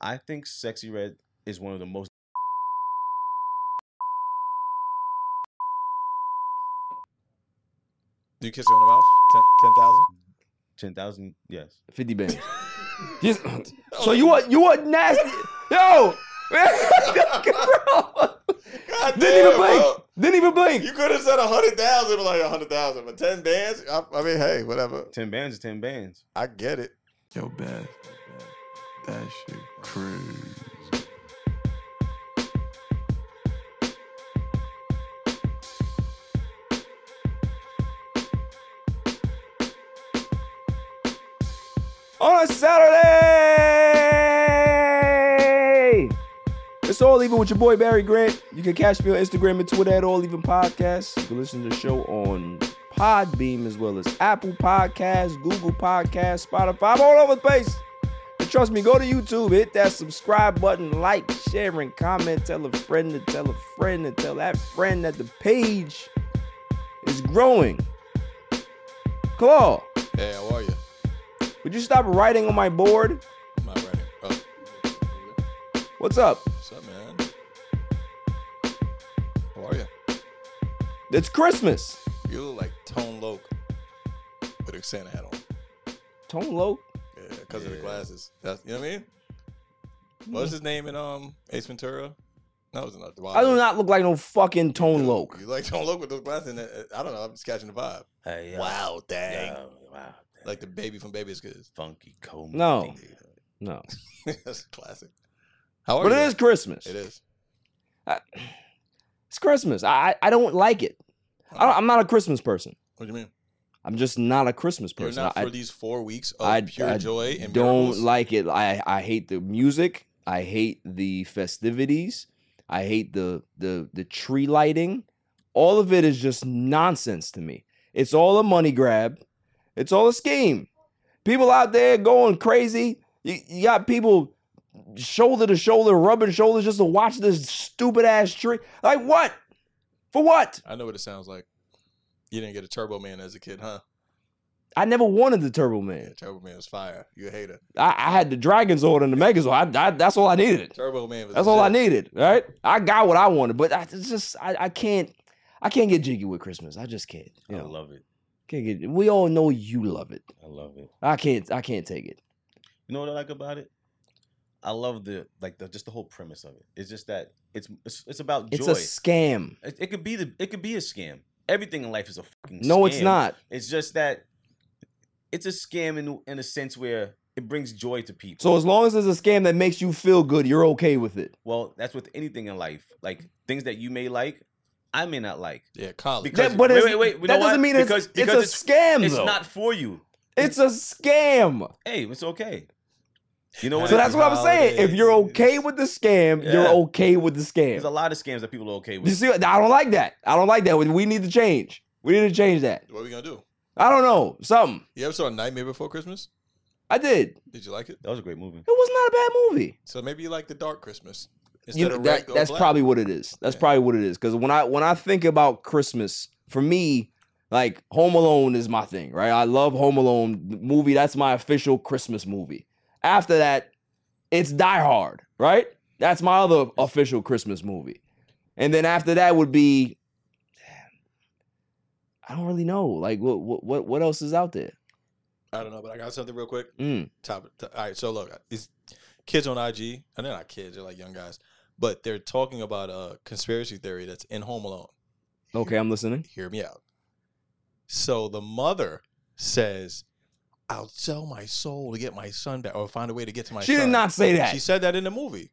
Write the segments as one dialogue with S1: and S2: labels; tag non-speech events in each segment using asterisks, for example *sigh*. S1: I think Sexy Red is one of the most.
S2: Do you kiss her on the mouth? Ten ten thousand.
S1: 10,000, yes.
S3: 50 bands. Yes. *clears throat* so you are you are nasty. Yo! *laughs* Bro!
S2: God
S3: Didn't even blink.
S2: bro.
S3: Didn't even blink.
S2: You could have said a hundred thousand, but like a hundred thousand, but ten bands. I, I mean, hey, whatever.
S1: 10 bands is 10 bands.
S2: I get it.
S4: Yo, Beth, that shit crazy.
S3: on a Saturday. It's All Even with your boy Barry Grant. You can catch me on Instagram and Twitter at All Even Podcast. You can listen to the show on Podbeam as well as Apple Podcasts, Google Podcasts, Spotify, I'm all over the place. And trust me, go to YouTube, hit that subscribe button, like, share, and comment. Tell a friend to tell a friend to tell that friend that the page is growing. Claw,
S2: Hey, how are you?
S3: would you stop writing on my board?
S2: I'm not writing. Oh,
S3: What's up?
S2: what's up, man? How are you?
S3: It's Christmas.
S2: You look like Tone Loke with a Santa hat on.
S3: Tone low.
S2: Yeah, because of the glasses. That's you know what I mean. What's his name in um Ace Ventura? That was another.
S3: I do not look like no fucking Tone Loke.
S2: You like Tone Loke with those glasses? And, uh, I don't know. I'm just catching the vibe.
S1: Hey, yo,
S2: Wow, dang!
S1: yo, wow.
S2: Like the baby from Baby is Good.
S1: funky comb.
S3: No. No.
S2: *laughs* That's a classic. How are
S3: But
S2: you?
S3: it is Christmas.
S2: It is.
S3: It's Christmas. I I- I don't like it. I don't, I'm not a Christmas person.
S2: What do you mean?
S3: I'm just not a Christmas
S2: You're
S3: person.
S2: not
S3: I,
S2: for these four weeks of
S3: I-
S2: pure
S3: I
S2: joy
S3: I
S2: and
S3: don't
S2: miracles?
S3: like it. I I hate the music. I hate the festivities. I hate the the the tree lighting. All of it is just nonsense to me. It's all a money grab. It's all a scheme. People out there going crazy. You, you got people shoulder to shoulder, rubbing shoulders just to watch this stupid ass tree. Like what? For what?
S2: I know what it sounds like. You didn't get a Turbo Man as a kid, huh?
S3: I never wanted the Turbo
S2: Yeah,
S3: Man.
S2: Turbo Man was fire. You a hater.
S3: I, I had the Dragonzord and the Megazord. I, I, that's all I needed.
S2: Turbo Man was
S3: That's all I
S2: legit.
S3: needed, right? I got what I wanted, but I it's just I, I can't I can't get jiggy with Christmas. I just can't. You
S1: I
S3: know,
S1: love it.
S3: can't get. We all know you love it.
S1: I love it.
S3: I can't. I can't take it.
S1: You know what I like about it? I love the like the just the whole premise of it. It's just that it's it's, it's about joy.
S3: It's a scam.
S1: it, it could be the it could be a scam. Everything in life is a fucking
S3: No, it's
S1: scam.
S3: not.
S1: It's just that it's a scam in in a sense where it brings joy to people.
S3: So as long as it's a scam that makes you feel good, you're okay with it.
S1: well, that's with anything in life. Like things that you may like, I may not like.
S2: Yeah, college.
S1: Because-
S3: That- but
S1: wait,
S3: it's-
S1: wait, wait, you
S3: that
S1: know what?
S3: doesn't mean it's,
S1: Because-
S3: it's
S1: because
S3: a scam.
S1: It's
S3: though.
S1: not for you.
S3: It's a scam.
S1: Hey, it's okay. You know what?
S3: So
S1: it-
S3: that's what I'm saying. If you're okay with the scam, you're
S1: Yeah.
S3: okay with the
S1: there's a
S3: scam.
S1: lot of scams that people are okay
S3: You
S1: with.
S3: see, I don't like that. I don't like that. We need to change. We need to change that.
S2: what are we gonna do?
S3: I don't know. Something.
S2: You ever saw Nightmare Before Christmas?
S3: I did.
S2: Did you like it?
S1: That was a great
S3: *laughs*
S1: movie.
S3: It was not a bad movie.
S2: So maybe you like the Dark Christmas instead
S3: You know,
S2: of red,
S3: that,
S2: go
S3: that's
S2: black.
S3: probably what it is. That's
S2: Yeah.
S3: probably what it is. Because when I when I think about Christmas, for me, like Home Alone is my thing, right? I love Home Alone the movie. That's my official Christmas movie. After that, it's Die Hard, right? That's my other official Christmas movie. And then after that would be, I don't really know. Like what what what, what else is out there?
S2: I don't know, but I got something real quick.
S3: Mm.
S2: Top, t- all right. So look, it's kids on IG, and they're not kids; they're like young guys, but they're talking about a conspiracy theory that's in Home Alone.
S3: Okay, I'm listening. *laughs*
S2: hear me out. So the mother says, "I'll sell my soul to get my son back, or find a way to get to my."
S3: She did
S2: son."
S3: not say that.
S2: She said that in the movie.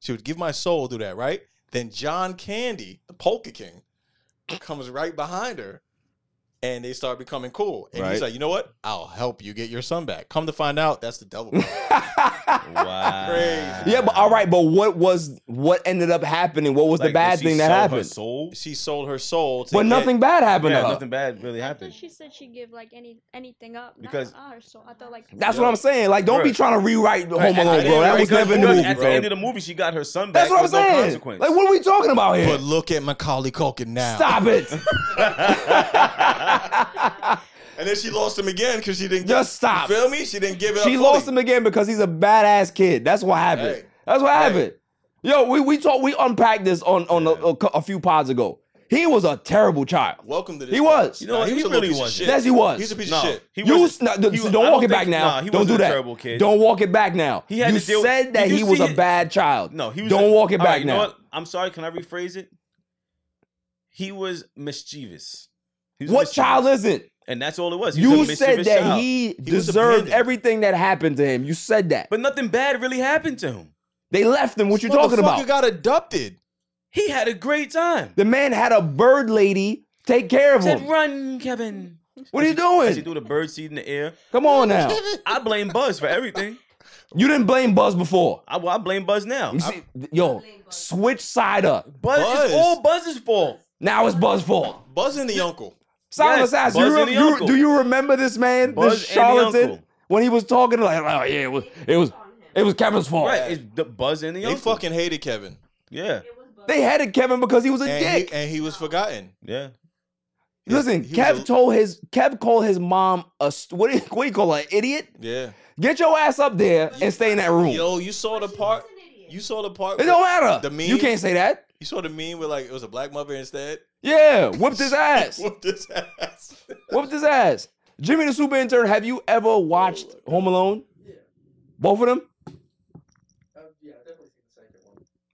S2: She would give my soul to that, right? Then John Candy, the Polka King, comes right behind her, and they start becoming cool. And
S3: Right.
S2: he's like, "You know what? I'll help you get your son back." Come to find out, that's the
S3: *laughs*
S2: devil. bro.
S1: Wow.
S2: Crazy.
S3: Yeah, but all right, but what was what ended up happening? What was
S1: Like,
S3: the
S1: did
S3: bad
S1: she
S3: thing that
S1: sell her
S3: happened?
S1: soul?
S2: she sold her soul, to
S3: But
S2: get-
S3: nothing bad happened
S1: Yeah,
S3: to her.
S1: nothing bad really
S5: I thought
S1: happened.
S5: she said she'd give like any anything up. Not
S1: Because-
S5: ours, so I thought like
S3: That's what I'm saying. Like, don't be
S1: Right.
S3: trying to rewrite the
S1: Right,
S3: Home Alone,
S2: at
S3: bro.
S2: the
S3: That
S2: end,
S3: was
S2: because
S3: never in
S2: you
S3: the
S2: look
S3: movie,
S1: At
S3: bro.
S1: the end of the movie, she got her son back.
S3: That's what I'm
S1: with no
S3: saying.
S1: consequence. *laughs*
S3: like, what are we talking about
S1: *laughs*
S3: here?
S2: But look at Macaulay Culkin now.
S3: Stop it.
S2: and then she lost him again because she didn't.
S3: *laughs* Just
S2: you
S3: stop.
S2: feel me? She didn't give it up.
S3: She lost him again because he's a badass kid. That's what happened.
S2: Hey.
S3: That's what
S2: Hey.
S3: happened. Yo, we we talked we unpacked this on on a, a cou- a few pods ago. He was a terrible child.
S2: Welcome to this.
S3: He was.
S2: Nah,
S1: he
S2: a little
S1: really
S2: piece of
S1: wasn't.
S2: shit.
S3: Yes, he was.
S2: He's a piece
S1: No,
S2: of shit.
S1: he
S3: you
S1: was.
S3: s- no,
S1: he was-
S3: don't
S1: I
S3: walk it
S1: think-
S3: back now.
S1: nah, he
S3: don't
S1: wasn't
S3: do
S1: a
S3: that.
S1: terrible kid.
S3: Don't walk it back now.
S1: He had
S3: you
S1: to deal-
S3: said that
S1: Did you
S3: he was
S1: see
S3: a
S1: it?
S3: bad child.
S1: No, he was.
S3: Don't walk it
S1: All
S3: back
S1: right, you know
S3: now.
S1: what? I'm sorry. Can I rephrase it? He was mischievous. He was
S3: what
S1: mischievous,
S3: child isn't?
S1: And that's all it was. He
S3: You
S1: was a
S3: said
S1: mischievous
S3: that
S1: child.
S3: he
S2: was
S3: deserved
S2: abandoned.
S3: everything that happened to him. You said that.
S1: But nothing bad really happened to him.
S3: they left him. What you
S2: This
S3: talking
S2: motherfucker
S3: about?
S2: got abducted.
S1: He had a great time.
S3: the man had a bird lady take care of
S1: Said,
S3: him.
S1: "Run, Kevin."
S3: What are you
S1: As he
S3: doing?
S1: threw the bird seed in the air.
S3: Come on now.
S1: I blame Buzz for everything.
S3: You didn't blame Buzz before.
S1: I, well, I blame Buzz now.
S3: You see, yo, switch side up.
S1: Buzz,
S2: Buzz.
S1: it's all Buzz's fault.
S3: Now it's Buzz fault.
S2: Buzzing the uncle.
S3: Silent
S1: Yes,
S3: Assassin, you
S1: Buzz
S3: rem-
S1: and the
S3: you-
S1: uncle.
S3: do you remember this man,
S1: Buzz and
S3: this
S1: the
S3: charlatan,
S1: uncle.
S3: when he was talking like, oh yeah, it was, it was, it was Kevin's fault.
S1: Right? It's the Buzz and the
S2: They
S1: uncle.
S2: fucking hated Kevin.
S1: yeah,
S3: They hated Kevin because he was a
S2: And
S3: dick.
S2: he, and he was forgotten.
S1: yeah.
S2: He-
S3: Listen,
S2: he was
S3: Kev
S2: a-
S3: told his Kev called his mom a st- what do you, what do you call her, an idiot?
S2: Yeah.
S3: Get your ass up there and stay in that room.
S2: Yo, you saw the part. You saw the part.
S3: it
S2: where-
S3: don't matter.
S2: The meme.
S3: You can't say that.
S2: You saw the meme where like it was a black mother instead.
S3: Yeah,
S2: *laughs*
S3: whipped his ass.
S2: Whooped his ass.
S3: whipped his ass. Jimmy the Super Intern. Have you ever watched Home Alone? Both of them.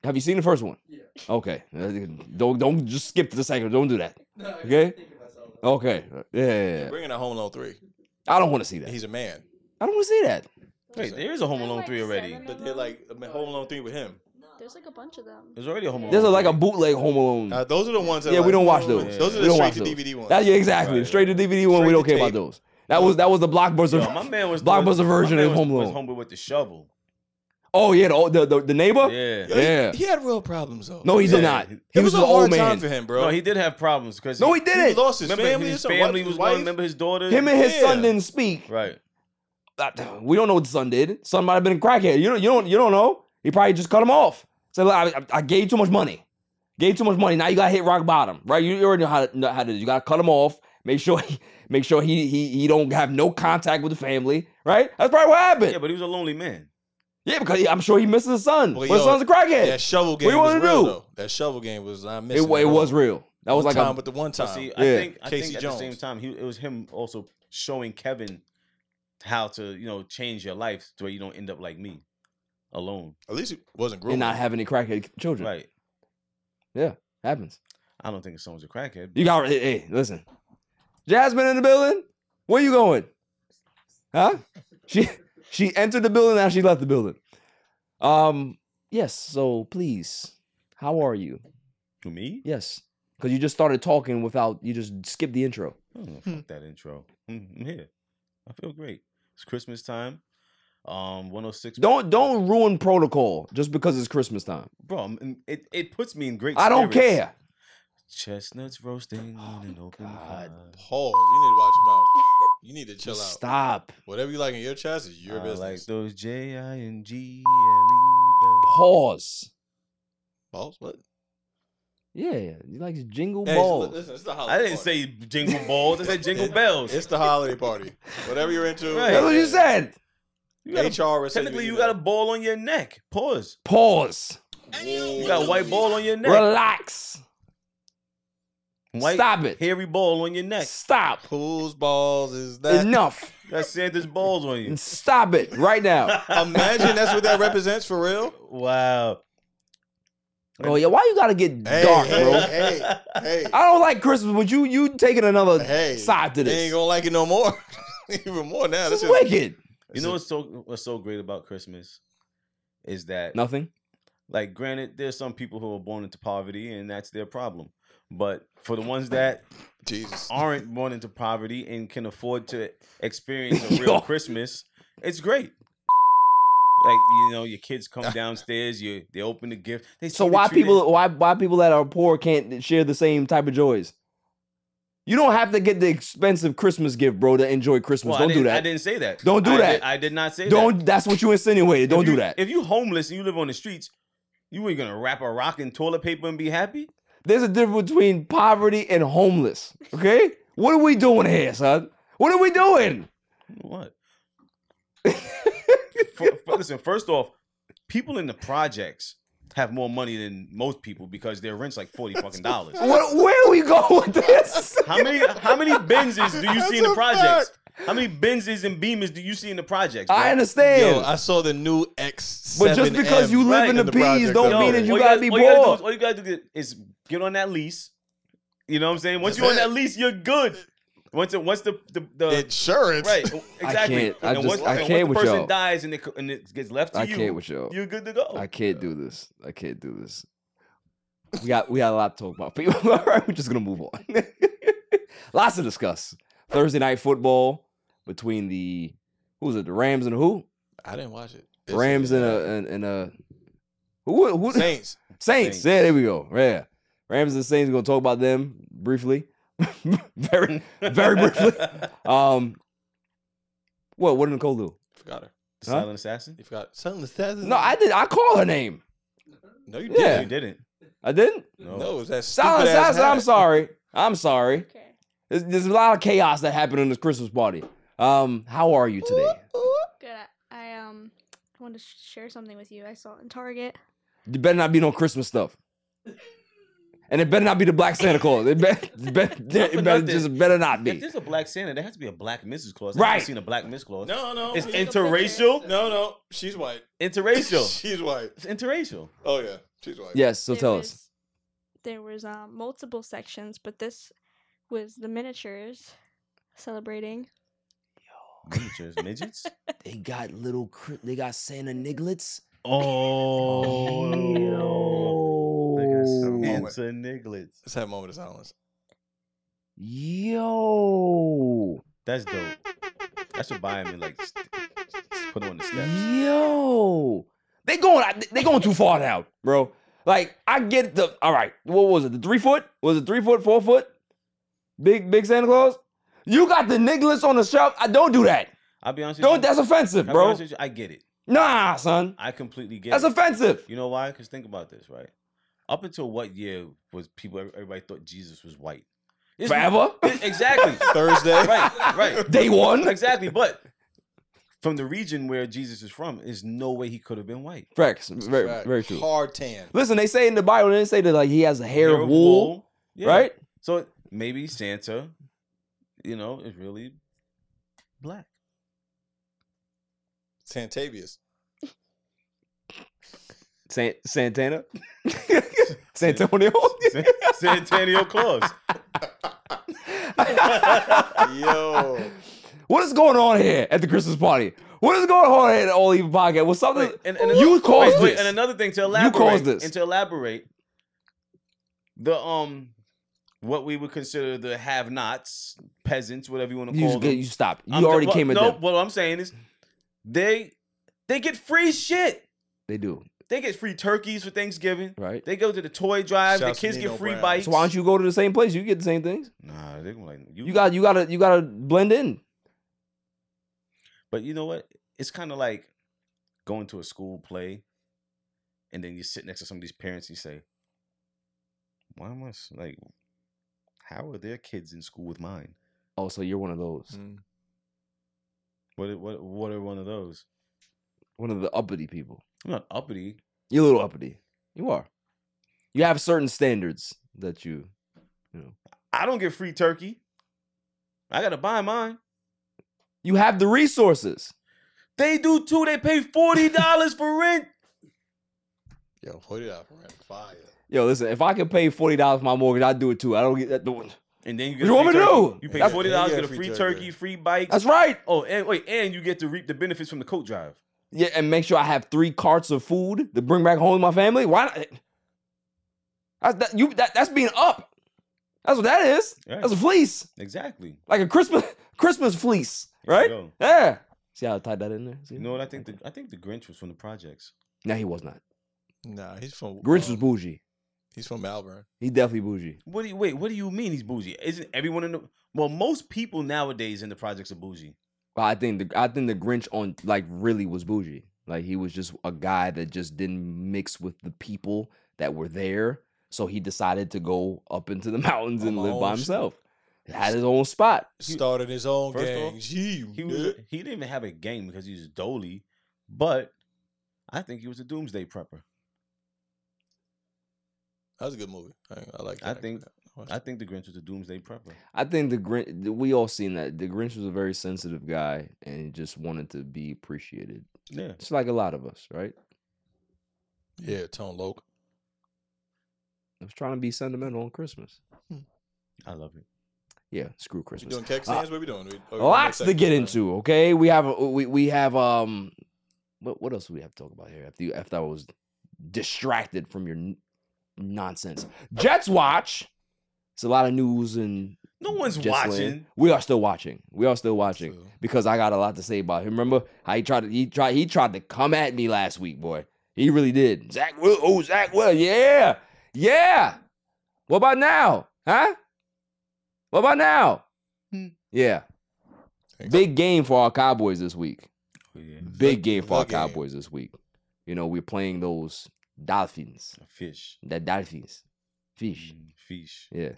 S3: Have you seen the first one? Yeah. Okay. Uh, Don't don't just skip to the second. Don't do that. Okay. Okay. Yeah. yeah, yeah.
S2: Bringing a Home Alone three.
S3: I don't want to see that.
S2: He's a man.
S3: I don't want to see that.
S1: Wait, there is a Home Alone
S5: like
S1: three already.
S5: seven
S2: But they're like a Home Alone three with him.
S5: There's like a bunch of them.
S1: There's already a Home Alone.
S3: There's a, like a
S1: 3.
S3: bootleg Home Alone.
S2: Uh, those are the ones. That
S3: Mm. yeah,
S2: like,
S3: we don't watch those.
S1: yeah.
S2: Those are
S3: We
S2: the
S3: don't watch
S2: straight to DVD
S3: those.
S2: ones.
S3: That- yeah, exactly.
S1: Right,
S3: straight to DVD one.
S2: Straight
S3: We don't
S2: to
S3: care about
S2: tape.
S3: those. That was that was the blockbuster.
S1: Yo, my man was
S3: blockbuster
S1: my
S3: version
S1: man
S3: of
S1: was-
S3: Home
S1: was
S3: Alone.
S1: Homeboy with the shovel.
S3: oh yeah, the, the the the neighbor.
S1: Yeah.
S2: Yo, he-
S3: Yeah.
S2: He, had real problems though.
S3: No, he did
S1: Yeah.
S3: not. He
S2: it
S3: was,
S2: was,
S3: an
S2: a hard
S3: old man.
S2: time for him, bro.
S1: No, he did have problems because
S3: No, he didn't.
S2: He lost his
S1: remember
S2: family.
S1: his
S2: or something.
S1: family
S2: His
S1: was
S2: wife?
S1: gone. Remember his daughter.
S3: Him and his son
S2: Yeah.
S3: didn't speak.
S1: right.
S3: Uh, We don't know what the son did. Son might have been a crackhead. You don't. You don't. You don't know. He probably just cut him off. Said, "Look, I, I- I gave you too much money. Gave you too much money. Now you got to hit rock bottom, right? You already know how to, know how to. do. You got to cut him off. Make sure. He, *laughs* make sure he he he don't have no contact with the family, right? That's probably what happened.
S1: Yeah, but he was a lonely man.
S3: Yeah, because he- I'm sure he misses his son.
S2: Well,
S3: but his
S2: yo,
S3: son's a crackhead.
S2: That shovel game
S3: you
S2: was
S3: wanna
S2: real
S3: do?
S2: though. That shovel game was not
S3: it,
S2: missing.
S3: wa- it
S2: at all.
S3: was real. That was
S2: One
S3: like a.
S2: time, but the one
S1: So
S2: time.
S1: see, I
S3: Yeah.
S1: think I
S2: Casey
S1: think at
S2: Jones.
S1: the same time he it was him also showing Kevin how to you know change your life to where you don't end up like me, alone.
S2: At least it wasn't
S3: and
S2: grueling.
S3: not have any crackhead children.
S1: Right.
S3: Happens.
S1: I don't think someone's a crackhead.
S3: You got hey, hey, listen. Jasmine in the building? Where you going? Huh? She she entered the building, now she left the building. Um, yes, so please, how are you?
S1: To me,
S3: Yes. Cause you just started talking without you just skipped the intro.
S1: Oh,
S2: Hmm.
S1: fuck that intro. I'm I'm here. I feel great. It's Christmas time. Um, 106.
S3: Don't don't ruin protocol just because it's Christmas time.
S1: bro. I'm in- it it puts me in great.
S3: I don't
S1: spirits.
S3: care. Oh
S1: Chestnuts roasting on an open fire.
S3: God.
S2: Pause. You need to watch your mouth.
S3: *laughs*
S2: You need to chill out.
S3: Stop.
S2: Whatever you like in your chest is your
S1: I like
S2: business.
S1: those J I N G L
S2: Oh,
S1: E.
S3: Pause.
S2: Pause. What?
S3: Yeah, yeah. You like jingle
S2: Hey,
S3: balls.
S2: listen, it's the
S1: bells.
S2: holiday.
S1: I didn't
S2: party.
S1: say jingle balls. I said
S3: *laughs*
S1: jingle bells.
S2: It's the holiday party. Whatever you're into.
S1: Right.
S3: That's what you said.
S1: You gotta-
S2: HR.
S1: technically, you got a ball on your neck. Pause.
S3: Pause.
S1: You got a white ball on your neck.
S3: Relax.
S1: White
S3: Stop it.
S1: hairy ball on your neck.
S3: Stop.
S2: Whose balls is
S1: *laughs*
S2: that?
S3: *laughs* Enough.
S1: You got Santa's balls on
S3: *laughs*
S1: you.
S3: And Stop it right now.
S2: Imagine that's what that represents for real.
S1: *laughs* Wow.
S3: oh yeah, why you gotta get
S2: Hey,
S3: dark,
S2: hey,
S1: *laughs*
S3: bro?
S2: hey, hey.
S3: I don't like Christmas, but you you taking another
S2: hey,
S3: side to
S2: They ain't
S3: this.
S2: gonna like it no more. *laughs* Even more now.
S3: This
S2: That's
S3: is wicked.
S1: You know what's so what's so great about Christmas is that
S3: Nothing.
S1: like granted there's some people who are born into poverty and that's their problem. But for the ones that
S2: Jesus.
S1: aren't born into poverty and can afford to experience
S3: *laughs*
S1: a
S3: Yo.
S1: real Christmas, it's great. Like you know, your kids come downstairs, you they open the gift. They
S3: So
S1: see the
S3: why
S1: tree, they-
S3: people why why people that are poor can't share the same type of joys? You don't have to get the expensive Christmas gift, bro, to enjoy Christmas.
S1: Well, I
S3: don't do
S1: didn't- I
S3: that.
S1: didn't say that.
S3: Don't do
S1: I
S3: that.
S1: Did, I did not say that.
S3: Don't. That's what you insinuated. Don't
S1: If you-
S3: do that.
S1: If you homeless and you live on the streets, you ain't gonna wrap a rock in toilet paper and be happy.
S3: There's a difference between poverty and homeless. Okay, what are we doing here, son? What are we doing? *laughs*
S1: What? F- f- listen, first off, people in the projects have more money than most people because their rent's like forty fucking dollars.
S3: What, where are we going with this?
S1: *laughs* How many how many Benzes
S3: *laughs*
S1: do you see in
S2: That's
S1: the
S2: a
S1: projects? How many Benzes and Beamers do you see in the projects?
S3: I
S1: bro?
S3: understand.
S2: Yo, I saw the new X.
S3: But just because you live in the Ps don't
S1: No,
S3: mean that you
S1: all
S3: gotta
S1: guys-
S3: be
S1: all do
S3: bored.
S1: is- All you gotta do is get on that lease. You know what I'm saying? Once
S2: That's
S1: you're on
S2: it.
S1: that lease, you're good. Once the once the the, the
S2: insurance. *laughs*
S1: right exactly.
S3: can't- I
S1: and
S3: just-
S1: once,
S3: I
S1: and once
S3: can't
S1: the
S3: with
S1: person
S3: y'all.
S1: dies and it, co- and it gets left to
S3: I
S1: you,
S3: can't with y'all.
S1: you're good to go.
S3: I can't do this. I can't do this. We got we got a lot to talk about. *laughs* People, all right, we're just gonna move on. *laughs* Lots to discuss. Thursday night football between the who was it? The Rams and who?
S2: I didn't watch it. This
S3: Rams
S2: shit
S3: and
S2: is
S3: a and, and a who? Who? Saints.
S2: *laughs* Saints.
S1: Saints.
S3: Yeah, there we go. Yeah, Rams and Saints. We're gonna talk about them briefly, *laughs*
S2: *laughs*
S3: very
S1: *laughs*
S3: very briefly. *laughs* Um, what? What did Nicole do?
S2: Forgot her.
S1: The Silent assassin?
S2: You forgot. Something that
S3: No, I did. I called her name.
S2: No, you
S3: Yeah.
S1: No,
S2: didn't.
S1: you didn't.
S3: I didn't.
S1: No.
S2: No, it was that
S3: Silence.
S2: stupid ass
S3: silence, I'm
S2: hat.
S3: sorry. I'm sorry.
S5: Okay.
S3: There's, there's a lot of chaos that happened in this Christmas party. Um, how are you today?
S5: Good. I um wanted to sh- share something with you. I saw it in Target.
S3: You better not be no Christmas stuff. And it better not be the Black Santa Claus. It better, it better,
S1: for
S3: it better
S1: nothing.
S3: just better not
S1: If
S3: be.
S1: there's a black Santa, there has to be a black Mrs. Claus.
S3: Right.
S1: I've seen a black Miss Claus.
S2: No, no.
S1: It's
S2: It's
S1: interracial.
S2: no, no. She's white.
S1: Interracial.
S2: *laughs* She's white.
S1: It's interracial.
S2: Oh yeah, she's white.
S3: Yes. So
S5: There
S3: tell us.
S5: was- There was um, multiple sections, but this was the miniatures celebrating.
S1: Miniatures,
S3: *laughs*
S1: midgets.
S3: They got little. cri- They got Santa nigglets.
S1: Oh,
S3: Yo.
S2: Santa-
S1: Santa Niglets.
S2: Let's have a moment of silence. *laughs*
S3: Yo.
S1: That's dope. I should buy him and like s- s- put him on the
S3: Mm-hmm.
S1: steps.
S3: Yo, they going they going too far now, bro. Like I get the all right. What was it? The three foot? Was it three foot? Four foot? Big big Santa Claus. You got the nigglets on the shelf. I don't do that.
S1: I'll be honest with you.
S3: Don't. That's offensive,
S1: I'll be
S3: bro.
S1: honest with you, I get it.
S3: Nah, son.
S1: I completely get
S3: That's
S1: it.
S3: offensive.
S1: You know why? Because think about this, right? Up until what year was people? Everybody thought Jesus was white. It's- *laughs*
S3: Forever.
S1: Exactly.
S2: Thursday.
S1: right.
S3: *laughs*
S1: Right.
S3: Day one.
S1: Exactly. But from the region where Jesus is from, there's no way he could have been white.
S3: Facts. Very very true.
S2: Hard tan.
S3: Listen, they say in the Bible, they say that like he has a hair,
S1: Hair
S3: of wool,
S1: Yeah.
S3: right?
S1: So maybe Santa, you know, is really black.
S3: *laughs*
S2: Santavius.
S3: San- *laughs* Santana. Santonio.
S1: San- Santanio Claus.
S3: *laughs*
S2: Yo.
S3: What is going on here at the Christmas party? What is going on here at All Even Podcast? Well, something
S1: *laughs* Wait, and, and
S3: you
S1: another-
S3: caused
S1: wait, wait,
S3: this.
S1: and another thing to
S3: You
S1: elaborate.
S3: caused this.
S1: And to elaborate, the um, what we would consider the have-nots, peasants, whatever you want to
S3: you,
S1: call
S3: just
S1: them.
S3: get- you stop. You
S1: I'm-
S3: already
S1: well,
S3: came at
S1: no,
S3: them.
S1: what I'm saying is, they they get free shit.
S3: They do
S1: They get free turkeys for Thanksgiving.
S3: right.
S1: They go to the toy drives.
S2: Shouts
S1: the
S2: to
S1: kids get
S2: Nino
S1: free
S2: Brown.
S1: bikes.
S3: So why don't you go to the same place? You get the same things.
S1: Nah, they gonna like
S3: You got you gotta you gotta blend in.
S1: But you know what? It's kind of like going to a school play, and then you sit next to somebody's parents. And you say, "Why am I s- like? How are their kids in school with mine?
S3: Oh, so you're one of those,
S1: Mm.
S2: Hmm.
S1: What? are- What? What are one of those?
S3: one of the uppity people.
S1: I'm not uppity.
S3: You're a little uppity. You are. You have certain standards that you.
S1: I don't get free turkey. I gotta buy mine.
S3: You have the resources.
S1: They do too. They pay forty dollars for rent.
S2: Yo, put it out for rent. Fire.
S3: Yo, listen. If I could pay forty dollars for my mortgage, I'd do it too. I don't get that.
S1: And then you
S3: What you want
S1: free
S3: me to
S1: turkey.
S3: do?
S1: You pay
S2: That's-
S1: forty dollars
S2: Yeah,
S1: get a
S2: free
S1: free
S2: turkey.
S1: turkey, free bikes.
S3: That's right.
S1: Oh, and wait, and you get to reap the benefits from the coat drive.
S3: Yeah, and make sure I have three carts of food to bring back home to my family. Why? Not? That's that, you. That, that's being up. That's what that is.
S1: Right.
S3: That's a fleece,
S1: Exactly.
S3: like a Christmas *laughs* Christmas fleece,
S1: There you
S3: right?
S1: go.
S3: Yeah. See how I tied that in there? See?
S1: You know what I think? The, I think the Grinch was from the projects.
S3: No, he was not.
S2: Nah, he's from
S3: Grinch was
S2: um,
S3: bougie.
S2: He's from Malvern.
S3: He definitely bougie.
S1: What do you wait? What do you mean he's bougie? Isn't everyone in the well? Most people nowadays in the projects are bougie.
S3: But I think the I think the Grinch on like really was bougie. Like he was just a guy that just didn't mix with the people that were there, so he decided to go up into the *laughs* mountains and live by
S2: Alone.
S3: himself. had his own spot.
S1: He-
S2: Started his own
S1: First off,
S2: gang. Gee,
S1: He was, he didn't even have a game because he was Dolly, but I think he was a doomsday prepper.
S2: that was a good movie. I, I like
S1: I
S2: that.
S1: think-
S2: That.
S1: I think the Grinch was a doomsday prepper.
S3: I think the Grinch. We all seen that the Grinch was a very sensitive guy and he just wanted to be appreciated.
S1: Yeah.
S3: It's like a lot of us, right?
S2: yeah, Tone Loc.
S3: I was trying to be sentimental on Christmas.
S1: I love it.
S3: Yeah, screw
S2: We
S3: Christmas.
S2: doing keg
S1: Uh,
S2: stands? what we doing? We, oh, we
S3: Lots
S2: doing
S3: to
S2: keg
S3: get
S2: stands,
S3: into. Okay, we have a- we we have um, what what else do we have to talk about here? After you, after I was distracted from your n- nonsense, Jets watch. It's a lot of news and
S1: No one's
S3: Jets land.
S1: watching.
S3: We are still watching. We are still
S2: right?
S3: watching.
S2: So,
S3: because I got a lot to say about him. Remember how he tried to he tried he tried to come at me last week, boy. He really did. Zach Will, oh Zach Will, yeah, yeah. What about now, huh? What about now?
S1: Hmm.
S3: Yeah,
S2: thanks.
S3: big game for our Cowboys this week.
S1: Oh, yeah.
S3: Big game for our
S2: the game.
S3: Cowboys this week. You know we're playing those Dolphins,
S1: A Fish.
S3: the Dolphins, fish.
S1: Mm, Fish.
S3: Yeah.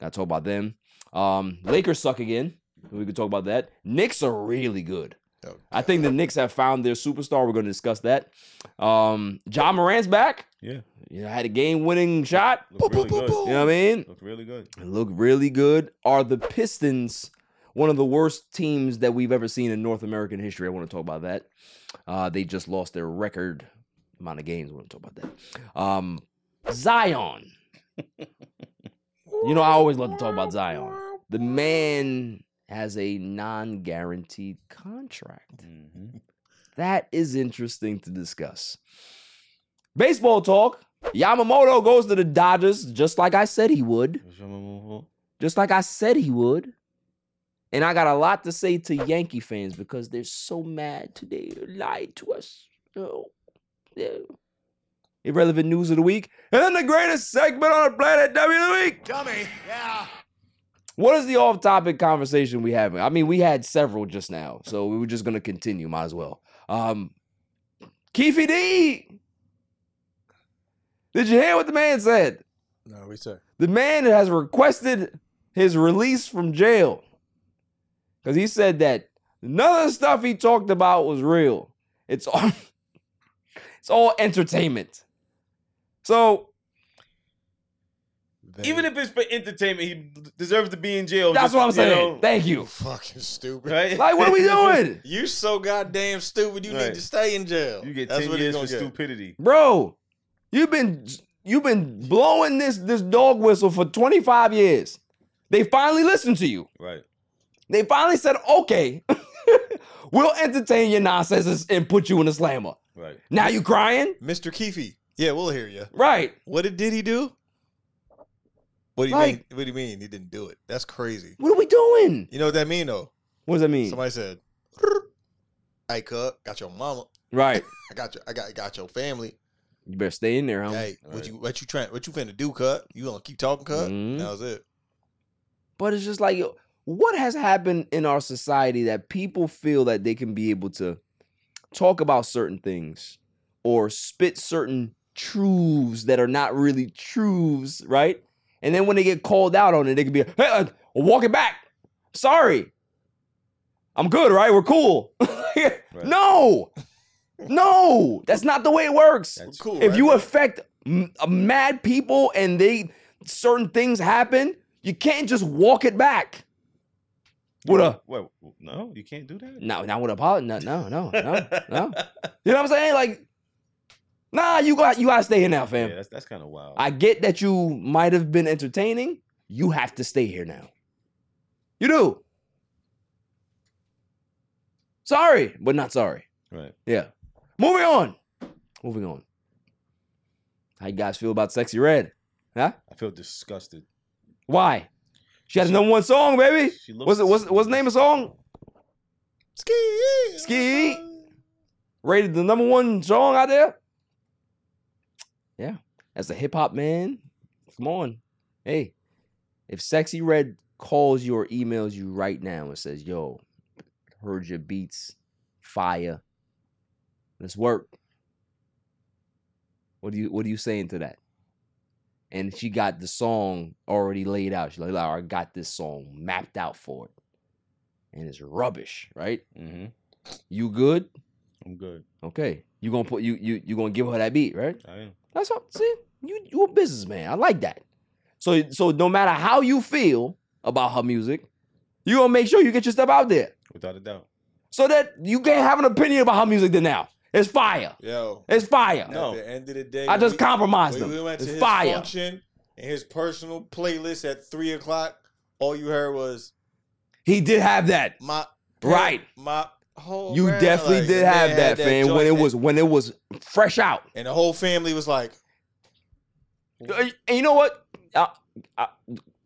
S3: Gotta talk about them. Um, Lakers suck again. We could talk about that. Knicks are really good.
S2: Oh,
S3: I think the Knicks have found their superstar. We're gonna discuss that. Um, John Moran's back.
S1: Yeah.
S3: You know, had a game winning shot.
S1: Looked really good.
S3: You know what I mean?
S1: Looked really good.
S3: Look really good. Are the Pistons one of the worst teams that we've ever seen in North American history? I want to talk about that. Uh, they just lost their record amount of games. We want to talk about that. Um, Zion. You know, I always love to talk about Zion. The man has a non guaranteed contract.
S1: hmm
S3: That is interesting to discuss. Baseball talk. Yamamoto goes to the Dodgers just like I said he would, just like I said he would. And I got a lot to say to Yankee fans because they're so mad today. They lied to us. Oh, yeah. Irrelevant news of the week. And then the greatest segment on the planet, W of the Week.
S2: Dummy. Yeah.
S3: What is the off topic conversation we having? I mean, we had several just now, so we were just gonna continue, might as well. Um Keefy D. Did you hear what the man said?
S2: No, we said.
S3: The man has requested his release from jail. Cause he said that none of the stuff he talked about was real. It's all *laughs* it's all entertainment. So
S2: They
S1: Even if it's for entertainment, he deserves to be in jail.
S3: that's
S1: just,
S3: what I'm
S1: you
S3: saying.
S1: know,
S3: Thank you.
S2: fucking stupid.
S1: right?
S3: Like, what
S1: *laughs*
S3: are we doing?
S2: You so goddamn stupid. You
S1: Right.
S2: need to stay in jail.
S1: You get
S2: That's
S1: ten
S2: what he's
S1: years for
S2: gonna get.
S1: stupidity.
S3: bro you've been you've been blowing this this dog whistle for 25 years they finally listened to you
S1: Right.
S3: they finally said okay *laughs* we'll entertain your nonsense and put you in the slammer
S1: Right.
S3: now you crying
S2: Mr. Keefe. Yeah, we'll hear you.
S3: right
S2: What did, did he do? What do you
S3: Like-
S2: mean? What do you mean he didn't do it? That's crazy.
S3: what are we doing
S2: You know what that mean though?
S3: what does that mean
S2: Somebody said, "Hey, cuz, got your mama.
S3: right
S2: I got your, I got, got your family.
S3: you better stay in there homie.
S2: hey, what
S1: right.
S2: you, what you trying, what you finna do, cuz? You gonna keep talking, cuz?
S3: Mhm.
S2: That was it.
S3: But it's just like, yo, what has happened in our society that people feel that they can be able to talk about certain things or spit certain truths that are not really truths, right? And then when they get called out on it, they can be, hey, uh, walk it back. Sorry. I'm good, right? We're cool. *laughs* No, no, that's not the way it works
S1: That's
S2: Cool.
S3: if
S2: right?
S3: you affect m- uh, mad people and they certain things happen, you can't just walk it back. What a
S1: Wait, no, you can't do that.
S3: no, not with a apology. No, no, no, no, no. You know what I'm saying? Like, nah, you got you gotta stay here now,
S1: Yeah,
S3: fam.
S1: that's that's kind of wild.
S3: I get that you might have been entertaining. You have to stay here now. You do. Sorry, but not sorry.
S1: right.
S3: Yeah. Moving on. Moving on. How you guys feel about Sexy Red?
S1: I feel disgusted.
S3: Why? She had a number one song, baby.
S1: She looks.
S3: What's it? What's, what's the name of the song?
S2: ski,
S3: Ski. Rated the number one song out there. Yeah. As a hip hop man, come on. Hey, if Sexy Red calls you or emails you right now and says, "Yo, heard your beats, fire. Let's work." What do you What are you saying to that? and she got the song already laid out. She's like, "All right, I got this song mapped out for it. And it's rubbish, right?
S1: Mm-hmm.
S3: You good?
S1: I'm good.
S3: Okay. You gonna put you you you gonna give her that beat, right?
S1: I am.
S3: That's what see, you you a businessman. I like that. So so no matter how you feel about her music, you gonna make sure you get your stuff out there.
S1: Without a doubt.
S3: So that you can't have an opinion about her music then now. It's fire.
S2: Yo,
S3: It's fire.
S1: No.
S2: at the end of the day,
S3: I just
S2: we-
S3: compromised
S2: we,
S3: them.
S2: we went to
S3: it's
S2: his
S3: fire.
S2: function and his personal playlist at three o'clock. All you heard was
S3: He did have that.
S2: my
S3: Right.
S2: my whole.
S3: You
S2: round.
S3: definitely
S2: Like,
S3: did
S2: the Oh, man
S3: have
S2: had
S3: that, fam. When
S2: joint
S3: it
S2: and-
S3: was when it was fresh out.
S2: and the whole family was like,
S3: And you know what? I, I,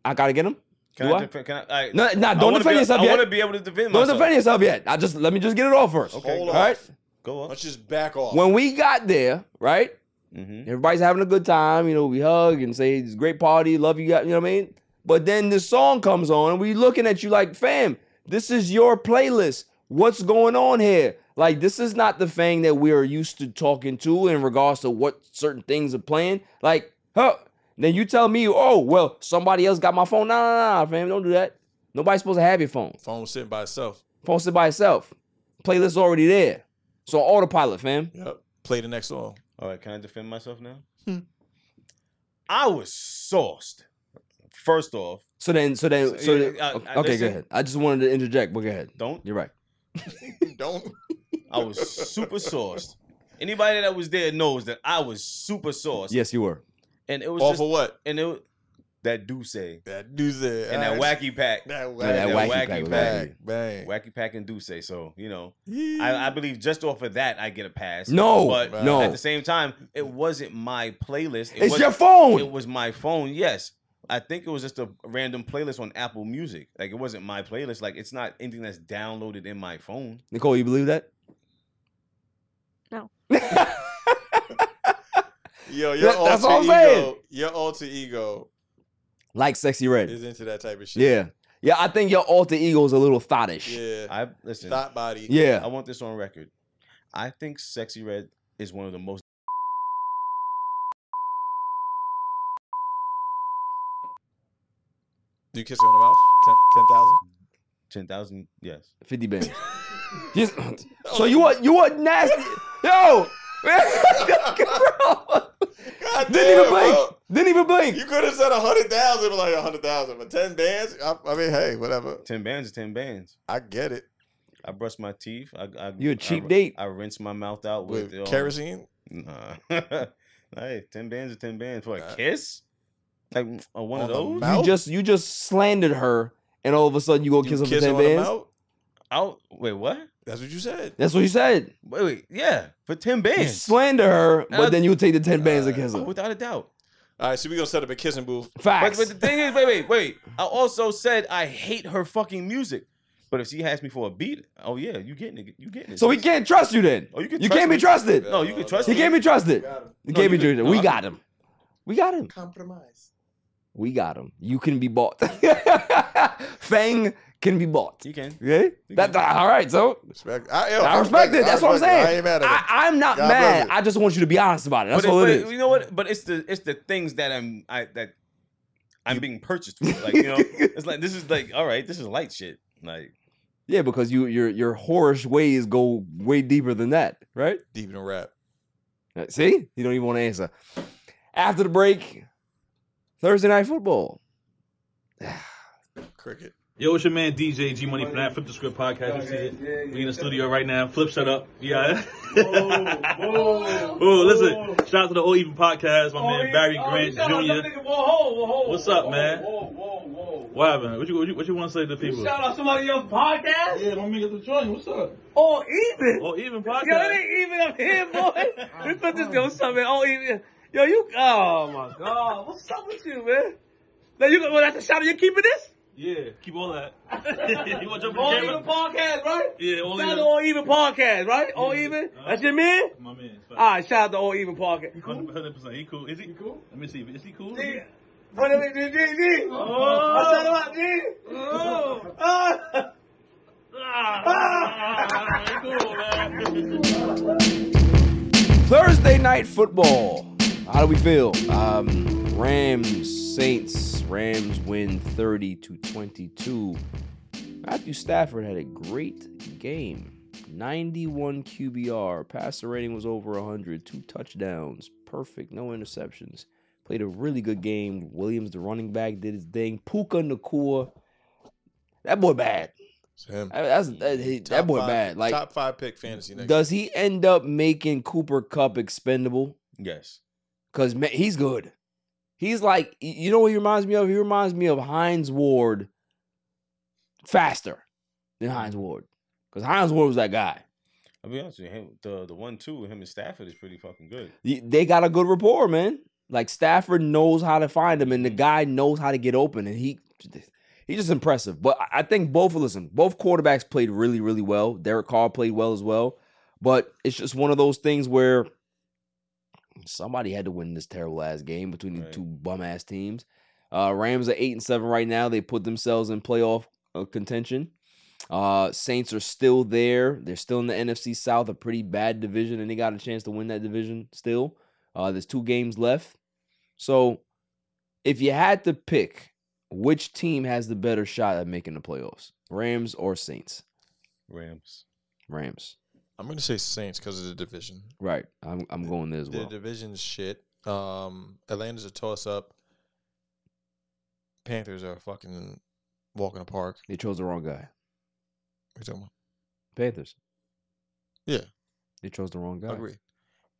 S3: I gotta get him.
S1: Can
S3: Do
S1: I?
S3: I?
S1: Defend, can I? I
S3: No, no,
S1: I
S3: don't
S1: wanna
S3: defend
S1: be,
S3: yourself
S1: I want to
S3: yet.
S1: be able to defend
S3: Don't
S1: myself.
S3: defend yourself yet. I just let me just get it off first.
S1: Okay,
S2: hold
S1: go
S2: on,
S3: All right.
S1: Go on.
S2: let's just back off.
S3: When we got there, right?
S1: Mm-hmm.
S3: Everybody's having a good time. You know, we hug and say it's a great party, love you guys, you know what I mean? But then this song comes on and we looking at you like, fam, this is your playlist. What's going on here? Like, this is not the thing that we are used to talking to in regards to what certain things are playing. Like, huh? Then you tell me, oh, well, somebody else got my phone. Nah, nah, nah, fam, don't do that. Nobody's supposed to have your phone.
S2: Phone was sitting by itself.
S3: Post it by itself. Playlist already there. So autopilot, fam.
S2: Yep. Play the next song.
S1: All right. Can I defend myself now?
S2: Hmm.
S1: I was sauced. First off,
S3: So then, so then,
S1: So, uh,
S3: so
S1: yeah,
S3: then,
S1: I- I
S3: okay, okay, go
S1: listen.
S3: ahead. I just wanted to interject, but go ahead.
S1: don't
S3: You're right.
S2: *laughs* Don't.
S1: I was
S3: *laughs*
S1: super sauced. Anybody that was there knows that I was super sauced.
S3: Yes, you were.
S1: And it was
S2: All
S1: just,
S2: for what?
S1: and it was, that do say
S2: That dude's there.
S1: and that wacky pack,
S2: That wacky.
S3: that
S1: that wacky
S3: wacky pack was
S1: pack.
S3: wacky.
S2: Bang.
S1: wacky pack and do say. So you know, I, I believe just off of that I get a pass.
S3: No,
S1: but
S3: no.
S1: at the same time, it wasn't my playlist. It
S3: it's
S1: was,
S3: your phone.
S1: It was my phone. Yes, I think it was just a random playlist on Apple Music. Like it wasn't my playlist. Like it's not anything that's downloaded in my phone.
S3: Nicole, you believe that?
S5: No.
S2: Yo, your
S3: That- that's
S2: alter
S3: all I'm
S2: ego.
S3: saying.
S2: Your alter ego
S3: *laughs* like sexy red.
S2: is into that type of shit.
S3: Yeah, yeah. I think your alter ego is a little thottish.
S2: Yeah.
S3: Yeah.
S1: I listen.
S2: Thought body.
S1: I want this on record. I think Sexy Red is one of the most.
S2: Do you kiss her on the mouth? Ten thousand.
S1: Ten thousand, yes. *laughs*
S3: fifty bands. Yes.
S1: Oh,
S3: *clears throat* so you are you are nasty,
S1: *laughs*
S3: yo. *laughs* Bro.
S2: God
S3: *laughs* Didn't even
S2: damn,
S3: blink.
S2: bro.
S3: Didn't even blink.
S2: You could have said a hundred thousand, but like a hundred thousand, but ten bands. I, I mean, hey, whatever.
S1: Ten bands is ten bands.
S2: I get it.
S1: I brush my teeth. I, I
S3: You a
S1: I-
S3: cheap date.
S1: I rinse my mouth out with,
S2: With
S1: um,
S2: kerosene,
S1: Nah. *laughs* hey, ten bands is ten bands for a
S2: Uh,
S1: kiss. Like mm, a one
S2: on
S1: of
S2: the
S1: those.
S2: mouth?
S3: You just you just slandered her, and all of a sudden you go
S2: You
S3: kiss her for
S2: kiss her
S3: ten
S2: on the
S3: bands.
S2: mouth.
S1: Out. Wait, what?
S2: That's what you said.
S3: That's what you said.
S1: Wait, wait. Yeah, for ten
S3: You
S1: bands.
S3: slander her, but
S1: Uh,
S3: then you take the ten bands to kiss
S1: Oh,
S3: her.
S1: without a doubt.
S2: All right, so we gonna set up a kissing booth.
S1: But,
S3: Facts.
S1: but the thing is, wait, wait, wait. I also said I hate her fucking music. But if she asked me for a beat, oh yeah, you getting it, you getting it.
S3: so we can't trust you then.
S1: Oh, you can
S3: you
S1: trust
S3: can't
S1: me.
S3: be trusted.
S1: No, you can trust
S3: He
S1: me.
S3: can't be trusted. He
S1: No,
S3: can't
S1: you
S3: be
S1: can-
S3: trusted.
S1: no,
S3: we
S1: I-
S3: got him. We got him.
S2: compromise.
S3: We got him. You can be bought. *laughs* Fang can be bought.
S1: You can.
S3: Yeah. That, that- all right. So
S2: Respect. I, yo,
S3: I respect it. That's what I'm
S2: respect it.
S3: saying.
S2: I ain't mad at
S3: I,
S2: it.
S3: I'm not
S2: God bless
S3: mad.
S2: it.
S3: I just want you to be honest about it. That's
S1: but
S3: all
S1: but
S3: it is.
S1: You know what? But it's the it's the things that I'm I that I'm being purchased for. Like you know,
S3: *laughs*
S1: it's like this is like all right, this is light shit. Like
S3: Yeah, because you your your whorish ways go way deeper than that, right?
S2: Deep in rap.
S3: Uh, See, you don't even want to answer. After the break, Thursday night football.
S2: Cricket.
S6: Yo, it's your man DJ G Money from that Flip the Script podcast. You see it? we in the studio right now. Flip, shut up. Yeah. *laughs* Oh, listen. Shout out to the All Even oh, podcast. My
S7: Oh,
S6: man Barry Grant Jr. What's up, man?
S7: Whoa, whoa, whoa.
S6: What happened? What you what you, what you want to say to the people?
S7: Shout out somebody else's podcast?
S6: Yeah, Oh, don't make it to join. What's up?
S7: All even.
S6: All Even
S7: Yo, it
S6: podcast.
S7: ain't even
S6: *laughs*
S7: up here, boy. we put this yo something. All even. Yo, you. Oh my God. What's up with you, man? Now you well, that's a shout out. You keeping this?
S6: Yeah, keep all *laughs* that. *laughs* you want to jump
S7: All
S6: on
S7: even
S6: camera?
S7: podcast, right?
S6: Yeah, All
S7: Shout out
S6: Even.
S7: to All Even podcast, right? All
S6: Yeah.
S7: even.
S6: Uh-huh.
S7: That's your man.
S6: My man.
S7: All right, shout out to All Even podcast.
S6: Hundred percent. He Ah, cool. Is he? cool? Let me see. Is he cool?
S7: Yeah. What do we do, G?
S8: Oh.
S7: G? I shout out, G. Ah. Ah.
S6: Ah, he cool, man.
S3: Thursday night football. How do we feel? Um, Rams, Saints. Rams win 30 to 22. Matthew Stafford had a great game. 91 QBR. Passer rating was over 100. Two touchdowns. Perfect. No interceptions. Played a really good game. Williams, the running back, did his thing. Puka Nakua. That boy bad.
S2: It's him.
S3: I- That's, that, he- that
S2: Top
S3: boy
S2: five-
S3: bad. Like,
S2: top five pick fantasy next.
S3: does he end up making Cooper Cup expendable?
S1: Yes.
S3: Cause man, he's good. He's like y- you know what he reminds me of? He reminds me of Heinz Ward faster than Heinz Ward. Cause Heinz Ward was that guy.
S1: I'll be honest with you. Him, the the one two, him and Stafford is pretty fucking good.
S3: Y- They got a good rapport, man. Like Stafford knows how to find him, and the guy knows how to get open, and he he's just impressive. But I- I think both listen, both quarterbacks played really, really well. Derek Carr played well as well. But it's just one of those things where somebody had to win this terrible ass game between the
S1: Right.
S3: two bum ass teams. Uh, Rams are eight and seven right now. They put themselves in playoff uh, contention. Uh, Saints are still there. They're still in the NFC South, a pretty bad division, and they got a chance to win that division still. Uh, there's two games left. So if you had to pick which team has the better shot at making the playoffs, Rams or Saints?
S1: Rams.
S3: Rams.
S2: I'm gonna say Saints because of the division.
S3: Right. I'm I'm going there as
S2: The
S3: well.
S2: division's shit. Um, Atlanta's a toss up. Panthers are a fucking walk in the park.
S3: They chose the wrong guy.
S2: What you talking about?
S3: Panthers.
S2: Yeah.
S3: They chose the wrong guy.
S2: Agreed.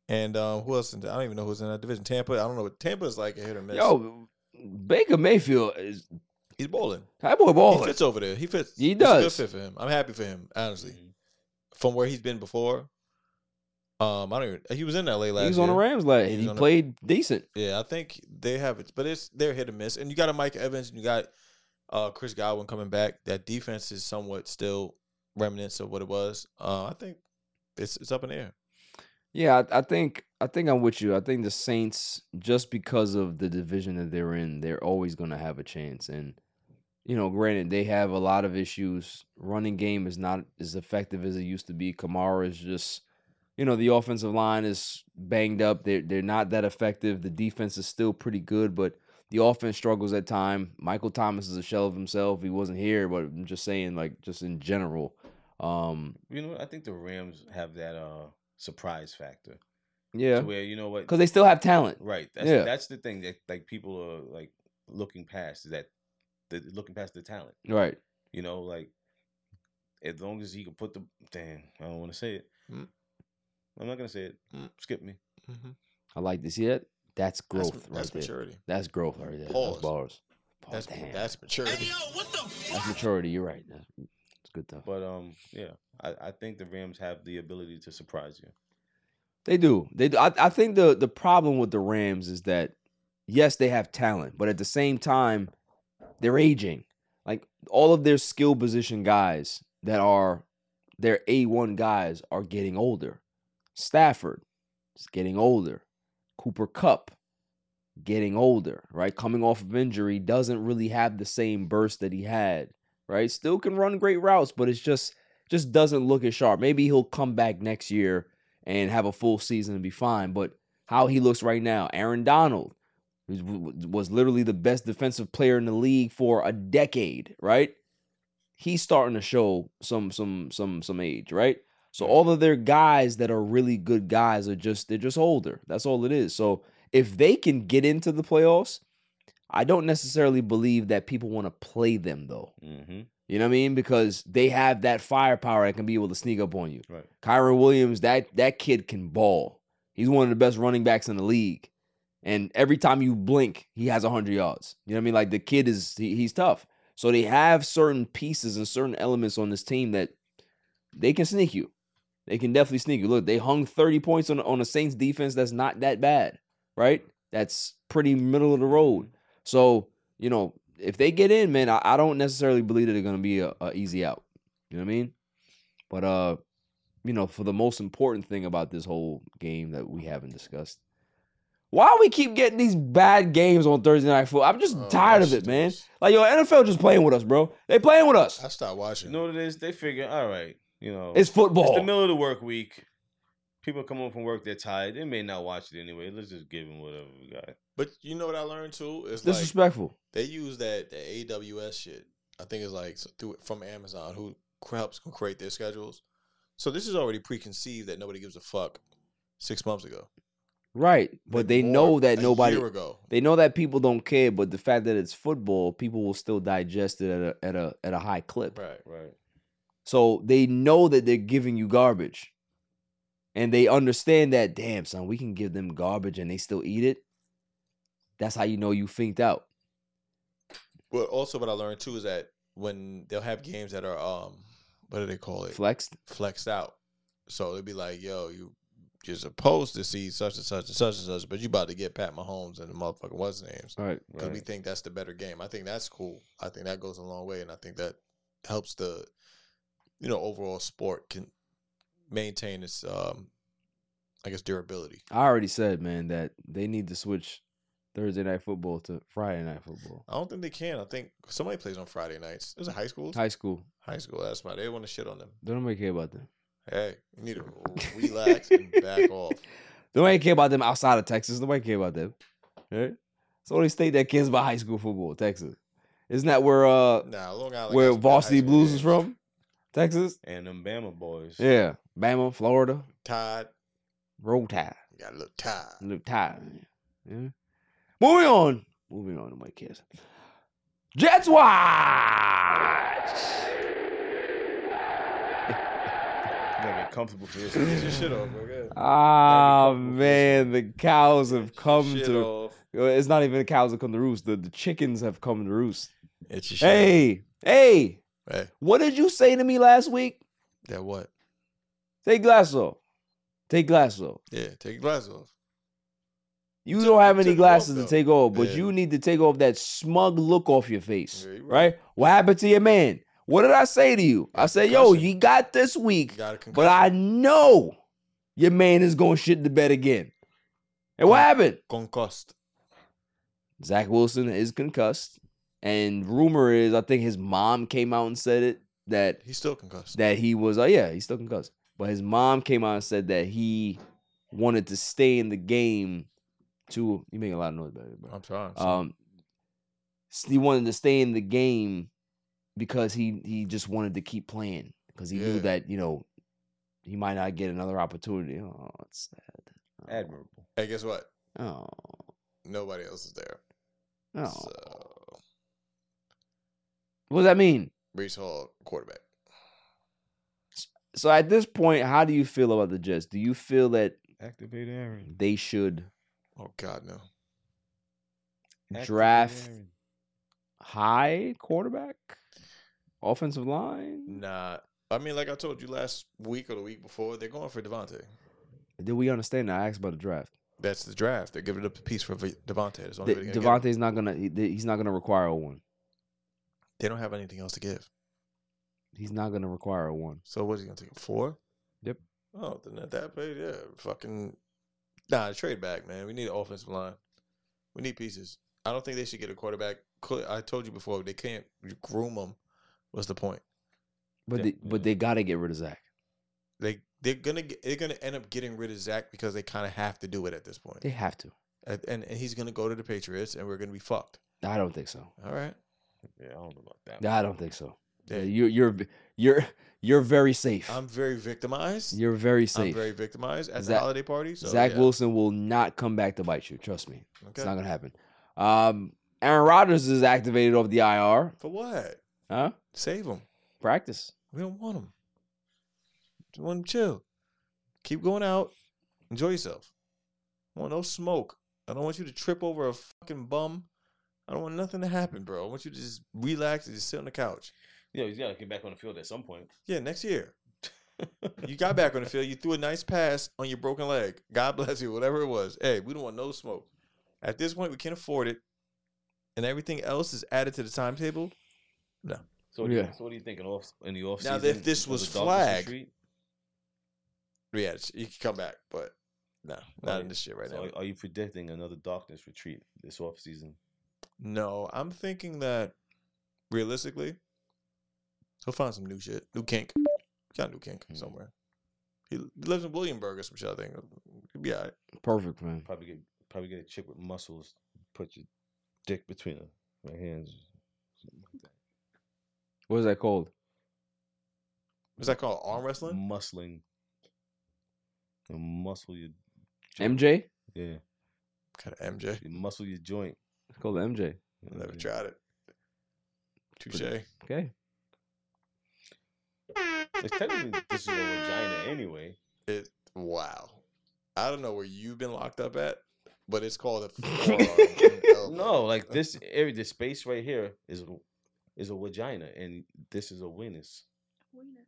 S2: And um, who else? In the, I don't even know who's in that division. Tampa. I don't know. what Tampa's like a hit or miss.
S3: Yo, Baker Mayfield is
S2: he's bowling.
S3: that boy
S2: He
S3: balling.
S2: fits over there. He fits.
S3: He
S2: It's a good
S3: does. Mm.
S2: fit for him. I'm happy for him, honestly. From where he's been before. Um, I don't even. He was in L.A. last.
S3: He was on the
S2: year.
S3: Rams last.
S2: He
S3: He,
S2: was
S3: he
S2: on the-
S3: played decent.
S2: Yeah, I think they have it, but it's they're hit or miss. And you got a Mike Evans, and you got uh, Chris Godwin coming back. That defense is somewhat still remnants of what it was. Uh, I think it's it's up in the air.
S3: Yeah, I, I think I think I'm with you. I think the Saints, just because of the division that they're in, they're always going to have a chance. And you know, granted, they have a lot of issues. Running game is not as effective as it used to be. Kamara is just, you know, the offensive line is banged up. They're they're not that effective. The defense is still pretty good, but the offense struggles at time. Michael Thomas is a shell of himself. He wasn't here, but I'm just saying, like, just in general. Um,
S1: You know what? I think the Rams have that uh surprise factor.
S3: yeah,
S1: To where you know what
S3: because they still have talent.
S1: Right. That's
S3: Yeah.
S1: that's the thing that like people are like looking past is that the looking past the talent.
S3: Right.
S1: You know, like as long as he can put the damn, I don't want to say it.
S2: Mm.
S1: I'm not gonna say it.
S2: Mm.
S1: Skip me.
S2: Mm-hmm.
S3: I like to see that. That's growth
S2: that's,
S3: right
S2: that's
S3: there.
S2: maturity.
S3: That's growth right there.
S2: Pause.
S3: That's bars. Pause.
S2: That's
S3: Damn. That's,
S2: that's maturity.
S3: maturity. You're right. That's, that's good stuff.
S1: But um, yeah, I, I think the Rams have the ability to surprise you.
S3: They do. They do. I, I think the the problem with the Rams is that yes, they have talent, but at the same time, they're aging. Like all of their skill position guys that are their A one guys are getting older. Stafford is getting older. Cooper Cup getting older, right? Coming off of injury, doesn't really have the same burst that he had, right? Still can run great routes, but it's just just doesn't look as sharp. Maybe he'll come back next year and have a full season and be fine. But how he looks right now, Aaron Donald was- was literally the best defensive player in the league for a decade, right? He's starting to show some some some some age, right? So all of their guys that are really good guys are just they're just older. That's all it is. So if they can get into the playoffs, I don't necessarily believe that people want to play them though.
S1: Mm-hmm.
S3: You know what I mean? Because they have that firepower that can be able to sneak up on you.
S1: Right.
S3: Kyron Williams, that that kid can ball. He's one of the best running backs in the league. And every time you blink, he has 100 yards. You know what I mean? Like the kid is he, he's tough. So they have certain pieces and certain elements on this team that they can sneak you. They can definitely sneak you. Look, they hung 30 points on on a Saints defense that's not that bad, right? That's pretty middle of the road. So, you know, if they get in, man, I, I don't necessarily believe that they're gonna be a, a easy out. You know what I mean? But uh you know, for the most important thing about this whole game that we haven't discussed. Why we keep getting these bad games on Thursday night football? I'm just
S2: Oh,
S3: tired
S2: that's
S3: of it, man.
S2: stupid.
S3: Like yo, NFL just playing with us, bro. They playing with us.
S2: I stopped watching.
S1: You know what it is? They figure, all right, you know,
S3: It's
S1: it's
S3: football.
S1: the middle of the work week. people come home from work, they're tired. They may not watch it anyway. Let's just give them whatever we got.
S2: But you know what I learned too is like
S3: Disrespectful.
S2: they use that the AWS shit. I think it's like s- through from Amazon who cr- helps them create their schedules. So this is already preconceived that nobody gives a fuck. Six months ago,
S3: right. But they
S2: Or
S3: know that
S2: a
S3: nobody
S2: year ago.
S3: they know that people don't care, but the fact that it's football, people will still digest it at a at a at a high clip.
S2: right.
S1: Right.
S3: So they know that they're giving you garbage. And they understand that, damn son, we can give them garbage and they still eat it. That's how you know you finked out.
S2: But also, what I learned too is that when they'll have games that are um, what do they call it?
S3: Flexed.
S2: flexed out. So it'd be like, yo, you you're supposed to see such and such and such and such, but you about to get Pat Mahomes and the motherfucker what's his names.
S3: Right.
S2: Because we
S1: Right.
S2: think that's the better game. I think that's cool. I think that goes a long way and I think that helps the you know, overall sport can maintain its um I guess durability.
S3: I already said, man, that they need to switch Thursday night football to Friday night football.
S2: I don't think they can. I think somebody plays on Friday nights. There's a high school.
S3: High school.
S2: High school. That's why they want to shit on them.
S3: Don't nobody care about them.
S2: Hey, you need to relax and *laughs* back off.
S3: Nobody care about them outside of Texas. Nobody care about them. Right? It's the only state that cares about high school football, Texas. Isn't that where uh
S2: Nah, Long Island. got some
S3: where
S2: good high
S3: Varsity
S2: school
S3: Blues is
S2: games.
S3: from? Texas?
S1: And them Bama boys.
S3: Yeah. Bama, Florida,
S2: Todd.
S3: roll tide.
S2: You got a little Todd.
S3: Look tired. Yeah. Moving on. Moving on to my kids. Jets watch.
S1: Gotta get comfortable for this.
S2: Get your shit off, bro. Go ahead.
S3: Ah
S2: Gotta be comfortable for
S3: man, the cows have come
S2: Shit
S3: to.
S2: off.
S3: It's not even the cows have come to roost. The, the chickens have come to roost.
S2: It's your shit off.
S3: Hey, hey,
S2: Hey,
S3: what did you say to me last week?
S2: that what?
S3: Take glass off. Take glass off.
S2: Yeah, take your glasses off.
S3: You
S2: Took-
S3: don't have
S2: you
S3: any
S2: took it off,
S3: glasses to
S2: though.
S3: take off, but
S2: Yeah.
S3: you need to take off that smug look off your face,
S2: Yeah, you right.
S3: right? What happened to your man? What did I say to you? I
S2: Yeah,
S3: said, yo,
S2: concussion.
S3: you got this week,
S2: You got a concussion.
S3: but I know your man is going to shit the bed again. And what
S2: Con-
S3: happened?
S2: concussed.
S3: Zach Wilson is concussed, and rumor is, I think his mom came out and said it that
S2: He's still concussed.
S3: that he was, uh, yeah, he's still concussed. But his mom came out and said that he wanted to stay in the game to. You make a lot of noise, baby. Bro.
S2: I'm trying. so-
S3: Um, s- he wanted to stay in the game because he he just wanted to keep playing because he knew
S2: Yeah.
S3: that you know he might not get another opportunity. Oh, it's sad.
S1: Admirable.
S2: hey, guess what?
S3: Oh,
S2: Nobody else is there.
S3: oh.
S2: uh, So,
S3: What does that mean?
S2: Brees Hall, quarterback.
S3: So at this point, how do you feel about the Jets? Do you feel that
S1: Activate Aaron.
S3: they should
S2: Oh God, no.
S1: Activate
S3: draft
S1: Aaron.
S3: high quarterback, offensive line?
S2: Nah. I mean, like I told you last week or the week before, they're going for Devontae.
S3: Did we understand that? I asked about the draft.
S2: That's the draft. They're giving up a piece for V- Devontae. That's the only
S3: De-
S2: way they're gonna get him.
S3: Devontae's not gonna. he- He's not gonna require a one.
S2: They don't have anything else to give.
S3: He's not gonna require a one.
S2: So what's he gonna take? Four?
S3: Yep.
S2: Oh, then at that point, yeah. Fucking Nah, trade back, man. We need an offensive line. We need pieces. I don't think they should get a quarterback. Cl- I told you before, they can't groom them. What's the point?
S3: But
S1: Yeah.
S3: they, but they gotta get rid of Zach.
S2: They they're gonna get, they're gonna end up getting rid of Zach because they kind of have to do it at this point.
S3: They have to.
S2: And, and and he's gonna go to the Patriots, and we're gonna be fucked.
S3: I don't think so.
S2: All right.
S1: Yeah, I don't know about that.
S3: I don't think so.
S2: Yeah.
S3: You're you're v- you're you're very safe.
S2: I'm very victimized.
S3: you're very
S2: I'm
S3: safe.
S2: very victimized at
S3: Zach-
S2: the holiday party. So
S3: Zach
S2: yeah.
S3: Wilson will not come back to bite you. Trust me. It's
S2: Okay.
S3: not gonna happen. Um, Aaron Rodgers is activated off the IR.
S2: For what?
S3: Huh?
S2: Save him.
S3: Practice.
S2: We don't want them. Just want them chill. Keep going out. Enjoy yourself. I want no smoke. I don't want you to trip over a fucking bum. I don't want nothing to happen, bro. I want you to just relax and just sit on the couch.
S1: Yeah, he's gotta get back on the field at some point.
S2: Yeah, next year. *laughs* you got back on the field. You threw a nice pass on your broken leg. God *laughs* bless you, whatever it was. Hey, we don't want no smoke. At this point, we can't afford it. And everything else is added to the timetable.
S1: So what do you-
S3: Yeah.
S1: so what are you thinking off in the off
S2: Now, if this was flagged, Yeah, it's- you can come back, but no, not in this shit right
S1: so
S2: now.
S1: are- Are you predicting another darkness retreat this off season?
S2: No, I'm thinking that realistically, he'll find some new shit, new kink. Got a new kink
S1: Hmm.
S2: somewhere. He lives in Williamburg or some shit. I think. He'll be all right.
S3: Perfect, man.
S1: Probably get probably get a chick with muscles. Put your dick between her, her hands.
S3: What is that called?
S2: Is that called arm wrestling?
S1: Mm. Muscling. You muscle your joint.
S3: MJ?
S1: Yeah.
S2: Kind of MJ.
S1: You muscle your joint.
S3: It's called MJ.
S2: Never
S1: Yeah.
S2: tried it. Touche.
S3: Okay.
S1: It's technically this is a vagina anyway.
S2: It wow. I don't know where you've been locked up at, but it's called a
S1: No,
S2: *laughs*
S1: like this area, the space right here is is a vagina, and this is a weenus.
S5: Weenus.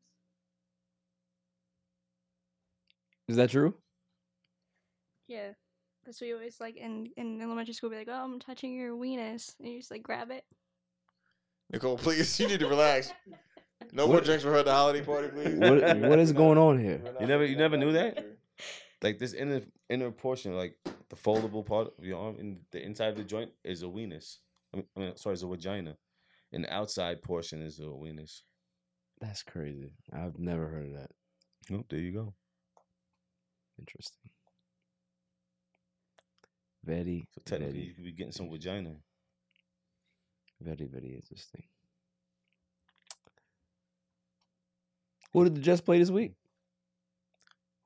S3: Is that true?
S5: Yeah. That's what you always like in, in elementary school be like, Oh, I'm touching your weenus and you just like grab it.
S2: Nicole, please, you need to relax. No more
S3: What-
S2: drinks for her at the holiday party, please.
S3: *laughs*
S2: *laughs*
S3: What, what is going on here?
S1: You never- you never knew that? Like this inner inner portion, like the foldable part of your arm, and the inside of the joint is a weenus. I mean, I mean, sorry, is a vagina, and the outside portion is a weenus.
S3: That's crazy. I've never heard of that.
S1: Nope, Oh, there you go.
S3: Interesting. Very,
S1: So technically, you
S3: very,
S1: could be getting some vagina.
S3: very, very interesting. Who did the Jets play this week?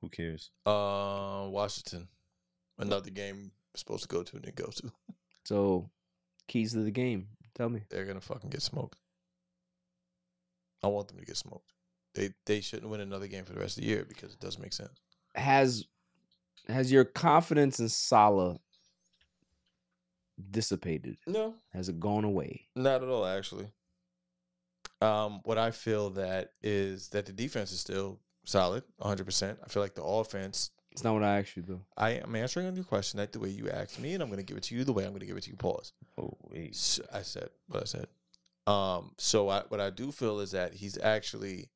S1: Who cares?
S2: Uh, Washington. Another game we're supposed to go to and didn't go to.
S3: So, keys to the game. Tell me.
S2: They're gonna fucking get smoked. I want them to get smoked. They they shouldn't win another game for the rest of the year because it doesn't make sense.
S3: Has has your confidence in Salah dissipated?
S2: No,
S3: Has it gone away?
S2: Not at all, actually. Um, what I feel that is that the defense is still solid, 100%. I feel like the offense,
S3: It's not what I asked you though.
S2: I am answering your question that the way you asked me, and I'm going to give it to you the way I'm going to give it to you. Pause.
S1: Oh wait,
S2: S- I said what I said. Um, so I, what I do feel is that he's actually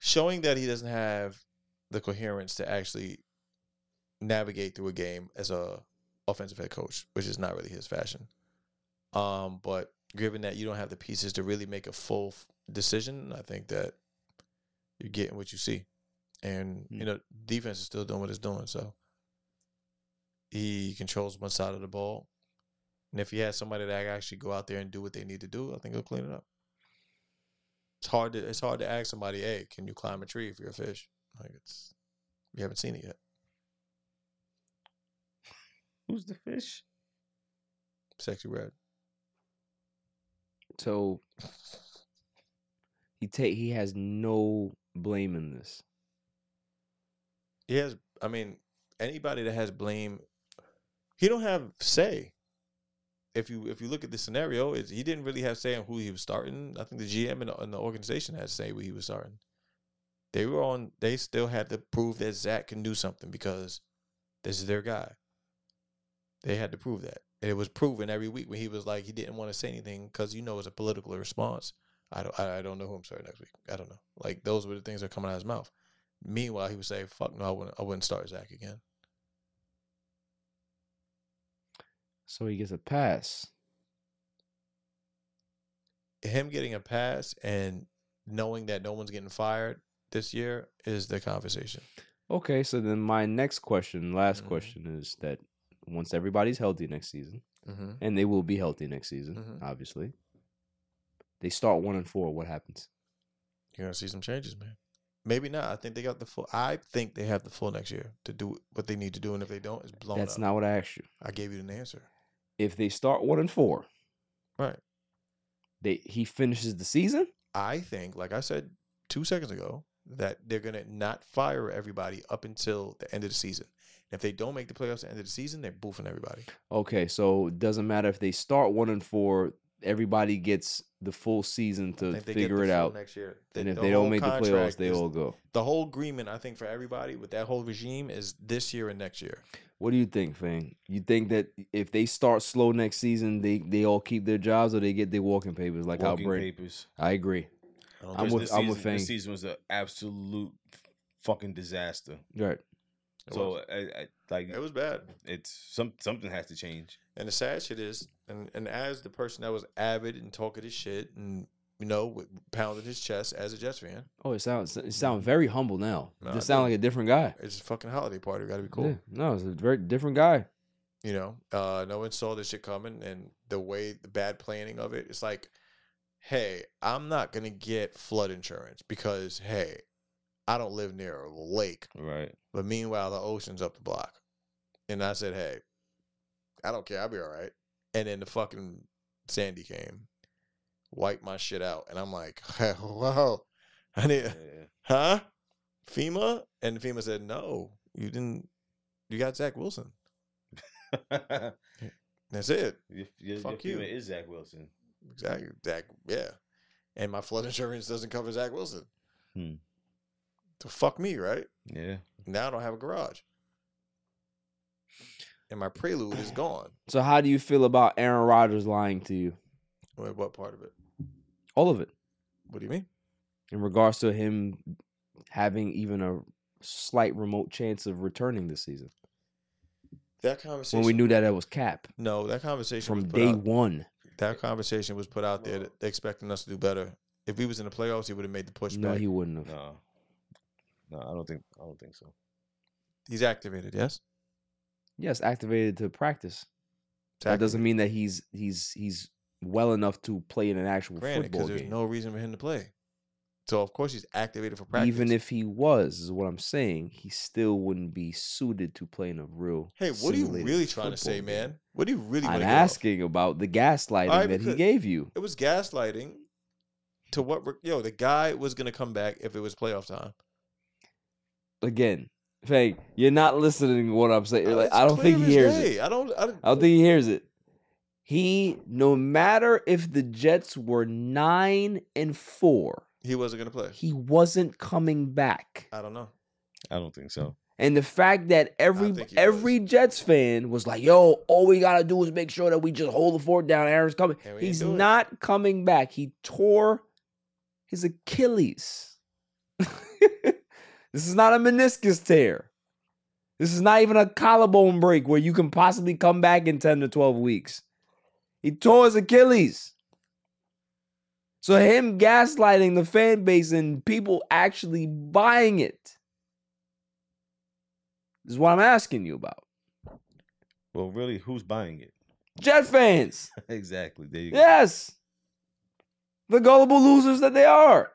S2: showing that he doesn't have the coherence to actually navigate through a game as a offensive head coach, which is not really his fashion. Um, but given that you don't have the pieces to really make a full f- decision, I think that you're getting what you see, and you know defense is still doing what it's doing. So he controls one side of the ball. And if he had somebody that could actually go out there and do what they need to do, I think he'll clean it up. It's hard to it's hard to ask somebody, hey, can you climb a tree if you're a fish? Like it's you haven't seen it yet.
S1: who's the fish?
S2: Sexy red.
S3: So he take he has no blame in this.
S2: He has I mean, anybody that has blame he don't have say. If you if you look at the scenario, is he didn't really have say on who he was starting. I think the GM and the, and the organization had say who he was starting. They were on. They still had to prove that Zach can do something because this is their guy. They had to prove that, and it was proven every week when he was like he didn't want to say anything because you know it's a political response. I don't. I, I don't know who I'm starting next week. I don't know. Like those were the things that were coming out of his mouth. Meanwhile, he would say, "Fuck no, I wouldn't. I wouldn't start Zach again."
S3: So he gets a pass.
S2: him getting a pass and knowing that no one's getting fired this year is the conversation.
S3: Okay, so then my next question, last
S2: Mhm.
S3: question is that once everybody's healthy next season,
S2: Mm-hmm.
S3: and they will be healthy next season,
S2: Mhm.
S3: obviously. They start one and four. What happens?
S2: You're gonna see some changes, man. Maybe not. I think they got the full. I think they have the full next year to do what they need to do, and if they don't, it's blown
S3: That's
S2: up.
S3: not what I asked you.
S2: I gave you an answer,
S3: If they start one and four,
S2: right?
S3: they he finishes the season.
S2: I think, like I said two seconds ago, that they're gonna not fire everybody up until the end of the season. If they don't make the playoffs at the end of the season, they're boofing everybody.
S3: Okay, so it doesn't matter if they start one and four. Everybody gets the full season
S2: I
S3: to
S2: think they get
S3: figure
S2: the
S3: it
S2: full
S3: out.
S2: next year.
S3: and
S2: The-
S3: if
S2: the
S3: they don't
S2: whole
S3: make the playoffs,
S2: contract
S3: they
S2: is-
S3: all go.
S2: the whole agreement I think for everybody with that whole regime is this year and next year.
S3: What do you think, Fang? You think that if they start slow next season, they they all keep their jobs or they get their walking papers like
S1: Walking
S3: how Brady?
S1: papers.
S3: I agree.
S2: I don't
S3: I'm
S2: think
S1: This-
S3: with-
S1: this
S3: I'm with
S1: season- This
S3: Fang.
S1: season was an absolute f- fucking disaster.
S3: Right.
S2: it
S1: So
S2: was.
S1: I, I, like
S2: it was bad.
S1: it's some something has to change.
S2: And the sad shit is, and, and as the person that was avid and talkative shit and you know, with, pounded his chest as a Jets fan.
S3: Oh, it sounds it sound very humble now.
S2: Mm. Nah,
S3: Just
S2: I
S3: sound
S2: do.
S3: like a different guy.
S2: It's a fucking holiday party. We got to be cool.
S3: Yeah, no, it's a very different guy.
S2: You know, uh, no one saw this shit coming, and the way the bad planning of it, it's like, hey, I'm not gonna get flood insurance because hey, I don't live near a lake,
S1: Right.
S2: but meanwhile the ocean's up the block, and I said, hey, I don't care, I'll be all right. And then the fucking Sandy came, wiped my shit out, and I'm like, *laughs* whoa, I need
S1: *laughs*
S2: huh? FEMA? And FEMA said, no, you didn't. You got Zach Wilson.
S1: Yeah.
S2: That's it.
S1: Your, your,
S2: Fuck
S1: your
S2: you.
S1: favorite is Zach Wilson.
S2: Exactly. Zach, yeah. And my flood *laughs* insurance doesn't cover Zach Wilson.
S1: Hmm.
S2: So fuck me, right?
S1: Yeah.
S2: Now I don't have a garage. And my prelude is gone.
S3: So how do you feel about Aaron Rodgers lying to you?
S2: Wait, what part of it?
S3: All of it
S2: What do you mean?
S3: in regards to him having even a slight remote chance of returning this season
S2: That conversation.
S3: when we knew that that was cap
S2: No, that conversation
S3: from
S2: was put
S3: day
S2: out-
S3: one.
S2: That conversation was put out there that- expecting us to do better. If we was in the playoffs, he would have made the pushback.
S3: No, he wouldn't have.
S1: No. No, I don't think. I don't think so.
S2: He's activated, yes?
S3: Yes, activated to practice. That doesn't mean that he's he's he's well enough to play in an actual
S2: Granted,
S3: football
S2: because there's
S3: game.
S2: no reason for him to play. So of course he's activated for practice.
S3: Even if he was, is what I'm saying, he still wouldn't be suited to play in a real.
S2: hey, what are you
S3: simulated
S2: really trying to
S3: football
S2: say,
S3: game.
S2: man? What do you really?
S3: I'm
S2: wanna get off?
S3: asking about the gaslighting
S2: All right,
S3: that he
S2: because-
S3: gave you.
S2: It was gaslighting. To what? re- Yo, the guy was gonna come back if it was playoff time.
S3: Again, Fang, you're not listening to what I'm saying.
S2: Uh,
S3: Like,
S2: it's
S3: I don't think
S2: clear
S3: he
S2: as
S3: hears it.
S2: day. I don't. I don't.
S3: I don't think he hears it. He, no matter if the Jets were nine and four,
S2: he wasn't gonna play.
S3: he wasn't coming back.
S2: I don't know.
S1: I don't think so.
S3: And the fact that every
S2: think he
S3: every Jets fan was like, "Yo, all we gotta do is make sure that we just hold the fort down. Aaron's coming.
S2: And we didn't
S3: He's
S2: do it.
S3: not coming back. He tore his Achilles. *laughs* this is not a meniscus tear. This is not even a collarbone break where you can possibly come back in ten to twelve weeks. He tore his Achilles. So him gaslighting the fan base and people actually buying it is what I'm asking you about.
S1: Well, really, who's buying it? *laughs*
S2: *laughs*
S3: Jet fans.
S1: exactly. There you go.
S3: Yes. The gullible losers that they are.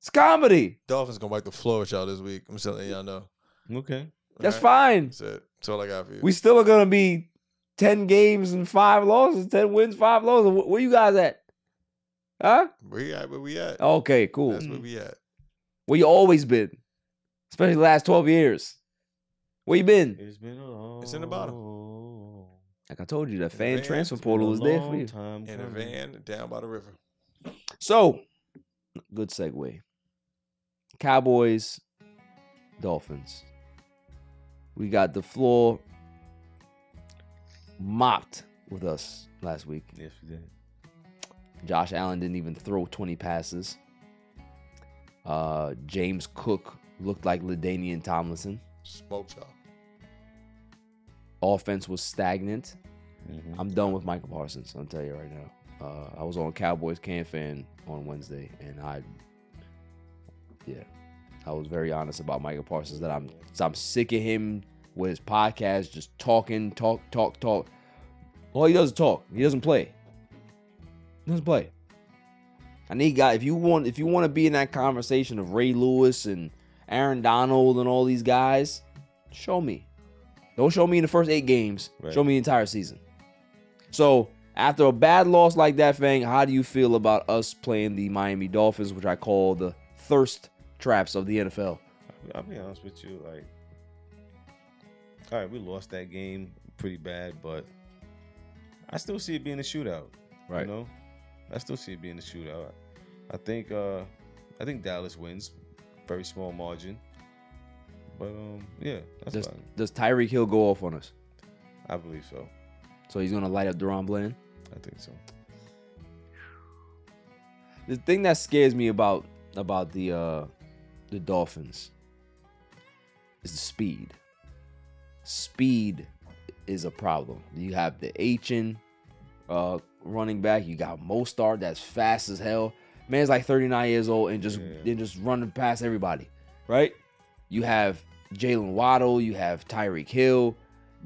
S3: It's comedy.
S2: Dolphins gonna wipe the floor with y'all this week. I'm just letting y'all know.
S1: Okay.
S3: That's
S2: All right?
S3: fine.
S2: That's it. That's all I got for you.
S3: We still are going to be 10 games and five losses, 10 wins, five losses. Wh- Where you guys at? Huh?
S2: we at where we at.
S3: Okay, cool.
S2: That's where we at.
S3: Where you always been, especially the last 12 years. Where you been?
S1: It's been a long.
S2: It's in the bottom.
S3: Like I told you, the
S2: the
S3: fan
S2: van,
S3: transfer
S2: it's
S3: portal is there for you.
S1: Time
S2: In a
S1: coming.
S2: van down by the river.
S3: So, good segue. Cowboys, Dolphins. We got the floor mopped with us last week.
S1: Yes, we did.
S3: Josh Allen didn't even throw 20 passes. Uh, James Cook looked like Ladainian Tomlinson.
S2: Smoke y'all.
S3: Offense was stagnant.
S1: Mhm.
S3: I'm done with Michael Parsons. I'll tell you right now. Uh, I was on Cowboys Can Fan on Wednesday, and I, yeah, I was very honest about Michael Parsons that I'm I'm sick of him with his podcast, just talking, talk, talk, talk. All he does is talk. He doesn't play. He doesn't play. I need guy. If you want, if you want to be in that conversation of Ray Lewis and Aaron Donald and all these guys, show me. Don't show me in the first eight games.
S1: Right.
S3: Show me the entire season. So after a bad loss like that, Fang, how do you feel about us playing the Miami Dolphins, which I call the thirst traps of the NFL?
S1: I'll be honest with you. Like, all right, we lost that game pretty bad, but I still see it being a shootout. You know, I still see it being a shootout. I think uh I think Dallas wins, very small margin. But um, yeah, that's
S3: Does,
S1: fine.
S3: does Tyreek Hill go off on us?
S1: I believe so.
S3: So he's gonna light up Deron Bland.
S1: I think so.
S3: the thing that scares me about about the uh the dolphins is the speed speed is a problem you have the Achin, uh, running back. You got Mostar that's fast as hell. Man's like 39 years old and just
S1: Yeah.
S3: and just running past everybody, right? You have Jalen Waddle. You have Tyreek Hill.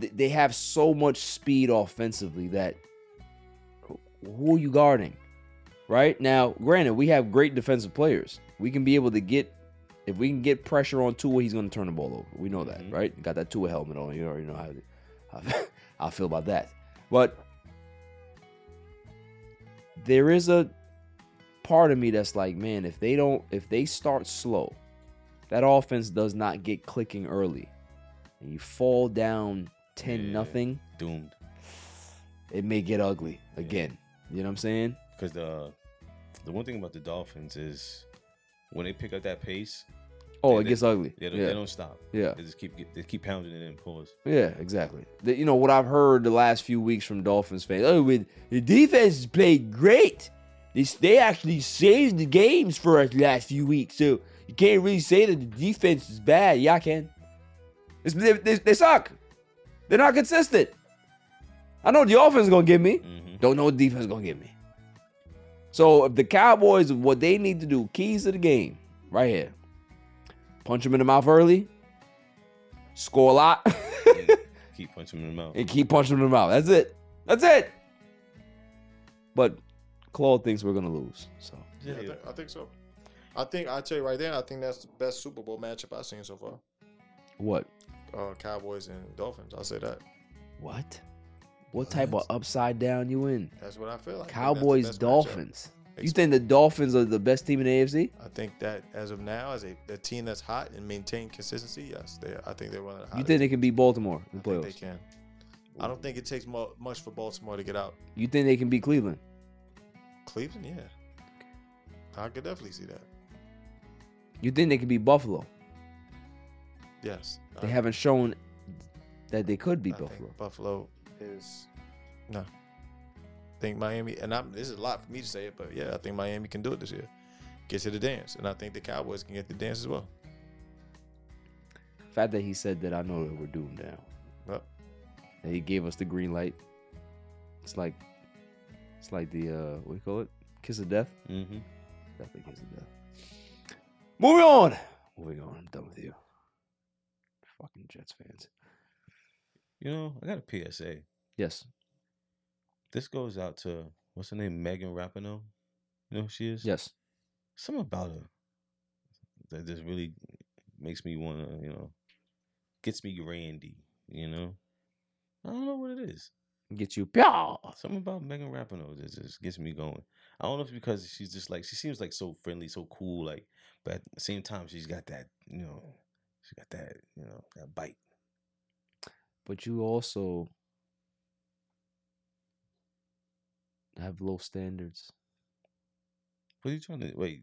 S3: Th- They have so much speed offensively that who are you guarding? Right now, granted, we have great defensive players. We can be able to get if we can get pressure on Tua, he's going to turn the ball over. We know that,
S1: Mhm.
S3: right? Got that Tua helmet on. You already know how, *laughs* how I feel about that. But there is a part of me that's like, man, if they don't, if they start slow, that offense does not get clicking early, and you fall down ten
S1: Yeah.
S3: nothing,
S1: Doomed
S3: it may get ugly again. You know what I'm saying?
S1: because the the one thing about the Dolphins is when they pick up that pace,
S3: Oh,
S1: They-
S3: it
S1: they-
S3: gets ugly.
S1: they don't,
S3: yeah.
S1: they don't stop.
S3: yeah.
S1: They just keep get- they keep pounding it in pause.
S3: Yeah, exactly. The, you know what I've heard the last few weeks from Dolphins fans? Oh, with the defense played great. They they actually saved the games for us last few weeks. So you can't really say that the defense is bad. Yeah, I can. It's, they, they, they suck. They're not consistent. I know what the offense is gonna give me.
S1: hmm
S3: Don't know what the defense is gonna give me. So if the Cowboys, what they need to do, keys to the game, right here, punch them in the mouth early, score a lot. *laughs*
S1: Keep punching them out.
S3: and keep punching them out. That's it. That's it. But Claw thinks we're gonna lose. So
S2: Yeah, I, think, I think so. I think I tell you right there. I think that's the best Super Bowl matchup I've seen so far.
S3: what?
S2: Uh, Cowboys and Dolphins. I'll say that.
S3: What? What type of upside down you in?
S2: That's what I feel like. I think that's the
S3: Cowboys,
S2: best matchup.
S3: Dolphins. You think the Dolphins are the best team in the AFC?
S2: I think that as of now, as a, a team that's hot and maintain consistency, yes, they. I think they're one of the
S3: You
S2: hottest.
S3: think they can beat Baltimore
S2: Uh,
S3: in
S2: I
S3: the
S2: think they
S3: playoffs?
S2: can? I don't think it takes mo- much for Baltimore to get out.
S3: You think they can beat Cleveland?
S2: Cleveland, yeah, I could definitely see that.
S3: You think they can beat Buffalo?
S2: Yes,
S3: They
S2: I-
S3: haven't shown that they could beat
S2: I think
S3: Buffalo.
S2: Buffalo is no. I think Miami, and I'm, this is a lot for me to say it, but yeah, I think Miami can do it this year. Get to the dance, and I think the Cowboys can get the dance as well.
S3: The fact that he said that I know that we're doomed now.
S2: Well,
S3: That he gave us the green light. It's like it's like the uh what do you call it? Kiss of death.
S1: Mm-hmm.
S3: Definitely gives a death. Moving on. Moving on. I'm done with you. Fucking Jets fans.
S1: You know, I got a PSA.
S3: Yes.
S1: This goes out to what's her name, Megan Rapinoe. You know who she is?
S3: Yes.
S1: Something about her that just really makes me want to, you know, gets me randy. You know, I don't know what it is.
S3: Get you. Pyaw!
S1: Something about Megan Rapinoe that just gets me going. I don't know if it's because she's just like she seems like so friendly, so cool, like, but at the same time she's got that, you know, she got that, you know, that bite.
S3: But you also have low standards.
S1: What are you trying to wait?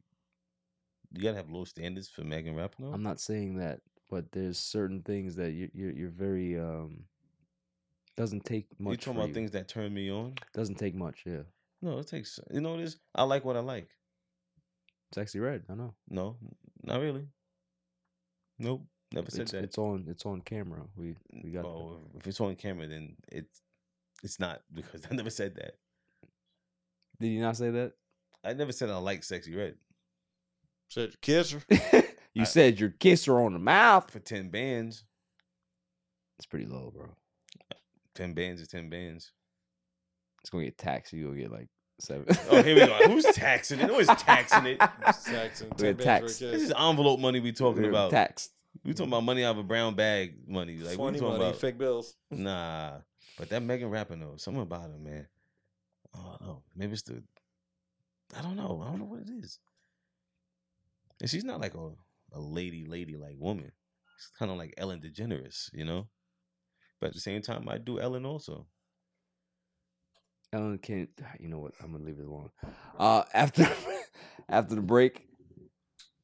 S1: You gotta have low standards for Megan Rapinoe.
S3: I'm not saying that, but there's certain things that you're you're, you're very um doesn't take much.
S1: You talking
S3: for
S1: about
S3: you.
S1: things that turn me on?
S3: Doesn't take much. Yeah.
S1: No, it takes. You know what it is? I like what I like.
S3: Sexy red. I know.
S1: No, not really. Nope, never said
S3: It's,
S1: that.
S3: it's on. It's on camera. We we got.
S1: oh, if it's on camera, then it's it's not because *laughs* I never said that.
S3: Did you not say that? *laughs*
S1: I never said I like sexy red
S2: said kiss her.
S3: you said your kisser on the mouth.
S1: for ten bands.
S3: It's pretty low, bro.
S1: Ten bands is ten bands.
S3: It's gonna get taxed. You gonna get like seven.
S1: Oh, here we go.
S3: *laughs*
S1: Who's taxing it? No one's taxing it. *laughs*
S2: Saxon,
S3: We're taxed.
S1: This is envelope money we talking
S3: We're
S1: about.
S3: taxed.
S1: We talking about money out of a brown bag money. Like we
S2: Funny
S1: talking
S2: money,
S1: about
S2: fake bills.
S1: Nah, but that Megan Rapinoe, something about her, man. I don't know. Maybe it's the. I don't know. I don't know what it is. And she's not like a a lady, lady like woman. She's kind of like Ellen DeGeneres, you know. But at the same time, I do Ellen also.
S3: Ellen can't. You know what? I'm gonna leave it alone. Uh, after *laughs* after the break,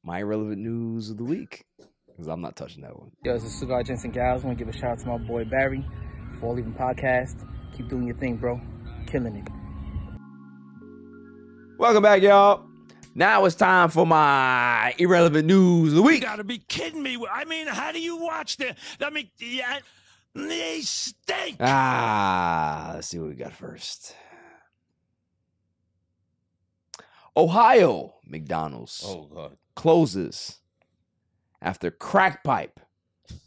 S3: my irrelevant news of the week because I'm not touching that one.
S9: Yo, this is Cigar Jensen Gals. want to give a shout out to my boy Barry for All Even Podcast. Keep doing your thing, bro. Killing it.
S3: Welcome back, y'all. Now it's time for my irrelevant news of the week.
S8: gotta be kidding me. I mean, how do you watch the? I mean, yeah, they stink.
S3: Ah, let's see what we got first. Ohio McDonald's
S1: Oh god.
S3: closes after crack pipe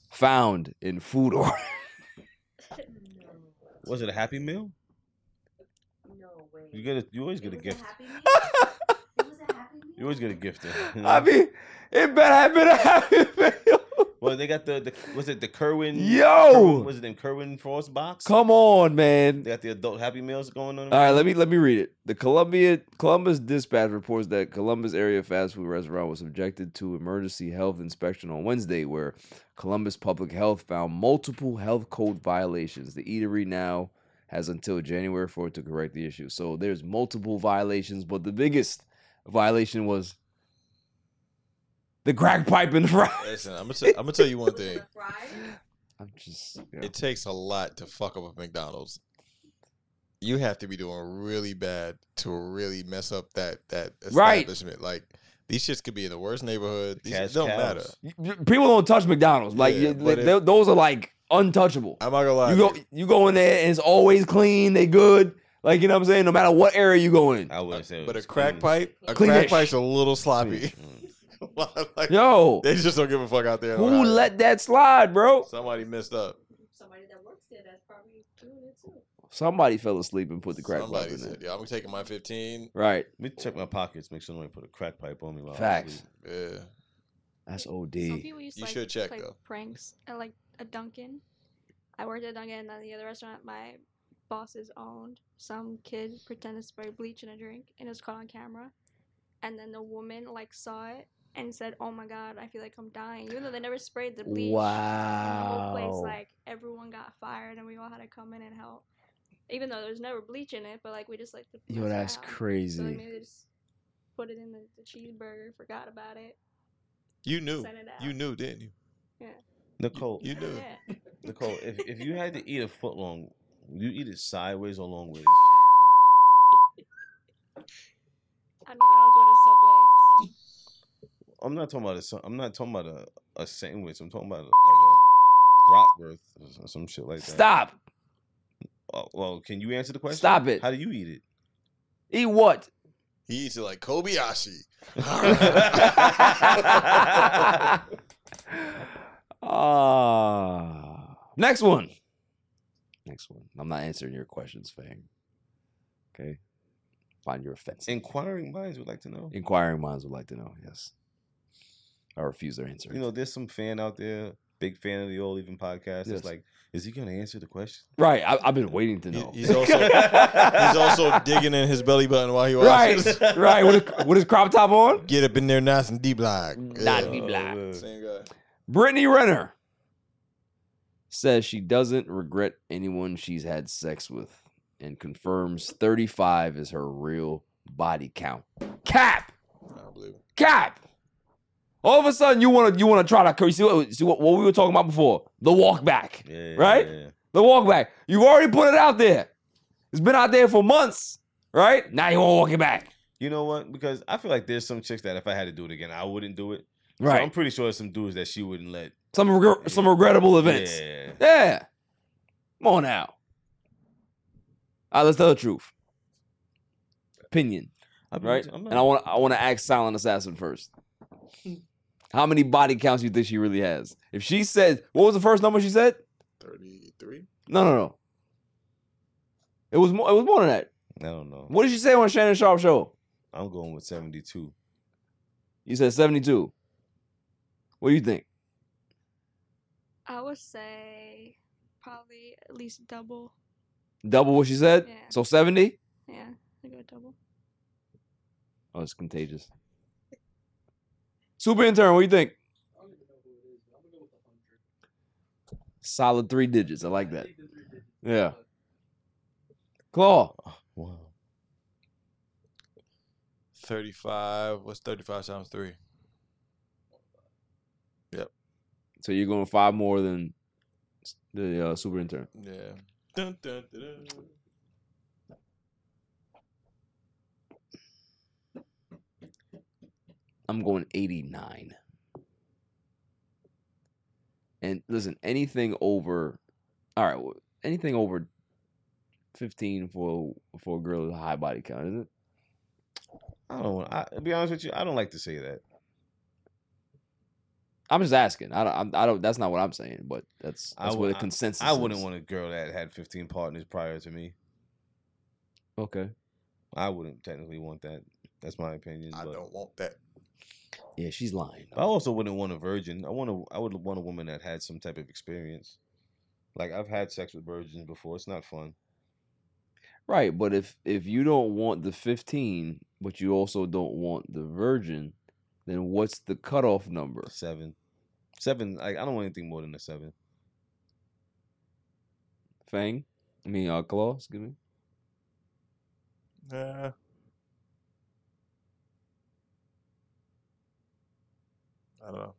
S3: found in food order. *laughs*
S1: Was it a Happy Meal?
S10: No way.
S1: You get a, you always
S10: It
S1: get a
S10: was
S1: gift.
S10: happy meal? It was a happy meal?
S1: You always get a gift. you *laughs* know?
S3: I mean, it better have been a happy *laughs* meal.
S1: well, they got the, the was it the Kerwin? Kerwin-
S3: Yo,
S1: was it in Kerwin Frost box?
S3: come on, man.
S1: They got the adult Happy Meals going on.
S3: All right, let me let me read it. The Columbia Columbus Dispatch reports that Columbus area fast food restaurant was subjected to emergency health inspection on Wednesday, where Columbus Public Health found multiple health code violations. The eatery now has until January 4th to correct the issue. So there's multiple violations, but the biggest violation was the crack pipe in
S2: *laughs*
S3: the front.
S2: Listen, I'm gonna, t- I'm gonna tell you one
S10: It was
S2: thing.
S10: a fry?
S3: I'm just yeah.
S2: It takes a lot to fuck up a McDonald's. You have to be doing really bad to really mess up that that
S3: Right.
S2: establishment. Like these shits could be in the worst neighborhood. These
S1: Cash
S2: shit don't
S1: cows.
S2: matter.
S3: Y- y- people don't touch McDonald's. Like
S2: Yeah,
S3: y-
S2: but
S3: th-
S2: it-
S3: those are like untouchable.
S2: I'm not gonna lie.
S3: You go
S2: dude.
S3: you go in there and it's always clean, they good. Like you know what I'm saying? No matter what area you go in.
S1: I would say, it
S2: but a
S1: was
S2: crack
S1: clean.
S2: pipe, a
S3: Clean-ish.
S2: crack pipe's a little sloppy.
S1: Mm.
S2: *laughs* like,
S3: Yo,
S2: They just don't give a fuck out there.
S3: who let that slide, bro?
S2: somebody messed up?
S10: Somebody that works there that's probably doing it too.
S3: Somebody fell asleep and put the crack pipe
S2: somebody
S3: in there.
S2: said, "Yeah, I'm taking my 15."
S3: Right.
S1: Let me check my pockets, make sure nobody put a crack pipe on me. While
S3: Facts.
S2: Yeah,
S3: That's OD.
S5: Some people used to,
S2: You
S5: like,
S2: should check,
S5: play
S2: though.
S5: pranks at like a Dunkin'. I worked at Dunkin' and the other restaurant my bosses owned. Some kid pretended to spray bleach in a drink and it was caught on camera. And then the woman like saw it and said, "Oh my god, I feel like I'm dying." Even though they never sprayed the bleach. And the whole place,
S3: Wow.
S5: like everyone got fired, and we all had to come in and help. Even though there was never bleach in it, but like we just like to
S3: Yo,
S5: mess
S3: that's
S5: around. So like,
S3: crazy.
S5: maybe they just put it in the, the cheeseburger, forgot about it,
S2: you knew.
S5: sent it out.
S2: You knew, didn't you?
S1: Nicole,
S2: You knew.
S5: Yeah.
S1: Nicole, if, if you had to eat a foot long, would you eat it sideways or long ways?
S5: I don't, I don't go to Subway. So.
S1: I'm not talking about a. sa- I'm not talking about a, a sandwich. I'm talking about like a Rockworth or s- some shit like that.
S3: Stop.
S1: Oh, well, can you answer the question?
S3: Stop it.
S1: How do you eat it?
S3: Eat what?
S2: He eats it like
S3: *laughs*
S2: Kobayashi. *laughs*
S3: Ah. next one. Next one. I'm not answering your questions, fam. Okay. Find your offensive.
S1: Inquiring minds would like to know.
S3: Inquiring minds would like to know. Yes. I refuse their answer.
S1: You know, there's some fan out there, big fan of the Old Even podcast.
S3: Yes.
S1: It's like, is he gonna answer the question?
S3: right. I, I've been waiting to
S2: He-
S3: know.
S2: he's also he's also *laughs* digging in his belly button while he
S3: *laughs* right.
S2: watches.
S3: right. With his, with his crop top
S2: *laughs*
S3: on.
S2: Get up in there, nice and deep black.
S3: Not
S2: Oh,
S3: deep black.
S2: Same guy.
S3: Brittany Renner says she doesn't regret anyone she's had sex with and confirms 35 is her real body count. Cap.
S2: I don't believe it.
S3: Cap. All of a sudden, you want to you want to try to you see what see what, what we were talking about before the walk back.
S1: Yeah,
S3: Right?
S1: yeah.
S3: The walk back. You've already put it out there. It's been out there for months, right? Now you want to walk it back.
S1: You know what? Because I feel like there's some chicks that if I had to do it again, I wouldn't do it. So I'm
S3: Right.
S1: pretty sure there's some dudes that she wouldn't let.
S3: Some regre- some regrettable events.
S1: Yeah.
S3: Yeah. Come on now. All right, let's tell the truth. Opinion,
S1: I mean,
S3: right?
S1: I'm
S3: And
S1: not-
S3: I want I want to ask Silent Assassin first. How many body counts you think she really has? If she said, what was the first number she said?
S2: Thirty-three.
S3: No, no, no. It was more. It was more than that.
S1: I don't know.
S3: What did you say on Shannon Sharp show?
S1: I'm going with 72.
S3: You said seventy-two. What do you think?
S5: I would say probably at least double.
S3: Double what she said.
S5: Yeah.
S3: So seventy.
S5: Yeah, I go double.
S3: Oh, it's contagious. Super intern, what do you think? Solid three digits. I like that. Yeah. Claw.
S1: Oh, wow.
S2: 35. What's 35 times 3?
S3: So you're going five more than the uh, super intern.
S2: Yeah. Dun, dun, dun, dun.
S3: I'm going 89. And listen, anything over, all right, well, anything over 15 for for a girl is a high body count, isn't it?
S1: I don't. I, to be honest with you, I don't like to say that.
S3: I'm just asking. I don't. I'm- I don't. That's not what I'm saying. But that's
S1: I
S3: that's
S1: would-
S3: what the consensus.
S1: I wouldn't
S3: is.
S1: want a girl that had 15 partners prior to me.
S3: Okay.
S1: I wouldn't technically want that. That's my opinion.
S2: I
S1: but-
S2: don't want that.
S3: Yeah, she's lying.
S1: But I also wouldn't want a virgin. I want a, I would want a woman that had some type of experience. Like I've had sex with virgins before. It's not fun.
S3: Right, but if if you don't want the 15, but you also don't want the virgin, then what's the cutoff number?
S1: Seven, seven. Like I don't want anything more than a seven.
S3: Fang, I mean uh, claw. Excuse me.
S2: Nah. I don't know.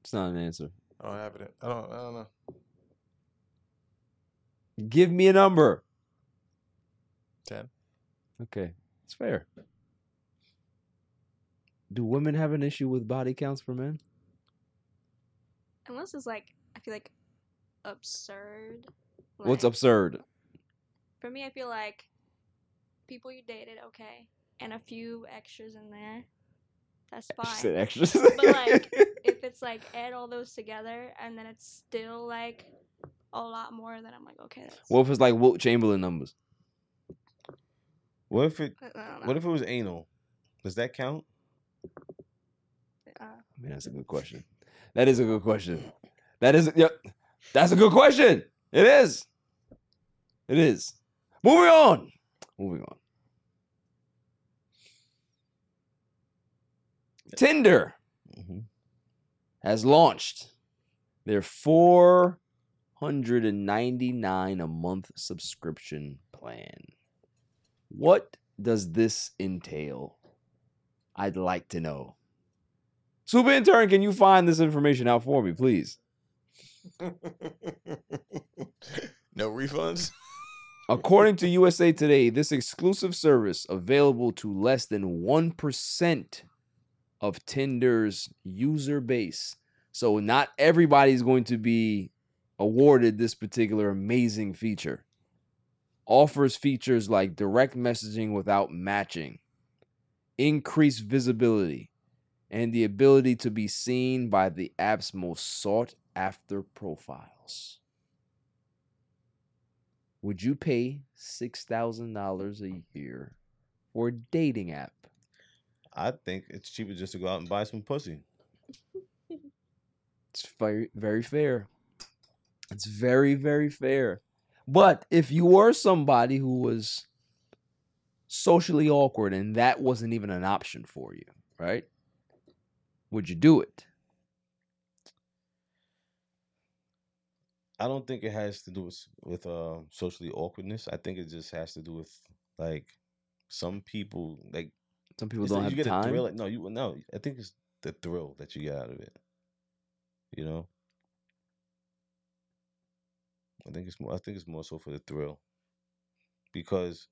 S3: It's not an answer.
S2: I don't have it. I don't. I don't know.
S3: Give me a number.
S2: Ten.
S3: Okay, it's fair. Do women have an issue with body counts for men?
S5: Unless it's like I feel like absurd.
S3: What's
S5: like-
S3: absurd?
S5: For me, I feel like people you dated, okay, and a few extras in there. That's fine.
S3: *laughs* She said extras.
S5: but
S3: *laughs*
S5: like, if it's like add all those together and then it's still like a lot more, then I'm like, okay, that's.
S3: what if it's like Wilt Chamberlain numbers?
S1: What if it?
S5: I- I don't
S1: What
S5: know.
S1: if it was anal? Does that count?
S5: Uh,
S3: I mean, that's a good question. That is a good question. That is yep. That's a good question. It is. It is. Moving on. Moving on. Tinder
S2: Mm-hmm.
S1: Mhm.
S3: has launched their 499 a month subscription plan. What does this entail? I'd like to know. Super intern, can you find this information out for me, please?
S2: *laughs* no refunds.
S3: According to USA Today, this exclusive service available to less than 1% of Tinder's user base. So not everybody's going to be awarded this particular amazing feature. Offers features like direct messaging without matching, increased visibility, and the ability to be seen by the app's most sought after profiles. Would you pay $6,000 a year for a dating app?
S1: I think it's cheaper just to go out and buy some pussy.
S3: It's very, very fair. It's very, very fair. But if you were somebody who was socially awkward and that wasn't even an option for you, right? Would you do it?
S1: I don't think it has to do with with uh, socially awkwardness. I think it just has to do with like some people like
S3: Some people
S1: It's
S3: don't
S1: that
S3: have
S1: you get a
S3: time.
S1: thrill. No, you no. I think it's the thrill that you get out of it. You know, I think it's more. I think it's more so for the thrill, because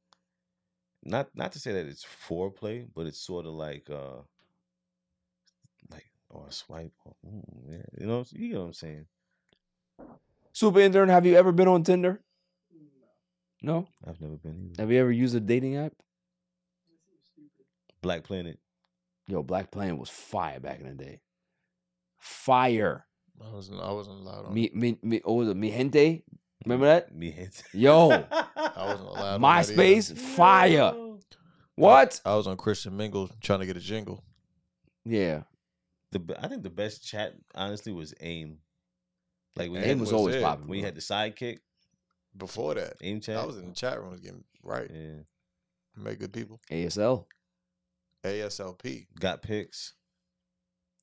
S1: not not to say that it's foreplay, but it's sort of like uh, like oh a swipe, oh, ooh, yeah. you know, you get what I'm saying.
S3: Super intern, have you ever been on Tinder? No.
S1: I've never been either.
S3: Have you ever used a dating app?
S1: Black Planet.
S3: Yo, Black Planet was fire back in the day. Fire.
S2: I wasn't. I wasn't allowed on.
S3: Mi, mi, mi, what was it? Mi gente? Remember
S1: *laughs*
S2: *laughs*
S3: that?
S1: Me hit.
S3: Yo,
S2: I wasn't allowed. on that either.
S3: MySpace, fire. What?
S2: I was on Christian Mingle trying to get a jingle.
S3: Yeah,
S1: The be- I think the best chat honestly was AIM. Like when you
S2: AIM
S1: had-
S3: AIM
S2: was
S3: was always
S2: it.
S3: popular.
S1: when you had the sidekick,
S2: Before that,
S1: aim chat.
S2: I was in the chat rooms getting right.
S1: yeah.
S2: Make good people.
S3: ASL.
S2: ASLP.
S1: Got pics.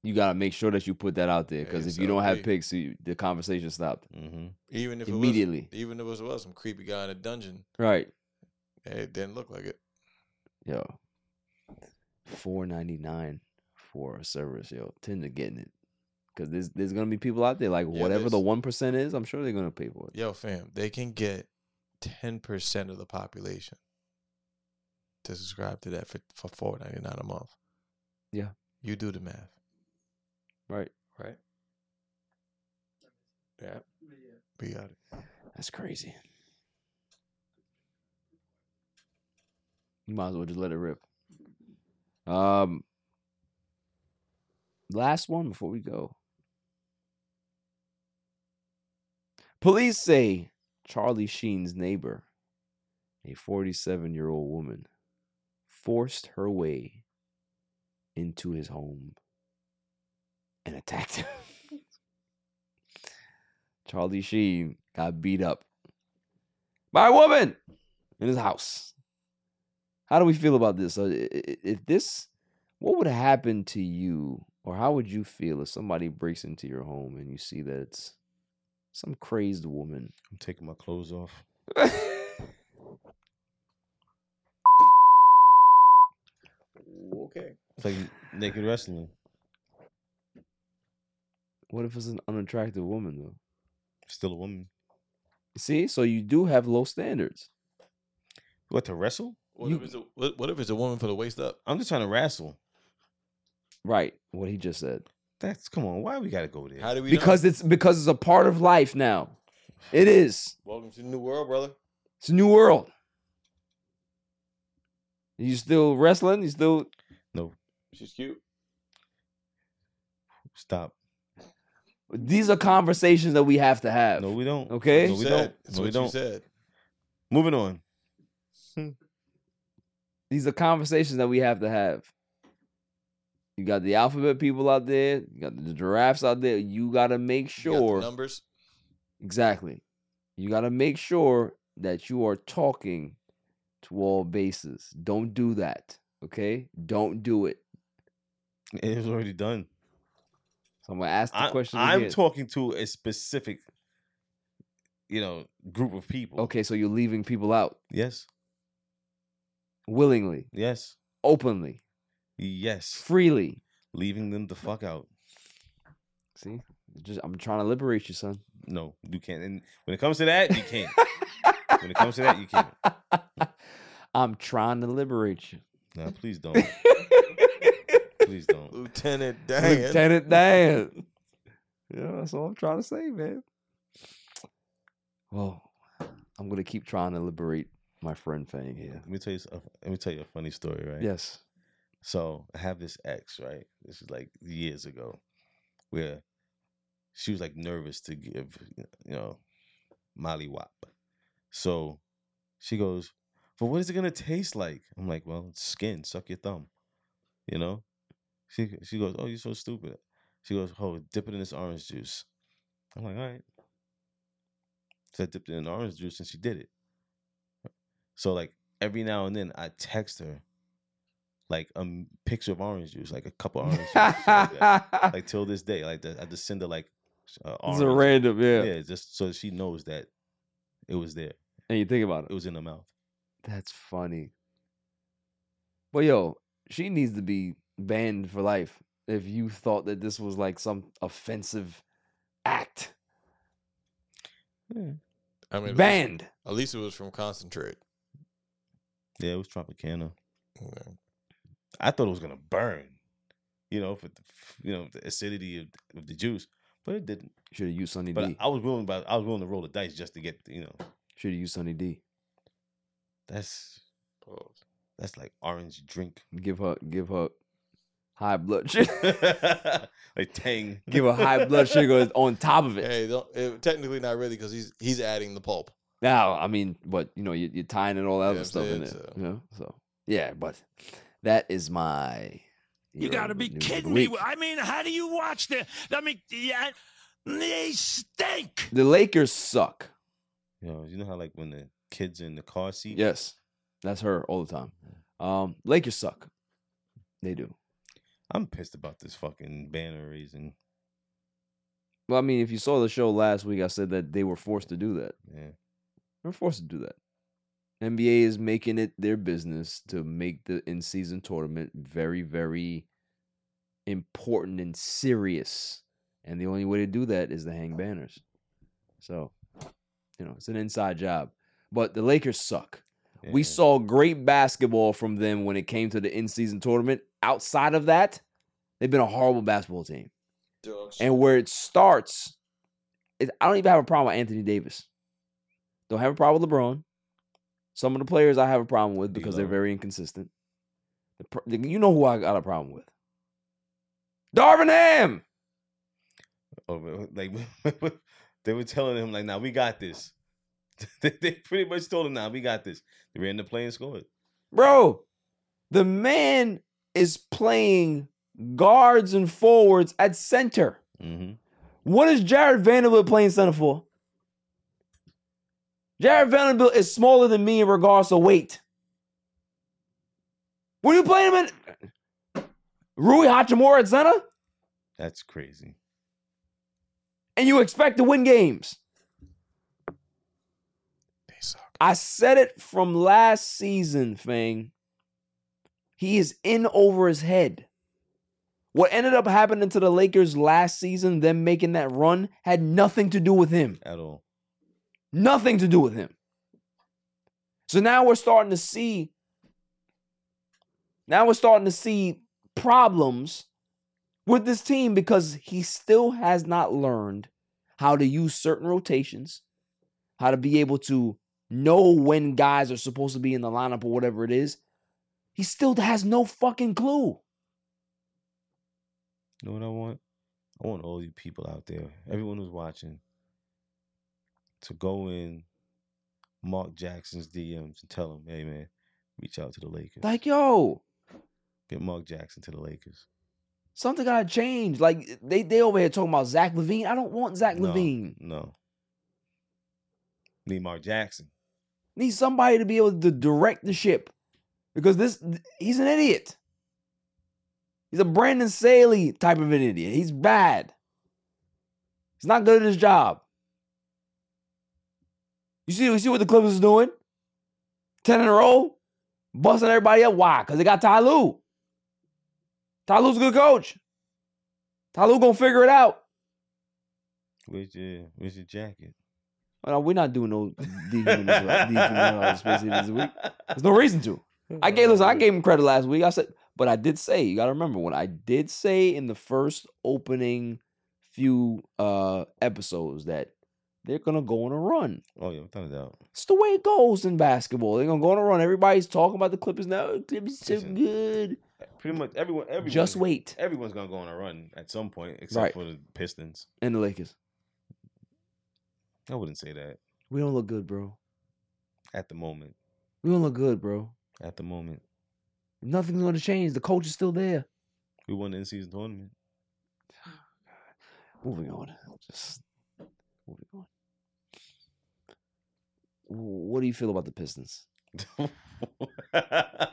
S3: You gotta make sure that you put that out there because if you don't have
S2: ASLP.
S3: pics, you, the conversation stopped
S1: Mm-hmm.
S2: Even if
S3: immediately.
S2: It was, even if it was, was some creepy guy in a dungeon,
S3: Right?
S2: it didn't look like it.
S3: Yo, four ninety nine for a service. Yo, Tinder getting it because there's there's gonna be people out there like
S2: Yeah,
S3: whatever the
S2: there's-
S3: one percent is, I'm sure they're gonna pay for it.
S2: Yo, fam, they can get ten percent of the population to subscribe to that for for four ninety nine a month.
S3: Yeah.
S2: you do the math,
S3: Right?
S2: right? Yeah, we got it.
S3: That's crazy. You might as well just let it rip. Um, last one before we go. Police say Charlie Sheen's neighbor, a 47 year old woman, forced her way into his home and attacked him. *laughs* Charlie Sheen got beat up by a woman in his house. How do we feel about this? Uh, i- i- If this, what would happen to you, or how would you feel if somebody breaks into your home and you see that it's some crazed woman?
S1: I'm taking my clothes off.
S2: Okay.
S1: It's like naked wrestling.
S3: What if it's an unattractive woman though?
S1: Still a woman.
S3: See, so you do have low standards.
S1: What to wrestle?
S2: What
S3: You-
S2: if it's a what, what if it's a woman for the waist up?
S1: I'm just trying to wrestle.
S3: Right, what he just said.
S1: That's come on. Why we gotta go there?
S2: How do we know?
S3: Because it's because it's a part of life now. It is.
S2: welcome to the new world, brother.
S3: It's a new world. You still wrestling? You still
S2: She's cute.
S1: Stop.
S3: these are conversations that we have to have.
S1: No, we don't.
S3: Okay.
S1: No,
S2: You
S1: we
S2: said.
S1: don't.
S2: That's
S1: No, we
S2: what you
S1: don't.
S2: said.
S1: Moving on.
S3: Hmm. These are conversations that we have to have. You got the alphabet people out there, you got the giraffes out there. You gotta make
S2: You got the
S3: sure
S2: numbers.
S3: Exactly. You got to make sure that you are talking to all bases. Don't do that. Okay? Don't do it.
S1: *laughs* It was already done.
S3: So I'm going to ask the
S1: I,
S3: question
S1: I'm
S3: again.
S1: talking to a specific, you know, group of people.
S3: okay, so you're leaving people out
S1: Yes.
S3: willingly,
S1: Yes.
S3: openly,
S1: Yes.
S3: freely.
S1: Leaving them the fuck out.
S3: See? Just I'm trying to liberate you, *laughs* son.
S1: No, you can't. And when it comes to that, you
S3: *laughs*
S1: can't. when it comes to that, you can't.
S3: I'm trying to liberate *laughs* you.
S1: Nah, please don't. Please don't.
S2: Lieutenant Dan.
S3: Lieutenant Dan. *laughs* Yeah, that's all I'm trying to say, man. Well, I'm gonna keep trying to liberate my friend Fang here.
S1: Let me tell you. s- uh, Let me tell you a funny story, right?
S3: Yes.
S1: So I have this ex, right? This is like years ago, where she was like nervous to give, you know, Molly Wop. So she goes, But what is it gonna taste like? I'm like, Well, it's skin, suck your thumb. You know? She she goes, Oh, you're so stupid. She goes, Oh, dip it in this orange juice. I'm like, all right. So I dipped it in orange juice and she did it. So like every now and then I text her like a m- picture of orange juice, like a cup of orange juice. or something like,
S3: *laughs*
S1: that. Like, till this day, like the, I just send her like uh,
S3: it's
S1: orange.
S3: a random, yeah.
S1: yeah, just so she knows that it was there.
S3: And you think about
S1: It
S3: it.
S1: was in her mouth.
S3: That's funny. But yo, she needs to be banned for life if you thought that this was like some offensive act.
S2: I mean, at least-
S3: Banned.
S2: At least it was from concentrate.
S1: Yeah, it was Tropicana.
S2: Yeah.
S1: I thought it was gonna burn, you know, for the, f- you know the acidity of, of the juice, but it didn't.
S3: Should have used Sunny
S1: But uh,
S3: D.
S1: I was willing, about I was willing to roll the dice just to get, you know,
S3: Should have used Sunny D.
S1: that's that's like orange drink, *laughs*
S3: Give her give her high blood sugar.
S1: like Tang.
S3: give her high
S1: *laughs*
S3: blood sugar on top of it.
S2: Hey, don't, it, technically not really because he's he's adding the pulp.
S3: Now, I mean, but you know, you, you're tying it all that other
S2: I'm
S3: stuff in
S2: saying,
S3: there.
S2: so.
S3: You know? So yeah, but that is my
S8: You gotta be kidding me. I mean, how do you watch the? I mean, yeah, they stink.
S3: The Lakers suck.
S1: You know, you know how like when the kids in the car seat.
S3: Yes, that's her all the time. Um, Lakers suck. They do.
S1: I'm pissed about this fucking banner raising.
S3: Well, I mean, if you saw the show last week, I said that they were forced to do that.
S1: Yeah,
S3: They're forced to do that. NBA is making it their business to make the in-season tournament very, very important and serious. And the only way to do that is to hang banners. So, you know, it's an inside job. But the Lakers suck. We
S1: yeah.
S3: saw great basketball from them when it came to the in-season tournament. Outside of that, they've been a horrible basketball team. And where it starts, it, I don't even have a problem with Anthony Davis. Don't have a problem with LeBron. Some of the players I have a problem with because they're
S1: D'Lo.
S3: very inconsistent. The pro- You know who I got a problem with? Darvin Ham.
S1: Oh, but, *laughs* like they were telling him, like, "Now we got this." *laughs* they, they pretty much told him, "Now we got this." They ran the play and scored.
S3: Bro, the man is playing guards and forwards at center.
S1: Mm-hmm.
S3: What is Jared Vanderbilt playing center for? Jared Vanderbilt is smaller than me in regards to weight. What are you playing him in? Rui Hachimura at center?
S1: That's crazy.
S3: and you expect to win games. I said it from last season, Fang. He is in over his head. What ended up happening to the Lakers last season, them making that run, had nothing to do with him.
S1: At all.
S3: Nothing to do with him. So now we're starting to see. Now we're starting to see problems with this team because he still has not learned how to use certain rotations, how to be able to know when guys are supposed to be in the lineup or whatever it is. He still has no fucking clue.
S1: You know what I want? I want all you people out there, everyone who's watching, to go in Mark Jackson's DMs and tell him, "Hey, man, reach out to the Lakers.
S3: Like, yo,
S1: Get Mark Jackson to the Lakers."
S3: something gotta change. Like they they over here talking about Zach Levine. I don't want Zach
S1: No,
S3: Levine.
S1: No. Need Mark Jackson.
S3: Need somebody to be able to direct the ship. Because this he's an idiot. He's a Brandon Saley type of an idiot. He's bad. He's not good at his job. You see, you see what the Clippers is doing? 10 in a row, busting everybody up. Why? Because they got Ty Lue. Ty Lue's a good coach. Ty Lue gonna figure it out.
S1: Where's your Where's your jacket?
S3: Oh, no, we're not doing no dehumanized space heaters this week. There's no reason to.
S11: *laughs*
S3: I gave listen, I gave him credit last week. I said, but I did say, you gotta remember when I did say in the first opening few uh episodes that they're gonna go on a run.
S1: Oh yeah, without a doubt.
S3: It's the way it goes in basketball. They're gonna go on a run. Everybody's talking about the Clippers now. Clippers so
S1: Listen.
S3: good.
S1: Pretty much everyone. everyone
S3: Just wait.
S1: Everyone's gonna go on a run at some point, except
S3: Right.
S1: for the Pistons.
S3: And the Lakers.
S1: I wouldn't say that
S3: We don't look good, bro.
S1: at the moment.
S3: We don't look good, bro.
S1: At the moment,
S3: Nothing's gonna change. The coach is still there.
S1: we won the in season tournament. *laughs*
S3: Moving on. Just moving on. What do you feel about the Pistons?
S1: I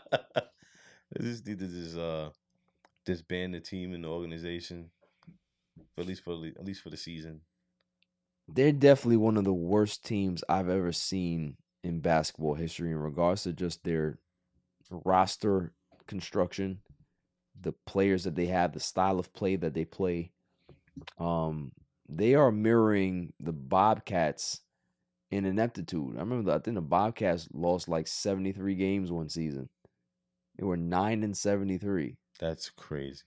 S1: just need to just uh, disband the team and the organization, at least for the, at least for the season.
S3: They're definitely one of the worst teams I've ever seen in basketball history in regards to just their roster construction, the players that they have, the style of play that they play. Um, they are mirroring the Bobcats in ineptitude. I remember the, I think the Bobcats lost like 73 games one season. They were 9 and 73.
S1: That's crazy.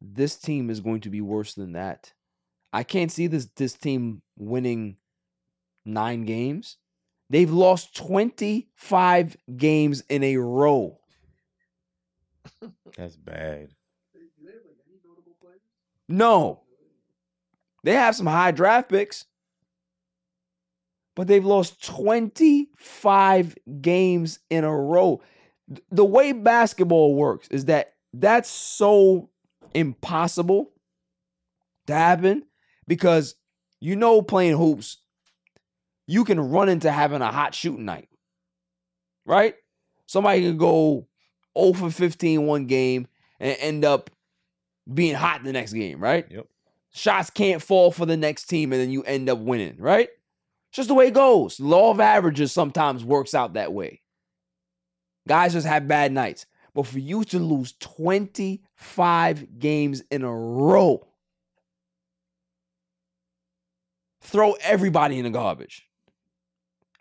S3: this team is going to be worse than that. I can't see this this team winning nine games. They've lost 25 games in a row.
S1: That's bad.
S3: No. They have some high draft picks. But they've lost 25 games in a row. Th- The way basketball works is that that's so impossible to happen because you know playing hoops, you can run into having a hot shooting night. Right? Somebody can go 0 for 15 one game and end up being hot in the next game, right?
S1: Yep.
S3: Shots can't fall for the next team, and then you end up winning, right? It's just the way it goes. Law of averages sometimes works out that way. Guys just have bad nights. But for you to lose 25 games in a row, throw everybody in the garbage.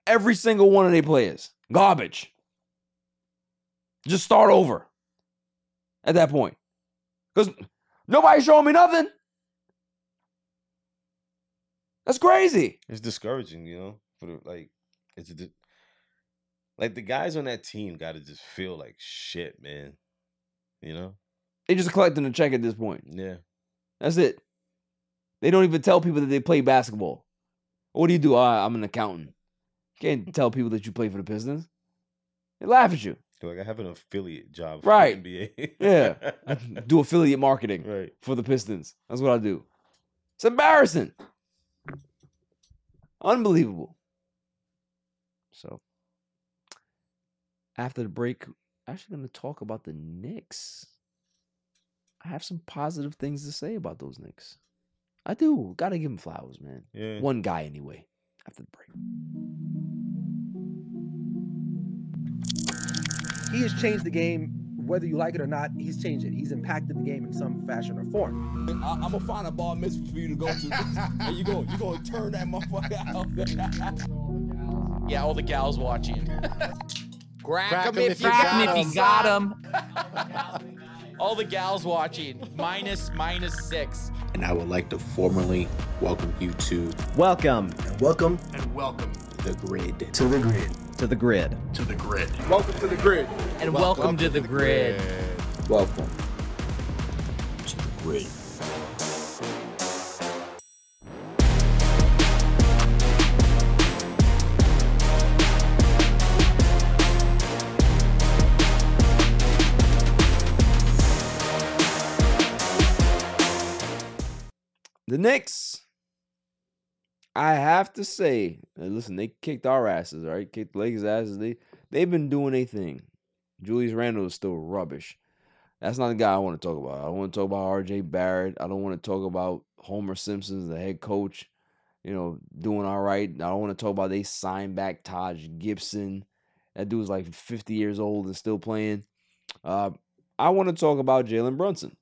S3: Every single one of their players, garbage. Just start over at that point. Because nobody showing me nothing. That's crazy.
S1: It's discouraging, you know. For the, like, it's a di- like the guys on that team got to just feel like shit, man. You know?
S3: They just collecting a check at this point.
S1: Yeah.
S3: That's it. They don't even tell people that they play basketball. What do you do? "Ah, I'm an accountant. Can't tell people that you play for the business. They laugh at you.
S1: Like I have an affiliate job for
S3: Right.
S1: the NBA.
S3: Yeah.
S1: *laughs*
S3: do affiliate marketing
S1: Right.
S3: for the Pistons. That's what I do. It's embarrassing. Unbelievable. So after the break, I'm actually gonna talk about the Knicks. I have some positive things to say about those Knicks. I do. Gotta give them flowers, man.
S1: Yeah.
S3: One guy anyway. After the break.
S11: He has changed the game, whether you like it or not. He's changed it. He's impacted the game in some fashion or form.
S12: I, I'm gonna find a bar mitzvah for you to go to, and you go, you gonna turn that motherfucker out. yeah, all the gals watching. Crack,
S13: Crack
S12: 'em
S13: 'em if you
S12: got
S13: got
S12: 'em.
S13: 'em. got
S12: all the gals watching. Minus minus six.
S14: And I would like to formally welcome you to
S15: Welcome. Welcome
S14: and welcome the grid.
S15: to the grid. To the grid. To the grid.
S14: Welcome to the grid.
S15: And welcome Welcome to to the the grid.
S14: Welcome to the grid.
S3: The Knicks. I have to say, uh, listen, they kicked our asses, all right? Kicked the Lakers' asses. They they've been doing a thing. Julius Randle is still rubbish. That's not the guy I want to talk about. I don't want to talk about RJ Barrett. I don't want to talk about Homer Simpson's the head coach, you know, doing all right. I don't want to talk about they signed back Taj Gibson. That dude's like 50 years old and still playing. Uh, I want to talk about Jalen Brunson.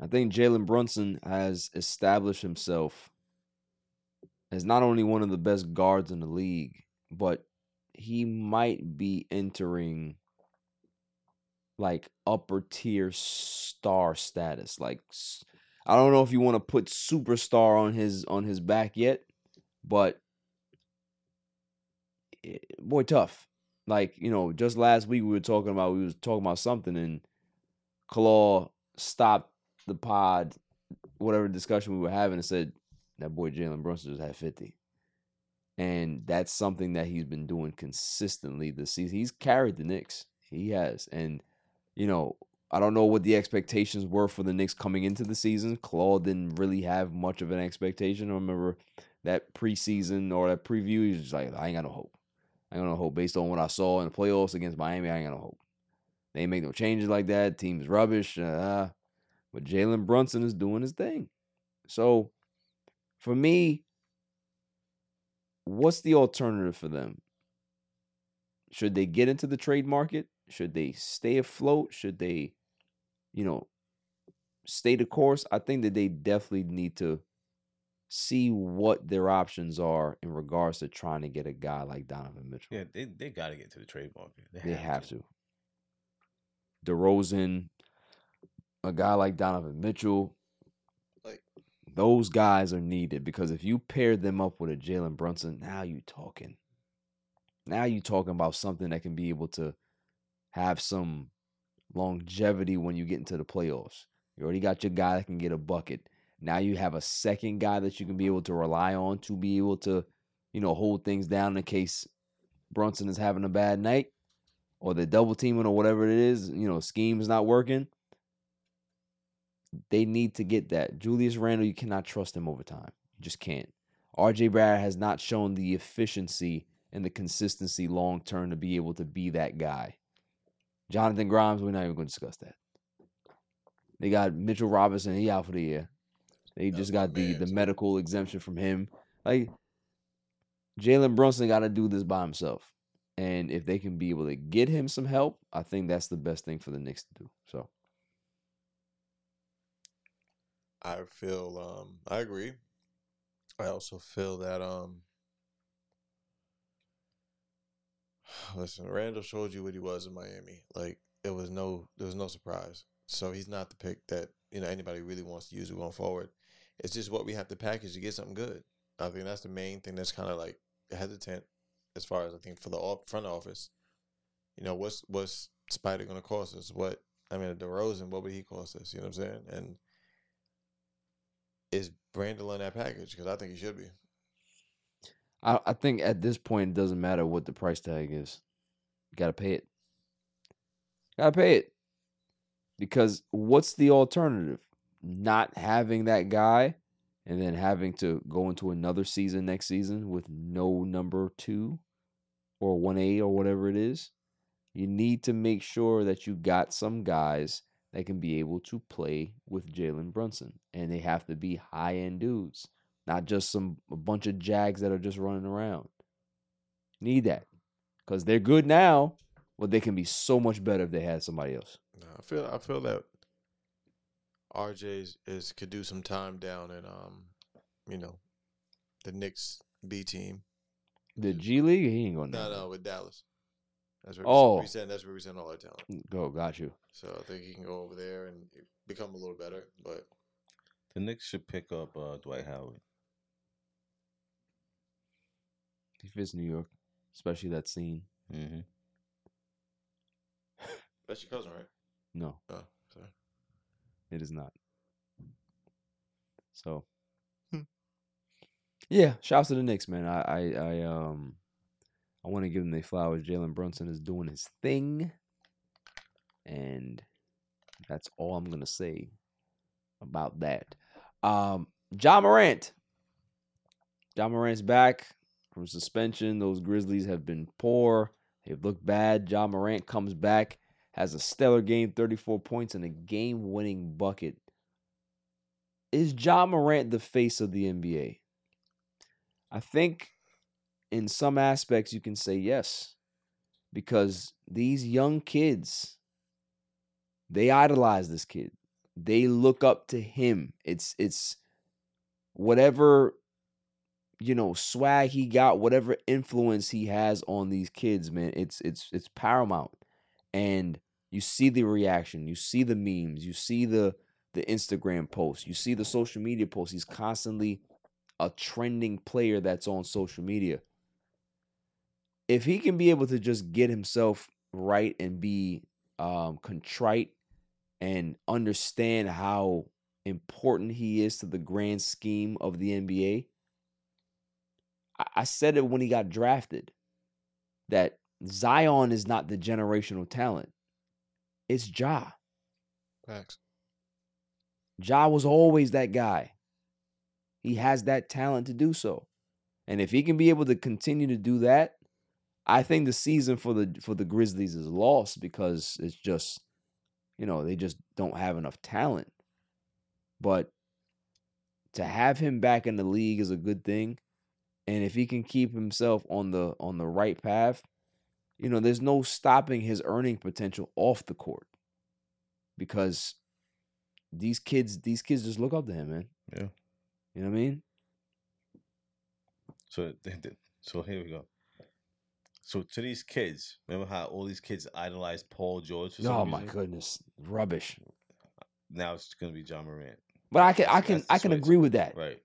S3: I think Jalen Brunson has established himself as not only one of the best guards in the league, but he might be entering like upper tier star status. Like s- I don't know if you want to put superstar on his on his back yet, but eh, boy tough. Like, you know, just last week we were talking about we was talking about something and Claw stopped the pod, whatever discussion we were having, and said that boy Jalen Brunson just had fifty, and that's something that he's been doing consistently this season. He's carried the Knicks, he has, and you know I don't know what the expectations were for the Knicks coming into the season. Claw didn't really have much of an expectation. I remember that preseason or that preview, he was just like, I ain't got no hope. I ain't got no hope based on what I saw in the playoffs against Miami. I ain't got no hope. They ain't make no changes like that. Team's rubbish. Uh, but Jalen Brunson is doing his thing. So for me, what's the alternative for them? Should they get into the trade market? Should they stay afloat? Should they, you know, stay the course? I think that they definitely need to see what their options are in regards to trying to get a guy like Donovan Mitchell.
S1: Yeah, they they gotta get to the trade market. They,
S3: They have to. DeRozan, a guy like Donovan Mitchell,
S2: Like-
S3: those guys are needed because if you pair them up with a Jalen Brunson, now you talking. Now you talking about something that can be able to have some longevity when you get into the playoffs. You already got your guy that can get a bucket. Now you have a second guy that you can be able to rely on to be able to, you know, hold things down in case Brunson is having a bad night or they're double teaming or whatever it is, you know, scheme's not working. They need to get that. Julius Randle, you cannot trust him over time. You just can't. RJ Barrett has not shown the efficiency and the consistency long term to be able to be that guy. Jonathan Grimes, we're not even going to discuss that. They got Mitchell Robinson, he out for the year. They just got the the medical exemption from him. Like Jalen Brunson got to do this by himself. And if they can be able to get him some help, I think that's the best thing for the Knicks to do. So
S2: I feel um I agree. I also feel that um *sighs* listen, Randall showed you what he was in Miami. Like it was no there was no surprise. So he's not the pick that, you know, anybody really wants to use going forward. It's just what we have to package to get something good. I think that's the main thing that's kind of like hesitant as far as I think for the off- front office. You know, what's what's Spider going to cost us? What I mean, DeRozan, what would he cost us? You know what I'm saying? And is Brandel in that package? Because I think he should be.
S3: I, I think at this point it doesn't matter what the price tag is. You gotta pay it. Gotta pay it. Because what's the alternative? Not having that guy and then having to go into another season next season with no number two or one A or whatever it is. You need to make sure that you got some guys that can be able to play with Jalen Brunson. And they have to be high end dudes, not just some a bunch of jags that are just running around. Need that. Because they're good now, but they can be so much better if they had somebody else.
S2: No, I feel I feel that RJ is, is could do some time down in um, you know, the Knicks B team.
S3: The G League, he ain't going
S2: No,
S3: to.
S2: no, with Dallas. That's where
S3: Oh. Mm.
S2: we send. That's where we send all our talent.
S3: Go, got you.
S2: So I think he can go over there and become a little better. But
S1: The Knicks should pick up uh, Dwight Howard.
S3: He fits New York, especially that scene.
S1: Mm-hmm.
S2: that's your cousin, right?
S3: No,
S2: Oh, sorry.
S3: it is not. So, yeah, shouts to the Knicks, man. I, I, I um, I want to give them their flowers. Jalen Brunson is doing his thing, and that's all I'm gonna say about that. Um, John Morant, John Morant's back from suspension. Those Grizzlies have been poor. They've looked bad. John Morant comes back, has a stellar game, 34 points and a game-winning bucket. Is John Morant the face of the NBA? I think in some aspects you can say yes because these young kids they idolize this kid. They look up to him. It's it's whatever you know swag he got whatever influence he has on these kids man it's it's it's paramount and you see the reaction you see the memes you see the the instagram posts you see the social media posts he's constantly a trending player that's on social media if he can be able to just get himself right and be um, contrite and understand how important he is to the grand scheme of the NBA, I, I said it when he got drafted that Zion is not the generational talent, it's Ja.
S2: *laughs* Facts.
S3: Ja was always that guy. He has that talent to do so. And if he can be able to continue to do that, I think the season for the for the Grizzlies is lost because it's just you know, they just don't have enough talent. But to have him back in the league is a good thing. And if he can keep himself on the on the right path, you know, there's no stopping his earning potential off the court. Because these kids these kids just look up to him, man.
S1: Yeah.
S3: You know what I mean?
S1: So, *laughs* th- th- so here we go. So to these kids, remember how all these kids idolized Paul George? For some
S3: oh my
S1: reason?
S3: goodness. Rubbish.
S1: Now it's gonna be John Morant.
S3: But I can I
S1: That's-
S3: can
S1: that's the
S3: I can
S1: switch.
S3: agree with that.
S1: Right.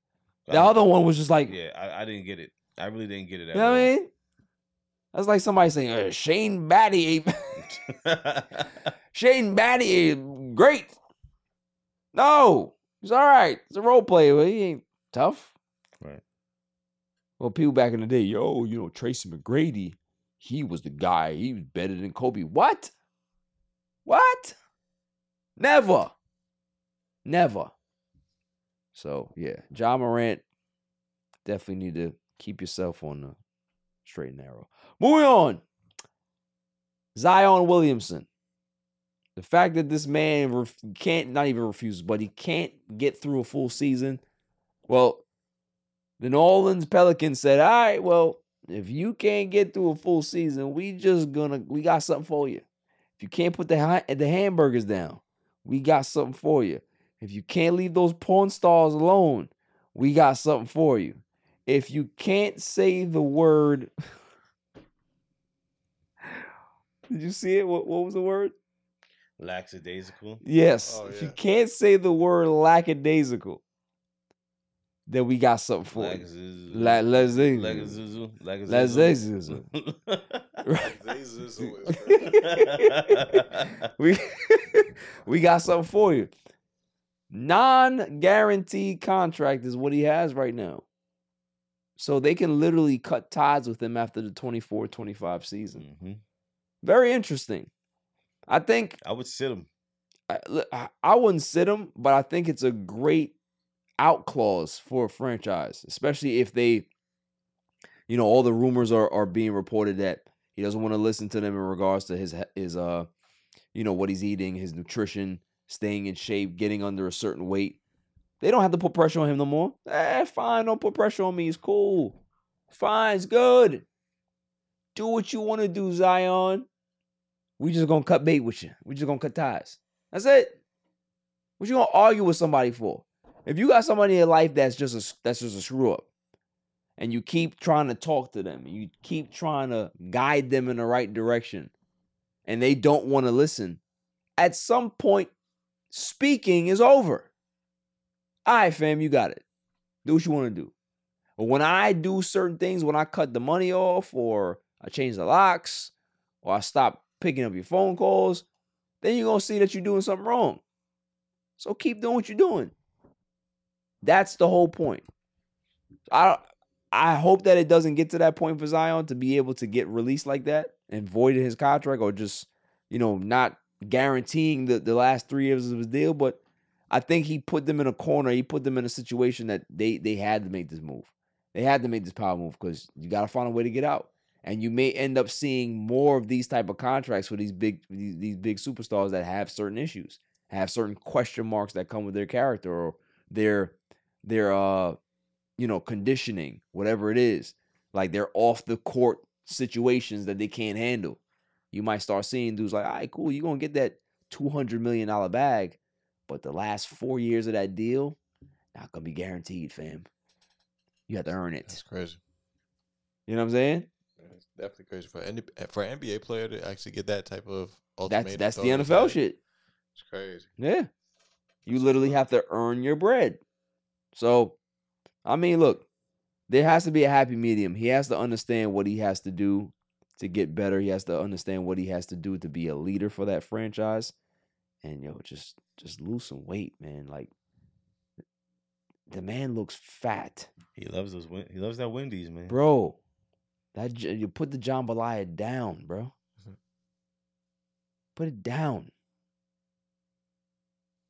S3: The other one was just like,
S1: yeah, I, I didn't get it. I really didn't get it.
S3: you
S1: At
S3: know what
S1: all.
S3: I mean? That's like somebody saying uh, Shane Batty Shane Batty is great. No, he's all right. He's a role player, but he ain't tough.
S1: Right.
S3: Well, people back in the day, yo, you know, Tracy McGrady, he was the guy. He was better than Kobe. What? What? Never. Never. So yeah, John Morant definitely need to keep yourself on the straight and narrow. Moving on. Zion Williamson. The fact that this man ref- can't not even refuse, but he can't get through a full season. Well, the New Orleans Pelicans said, "All right, well, if you can't get through a full season, we just gonna we got something for you. If you can't put the ha- the hamburgers down, we got something for you. If you can't leave those porn stars alone, we got something for you. If you can't say the word, *laughs* did you see it? What what was the word?
S1: *laughs* Lackadaisical.
S3: Yes.
S1: Oh,
S3: If
S1: yeah.
S3: you can't say the word lackadaisical, then we got something for you.
S1: Lackadaisical.
S3: *laughs* La- lackadaisical.
S1: Lackadaisical. Lackadaisical.
S3: Lackadaisical.
S1: *laughs*
S3: *laughs* we *laughs* we got something for you. Non-guaranteed contract is what he has right now. So they can literally cut ties with him after the 24-25 season. Very interesting. I think
S1: Mm-hmm. I would sit him.
S3: I, look, I- I wouldn't sit him, but I think it's a great out clause for a franchise, especially if they you know all the rumors are are being reported that he doesn't want to listen to them in regards to his he- his uh you know what he's eating, his nutrition, staying in shape, getting under a certain weight. They don't have to put pressure on him no more. Eh, fine, don't put pressure on me. He's cool. Fine, it's good. Do what you want to do, Zion. We just gonna cut bait with you. We just gonna cut ties. That's it. What you gonna argue with somebody for? If you got somebody in your life that's just a that's just a screw up, and you keep trying to talk to them, and you keep trying to guide them in the right direction, and they don't want to listen, at some point, speaking is over. All right, fam, you got it. Do what you want to do. But when I do certain things, when I cut the money off, or I change the locks, or I stop picking up your phone calls, then you're going to see that you're doing something wrong. So keep doing what you're doing. That's the whole point. I I hope that it doesn't get to that point for Zion to be able to get released like that and void his contract or just, you know, not guaranteeing the, the last three years of his deal. But I think he put them in a corner. He put them in a situation that they they had to make this move. They had to make this power move because you gotta find a way to get out. And you may end up seeing more of these type of contracts for these big these, these big superstars that have certain issues, have certain question marks that come with their character or their their uh you know conditioning whatever it is like they're off the court situations that they can't handle you might start seeing dudes like all right cool you're gonna get that 200 million dollar bag but the last four years of that deal not gonna be guaranteed fam you have to earn it that's
S2: crazy
S3: you know what i'm saying
S2: It's definitely crazy for an for an NBA player to actually get that type of
S3: that's
S2: ultimatum.
S3: that's the
S2: thrown at
S3: nfl
S2: him.
S3: shit
S2: It's crazy.
S3: Yeah. You literally have to earn your bread. So, I mean, look, there has to be a happy medium. He has to understand what he has to do to get better. He has to understand what he has to do to be a leader for that franchise. And yo, just just lose some weight, man. Like the man looks fat.
S1: He loves those. Win- he loves that Wendy's, man.
S3: Bro, that j- you put the jambalaya down, bro. Put it down.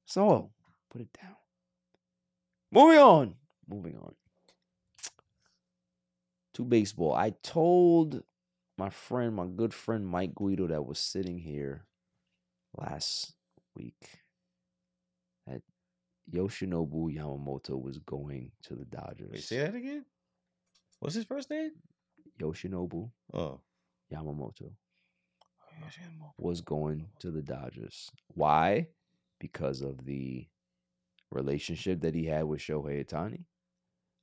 S3: So put it down. Moving on. Moving on. To baseball. I told my friend, my good friend Mike Guido, that was sitting here last week that Yoshinobu Yamamoto was going to the Dodgers.
S1: Wait, say that again. What's his first name? Oh.
S3: Yoshinobu Yamamoto was going to the Dodgers. Why? Because of the relationship that he had with Shohei Itani.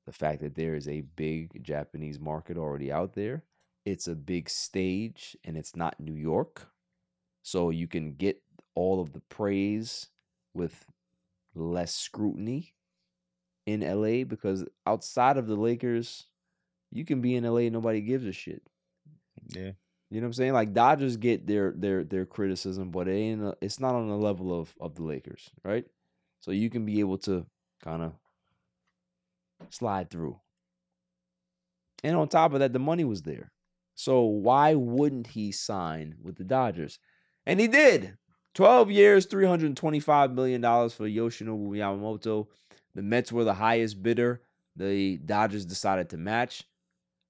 S3: The fact that there is a big Japanese market already out there. It's a big stage and it's not New York. So you can get all of the praise with less scrutiny in LA because outside of the Lakers, you can be in LA and nobody gives a shit.
S1: Yeah.
S3: You know what I'm saying? Like Dodgers get their their their criticism, but it ain't a, it's not on the level of of the Lakers, right? So you can be able to kind of slide through. And on top of that, the money was there. So why wouldn't he sign with the Dodgers? And he did. 12 years, $325 million for Yoshinobu Yamamoto. The Mets were the highest bidder. The Dodgers decided to match.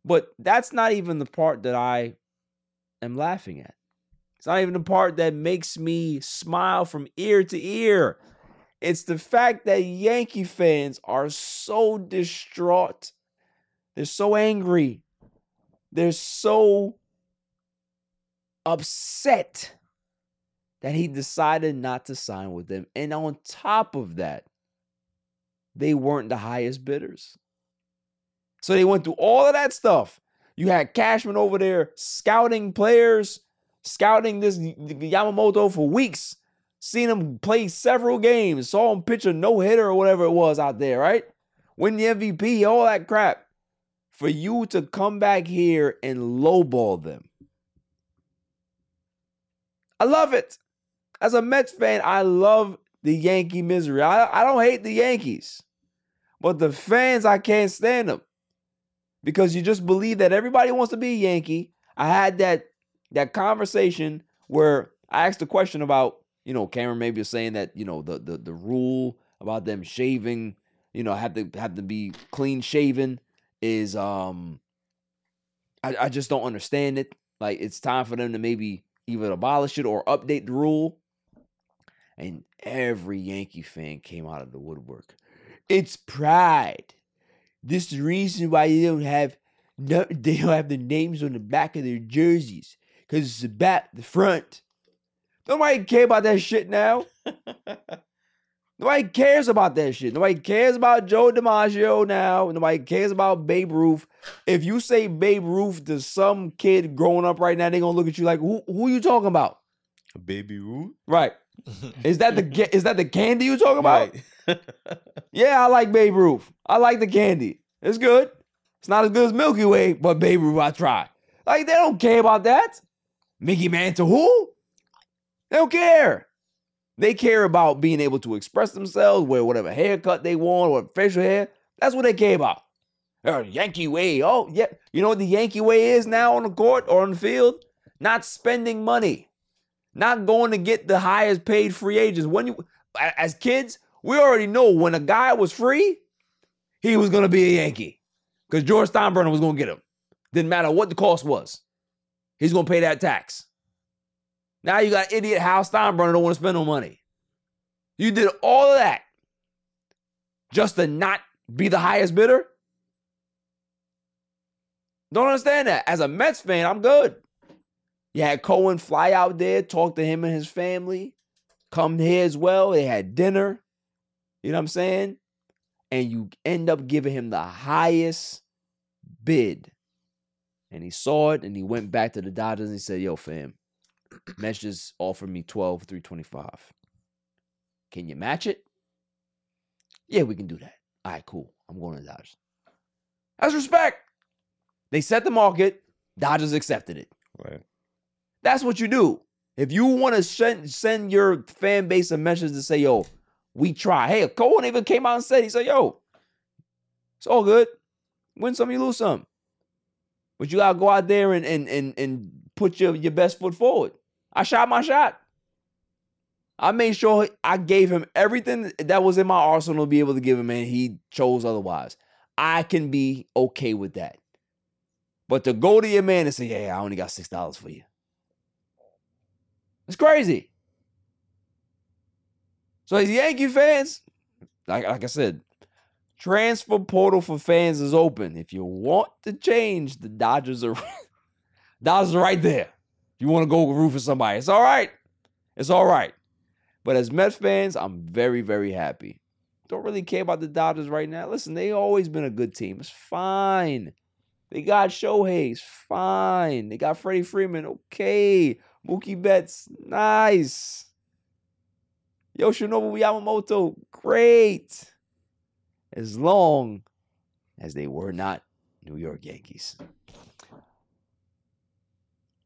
S3: But that's not even the part that I am laughing at. It's not even the part that makes me smile from ear to ear. It's the fact that Yankee fans are so distraught. They're so angry. They're so upset that he decided not to sign with them. And on top of that, they weren't the highest bidders. So they went through all of that stuff. You had Cashman over there scouting players, scouting this Yamamoto for weeks, seen him play several games, saw him pitch a no hitter or whatever it was out there, right? Win the MVP, all that crap. For you to come back here and lowball them I love it. As a Mets fan, I love the Yankee misery. I, I don't hate the Yankees, but the fans, I can't stand them because you just believe that everybody wants to be a Yankee. I had that that conversation where I asked the question about you know Cameron maybe was saying that you know the the the rule about them shaving you know have to have to be clean shaven is um I, I just don't understand it. Like it's time for them to maybe either abolish it or update the rule. And every Yankee fan came out of the woodwork. It's pride. This is the reason why they don't have no, *laughs* they don't have the names on the back of their jerseys because it's about the front. Nobody care about that shit now. Nobody cares about that shit. Nobody cares about Joe DiMaggio now. Nobody cares about Babe Ruth. If you say Babe Ruth to some kid growing up right now, they're gonna look at you like, who who you talking about?
S1: Baby Ruth?
S3: Right. Is that the ga- is that the candy you talking about? yeah, I like Babe Ruth. I like the candy. It's good. It's not as good as Milky Way, but Babe Ruth I try. Like they don't care about that. Mickey Mantle who? They don't care. They care about being able to express themselves, wear whatever haircut they want, or facial hair. That's what they care about. Uh, Yankee way. Oh, yeah. You know what the Yankee way is now on the court or on the field? Not spending money. Not going to get the highest paid free agents. When you a- as kids, we already know when a guy was free, he was gonna be a Yankee. Because George Steinbrenner was gonna get him. Didn't matter what the cost was. He's gonna pay that tax. Now you got idiot Hal Steinbrenner don't want to spend no money. You did all of that just to not be the highest bidder. Don't understand that. As a Mets fan, I'm good. You had Cohen fly out there, talk to him and his family, come here as well. They had dinner. You know what I'm saying? And you end up giving him the highest bid. And he saw it and he went back to the Dodgers and he said, Yo, fam, Mets just offered me 12, 325. Can you match it? Yeah, we can do that. All right, cool. I'm going to the Dodgers. That's respect. They set the market. Dodgers accepted it.
S1: *laughs* Right.
S3: That's what you do. If you want to send, send your fan base a message to say, yo, we try. Hey, Cohen even came out and said, he said, yo, it's all good. Win some, you lose some. But you gotta go out there and and and and put your, your best foot forward. I shot my shot. I made sure I gave him everything that was in my arsenal to be able to give him, and he chose otherwise. I can be okay with that. But to go to your man and say, "Yeah, I only got six dollars for you," it's crazy. So, as Yankee fans, like like I said, transfer portal for fans is open. If you want to change, the Dodgers are *laughs* Dodgers are right there. If you want to go root for somebody, it's all right. It's all right. But as Mets fans, I'm very very happy. Don't really care about the Dodgers right now. Listen, they always been a good team. It's fine. They got Shohei. It's fine. They got Freddie Freeman. Okay. Mookie Betts. Nice. Yoshinobu Yamamoto. Great as long as they were not New York Yankees.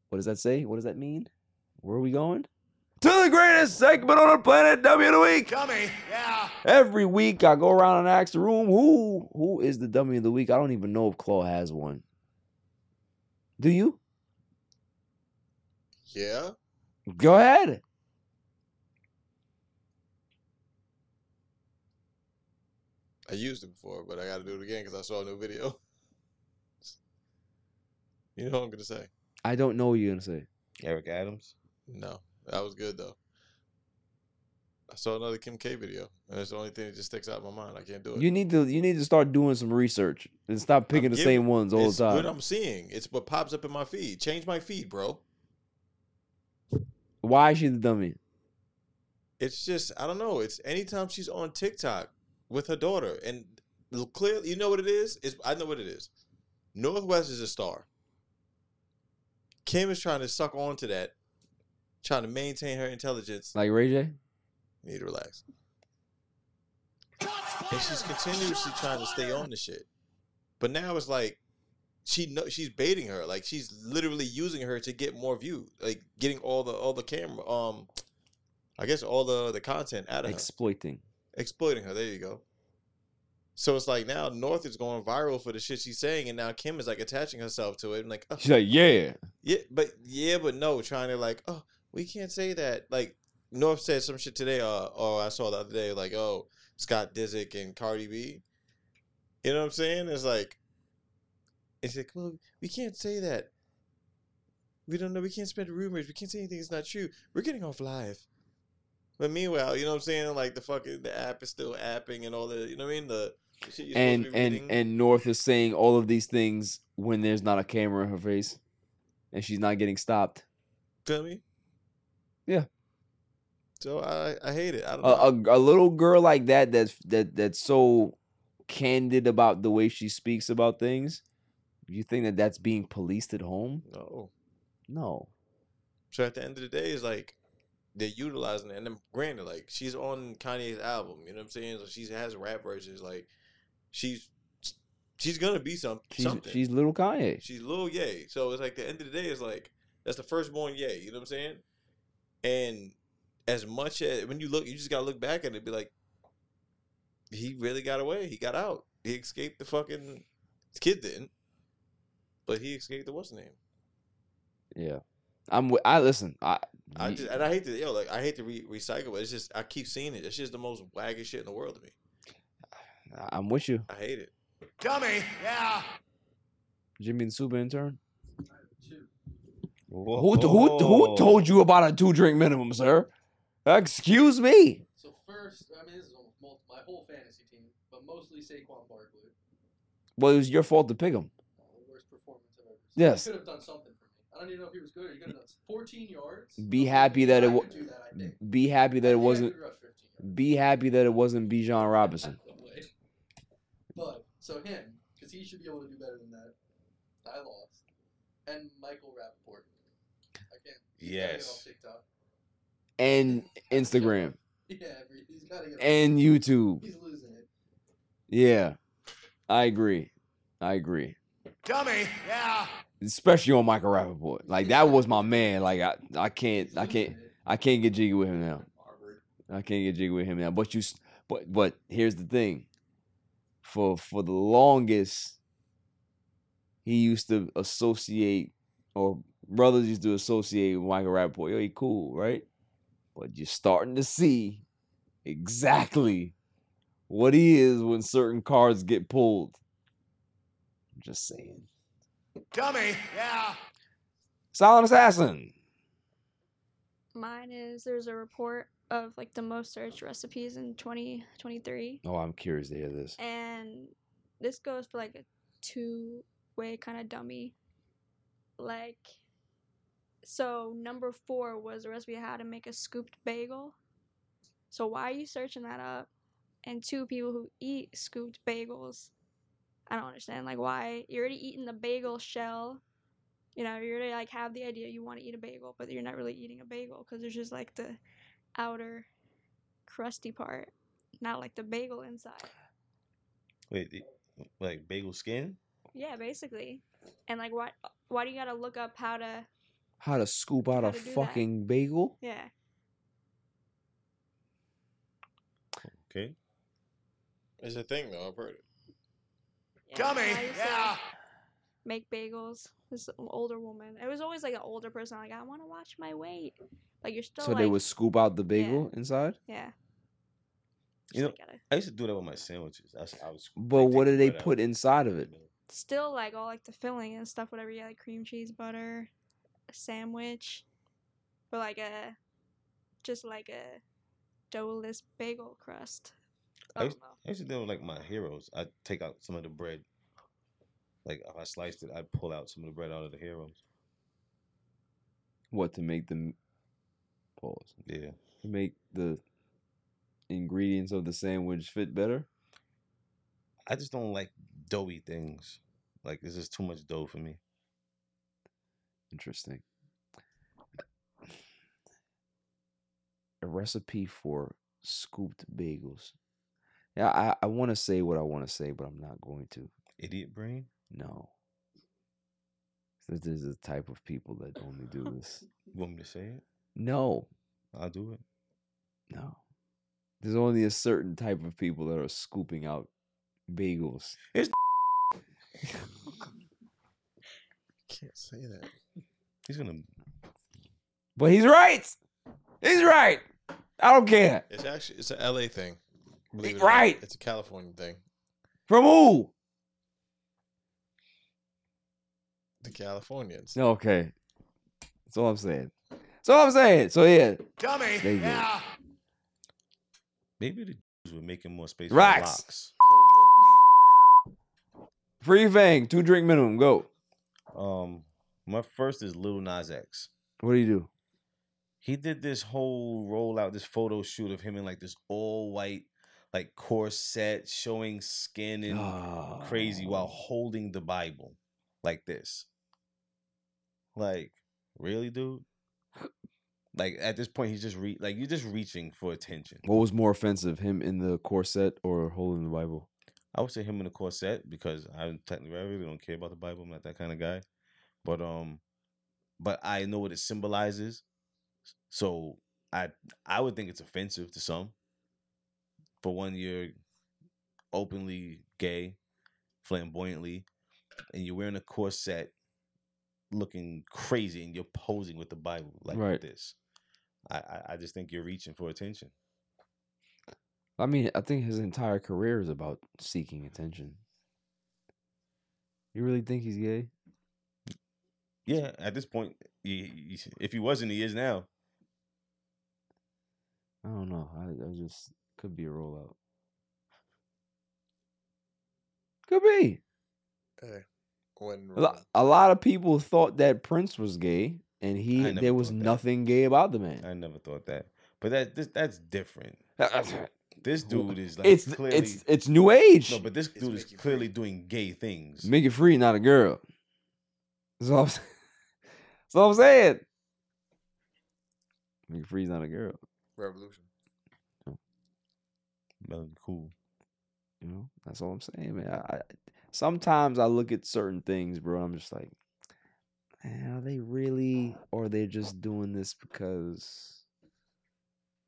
S3: What does that say? What does that mean? Where are we going? To the greatest segment on the planet, W of the Week.
S8: Dummy, yeah.
S3: Every week I go around and ask the room who who is the dummy of the week. I don't even know if Claw has one. Do you?
S2: Yeah.
S3: Go ahead.
S2: I used it before, but I got to do it again because I saw a new video. You know what I'm gonna say?
S3: I don't know what you're gonna say.
S1: Eric Adams.
S2: No, that was good though. I saw another Kim K video, and it's the only thing that just sticks out in my mind. I can't do it.
S3: You need to you need to start doing some research and stop picking the
S2: giving-
S3: same ones all
S2: it's
S3: the time.
S2: What I'm seeing, it's what pops up in my feed. Change my feed, bro.
S3: Why is she the dummy?
S2: It's just I don't know. It's anytime she's on TikTok with her daughter, and clearly you know what it is. Is I know what it is. Northwest is a star. Kim is trying to suck onto that, trying to maintain her intelligence.
S3: Like Ray J?
S2: You need to relax. And she's continuously trying to stay on the shit. But now it's like she know she's baiting her. Like she's literally using her to get more views, like getting all the all the camera. Um, I guess all the the content out of her
S3: Exploiting.
S2: exploiting her. There you go. So it's like now North is going viral for the shit she's saying, and now Kim is like attaching herself to it. And like,
S3: She's like, yeah.
S2: yeah, but yeah, but no, trying to like, oh, we can't say that. Like North said some shit today. Uh, oh, I saw the other day. Like, oh, Scott Disick and Cardi B. You know what I'm saying? It's like, it's like, well, we can't say that. We don't know. We can't spread rumors. We can't say anything that's not true. We're getting off live. But meanwhile, you know what I'm saying? Like the fucking the app is still apping and all the. You know what I mean? The, the shit you're
S3: And
S2: supposed to be
S3: and
S2: reading.
S3: and North is saying all of these things when there's not a camera in her face, and she's not getting stopped.
S2: Feel me?
S3: Yeah. Uh,
S2: So I I hate it. I don't
S3: A,
S2: know.
S3: a, a little girl like that that's that that's so candid about the way she speaks about things. You think that that's being policed at home?
S2: No.
S3: No.
S2: So at the end of the day, it's like they're utilizing it. And then granted, like she's on Kanye's album, you know what I'm saying? So she has rap verses. Like she's she's gonna be some
S3: She's
S2: something.
S3: she's little Kanye.
S2: She's Lil Yay. So it's like the end of the day is like that's the firstborn Yay. You know what I'm saying? And as much as when you look, you just gotta look back at it. and Be like, he really got away. He got out. He escaped the fucking. His kid didn't, but he escaped the what's his name.
S3: Yeah. I'm. wi- I listen. I.
S2: I
S3: ye-
S2: just, and I hate to yo like I hate to re- recycle, but it's just I keep seeing it. It's just the most wagging shit in the world to me.
S3: I'm with you,
S2: I hate it.
S8: Dummy. Yeah.
S3: Jimmy and Super intern. Who, t- who, t- who told you about a two drink minimum, sir? Excuse me.
S13: So first, I mean, this is almost mul- my whole fantasy team, but mostly Saquon Barkley.
S3: Well, it was your fault to pick him.
S13: The worst performance I've ever seen.
S3: Yes.
S13: He could have done something for me. I don't even know if he was good or he could have done s- 14 yards.
S3: Be happy that it
S13: I
S3: wa-
S13: could do that, I think.
S3: be happy that it wasn't
S13: rush 15
S3: be happy that it wasn't Bijan Robinson.
S13: Wait. But so him, because he should be able to do better than that. I lost. And Michael Rappaport. I can't. he's gotta get
S1: Yes.
S13: off TikTok. *laughs*
S3: And Instagram
S13: Yeah, every, he's got to get. off
S3: and
S13: TikTok.
S3: YouTube.
S13: He's losing it.
S3: Yeah. I agree. I agree.
S8: Dummy. Yeah.
S3: Especially on Michael Rappaport. Like that was my man. Like I I can't I can't I can't get jiggy with him now. I can't get jiggy with him now. But you s- but but here's the thing. For for the longest he used to associate or brothers used to associate with Michael Rappaport. Yo, he cool, right? But you're starting to see exactly what he is when certain cards get pulled. I'm just saying.
S8: Dummy. Yeah.
S3: Silent Assassin.
S5: Mine is there's a report of like the most searched recipes in 2023,
S3: Oh, I'm curious to hear this.
S5: and this goes for like a two way kind of dummy. Like, so number four was the recipe how to make a scooped bagel. So why are you searching that up? And two people who eat scooped bagels. I don't understand like why you're already eating the bagel shell. You know, you already like have the idea you want to eat a bagel, but you're not really eating a bagel because there's just like the outer crusty part, not like the bagel inside.
S1: Wait, the- like bagel skin?
S5: Yeah, basically. And like, why why do you gotta look up how to?
S3: How to scoop out
S5: How
S3: a
S5: to do that.
S3: fucking bagel?
S5: Yeah,
S1: Okay.
S2: It's a thing though. I've heard it.
S5: yeah
S8: Dummy.
S5: I used to
S8: Yeah.
S5: make bagels. This older woman. It was always like an older person. Like, I want to watch my weight. Like you're still.
S3: So
S5: like,
S3: they would scoop out the bagel inside?
S5: Yeah.
S1: You know,
S5: gotta-
S1: I used to do that with my sandwiches. I, s- I was,
S3: But what do they
S1: bread out.
S3: put inside of it?
S5: Still like all like the filling and stuff. Whatever you like, cream cheese, butter, a sandwich, or like a, just like a, doughless bagel crust.
S1: I
S5: I
S1: used,
S5: don't know.
S1: I used to do it with, like my heroes. I take out some of the bread. Like if I sliced it, I would pull out some of the bread out of the heroes.
S3: What to make them pause.
S1: Yeah.
S3: To make the ingredients of the sandwich fit better?
S1: I just don't like doughy things. Like this is too much dough for me.
S3: Interesting. A recipe for scooped bagels. Yeah, I, I want to say what I want to say, but I'm not going to.
S1: Idiot brain.
S3: No. There's, there's a type of people that only do this.
S1: You want me to say it?
S3: No,
S1: I'll do it.
S3: no. There's only a certain type of people that are scooping out bagels.
S1: It's
S2: Can't say that.
S1: He's gonna.
S3: But he's right. He's right. I don't care.
S2: It's actually it's a LA thing. believe it or not.
S3: Right.
S2: It's a California thing.
S3: From who?
S2: The Californians.
S3: Okay. That's all I'm saying. That's all I'm saying. So yeah. There you go.
S1: Maybe the Jews were making more space for
S3: Rocks.
S1: locks.
S3: Free Fang, two drink minimum. Go.
S1: Um, my first is Lil Nas X.
S3: What do you do?
S1: He did this whole rollout, this photo shoot of him in like this all white, like corset, showing skin and
S3: Ah.
S1: crazy while
S3: Oh.
S1: holding the Bible like this. Like, really, dude? Like at this point, he's just re- like you're just reaching for attention.
S3: What was more offensive, him in the corset or holding the Bible?
S1: I would say him in the corset because I technically I really don't care about the Bible. I'm not that kind of guy. But um, but I know what it symbolizes, so I I would think it's offensive to some. For one, you're openly gay, flamboyantly, and you're wearing a corset, looking crazy, and you're posing with the Bible like
S3: Right.
S1: this. I, I I just think you're reaching for attention.
S3: I mean, I think his entire career is about seeking attention. You really think he's gay?
S1: Yeah, at this point, y- y- if he wasn't, he is now.
S3: I don't know. I, I just could be a rollout. Could be.
S2: Hey, *laughs* when
S3: A lot, a lot of people thought that Prince was gay, and he
S1: never
S3: there was nothing gay about the man. Uh,
S1: I never thought that, but that this, that's different. This dude is like
S3: It's-
S1: clearly
S3: it's- it's new age.
S1: No, but this dude is clearly doing gay things.
S3: Make it free, not a girl. That's all I'm *laughs* saying. That's all I'm saying. Make it free, not a girl.
S2: Revolution.
S1: Melody cool.
S3: You know, that's all I'm saying, man. I, I, sometimes I look at certain things, bro, and I'm just like, man, are they really, or they're just doing this because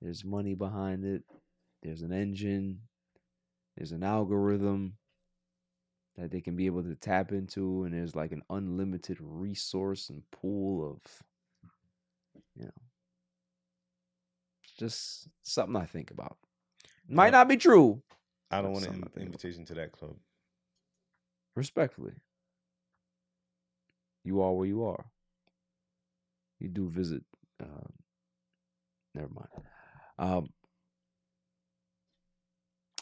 S3: there's money behind it, there's an engine, there's an algorithm that they can be able to tap into, and there's like an unlimited resource and pool of, you know, it's just something I think about. Might not be true.
S1: I don't
S3: but
S1: want
S3: something
S1: an
S3: I think about
S1: invitation to that club.
S3: respectfully. You are where you are. You do visit. Um, never mind. Um,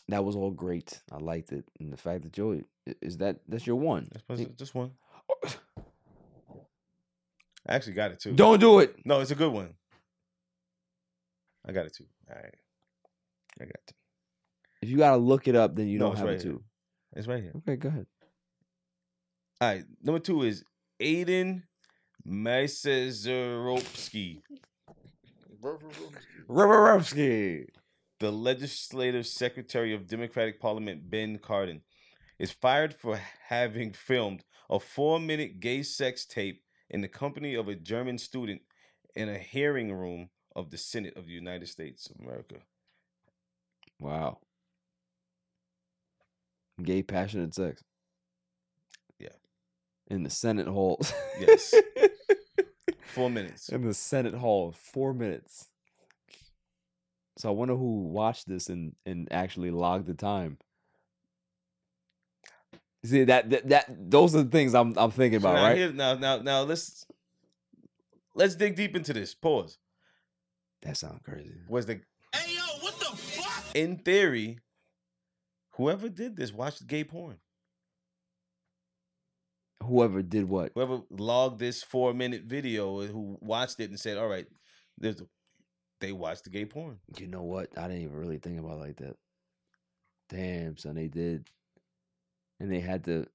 S3: that was all great. I liked it, and the fact that Joey i- is that that's your one.
S1: That's just one. I actually got it too.
S3: *laughs* Don't do it.
S1: No, it's a good one. I got it too. All right, I got it.
S3: If you gotta look it up, then you
S1: No,
S3: don't
S1: it's
S3: have
S1: right
S3: it
S1: here.
S3: too.
S1: It's right here.
S3: Okay, go ahead.
S1: All right, number two is Aiden Mesezoropsky.
S3: Roborovsky.
S1: The legislative secretary of Democratic Parliament, Ben Cardin, is fired for having filmed a four minute gay sex tape in the company of a German student in a hearing room of the Senate of the United States of America.
S3: Wow. Gay passionate sex.
S1: Yeah.
S3: In the Senate hall. *laughs*
S1: Yes. Four minutes.
S3: In the Senate hall, four minutes. So I wonder who watched this and and actually logged the time. See that that, that those are the things I'm I'm thinking
S1: So
S3: about,
S1: now
S3: right?
S1: here- now, now, now let's let's dig deep into this. Pause.
S3: That sounds crazy.
S1: Was the hey yo, what the fuck? In theory, whoever did this watched gay porn.
S3: Whoever did what?
S1: Whoever logged this four minute video, who watched it and said, "All right, there's they watched the gay porn."
S3: You know what? I didn't even really think about it like that. Damn, son, they did, and they had to,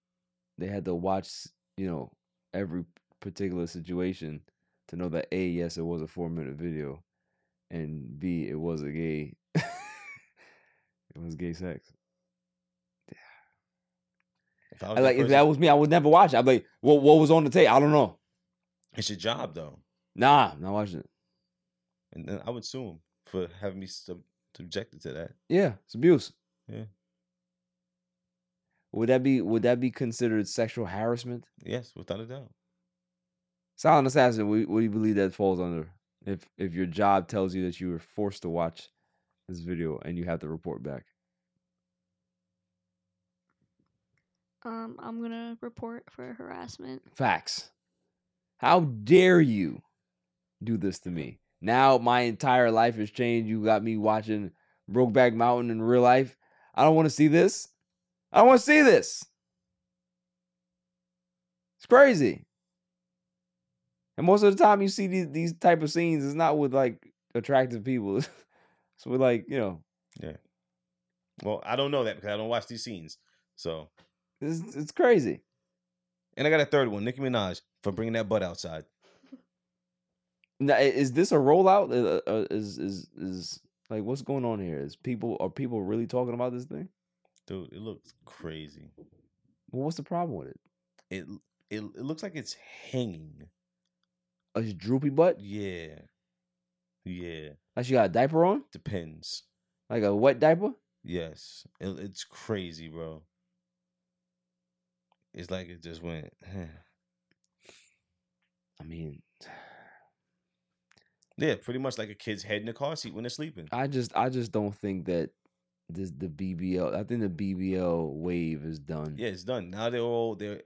S3: they had to watch, you know, every particular situation to know that a yes, it was a four minute video, and b it was a gay, *laughs* it was gay sex.
S1: I was
S3: I
S1: the
S3: like if
S1: person-
S3: that was me, I would never watch it. I'd be like, what what was on the tape? I don't know.
S1: It's your job though,
S3: Nah, I'm not watching it.
S1: and then I would sue him for having me sub- subjected to that.
S3: Yeah, it's abuse.
S1: Yeah.
S3: Would that be would that be considered sexual harassment?
S1: Yes, without a doubt.
S3: Silent Assassin, what, what do you believe that falls under? If if your job tells you that you were forced to watch this video and you have to report back.
S5: Um, I'm gonna report for harassment.
S3: Facts. How dare you do this to me? Now my entire life has changed. You got me watching Brokeback Mountain in real life. I don't want to see this. I don't want to see this. It's crazy. And most of the time you see these these type of scenes, it's not with like attractive people. *laughs* it's with like, you know,
S1: Yeah. Well, I don't know that because I don't watch these scenes. So
S3: it's, it's crazy.
S1: And I got a third one, Nicki Minaj, for bringing that butt outside.
S3: Now, i- is this a rollout? Uh, uh, Is is is like what's going on here? Is people are people really talking about this thing?
S1: Dude, it looks crazy.
S3: Well, what's the problem with it?
S1: It l- it, l- it looks like it's hanging.
S3: A droopy butt?
S1: Yeah. Yeah.
S3: Like she got a diaper on?
S1: Depends.
S3: Like a wet diaper?
S1: Yes. It, it's crazy, bro. It's like it just went. *sighs*
S3: I mean, *sighs*
S1: yeah, pretty much like a kid's head in the car seat when they're sleeping.
S3: I just I just don't think that this the BBL. I think the BBL wave is done.
S1: Yeah, it's done. Now they're all they're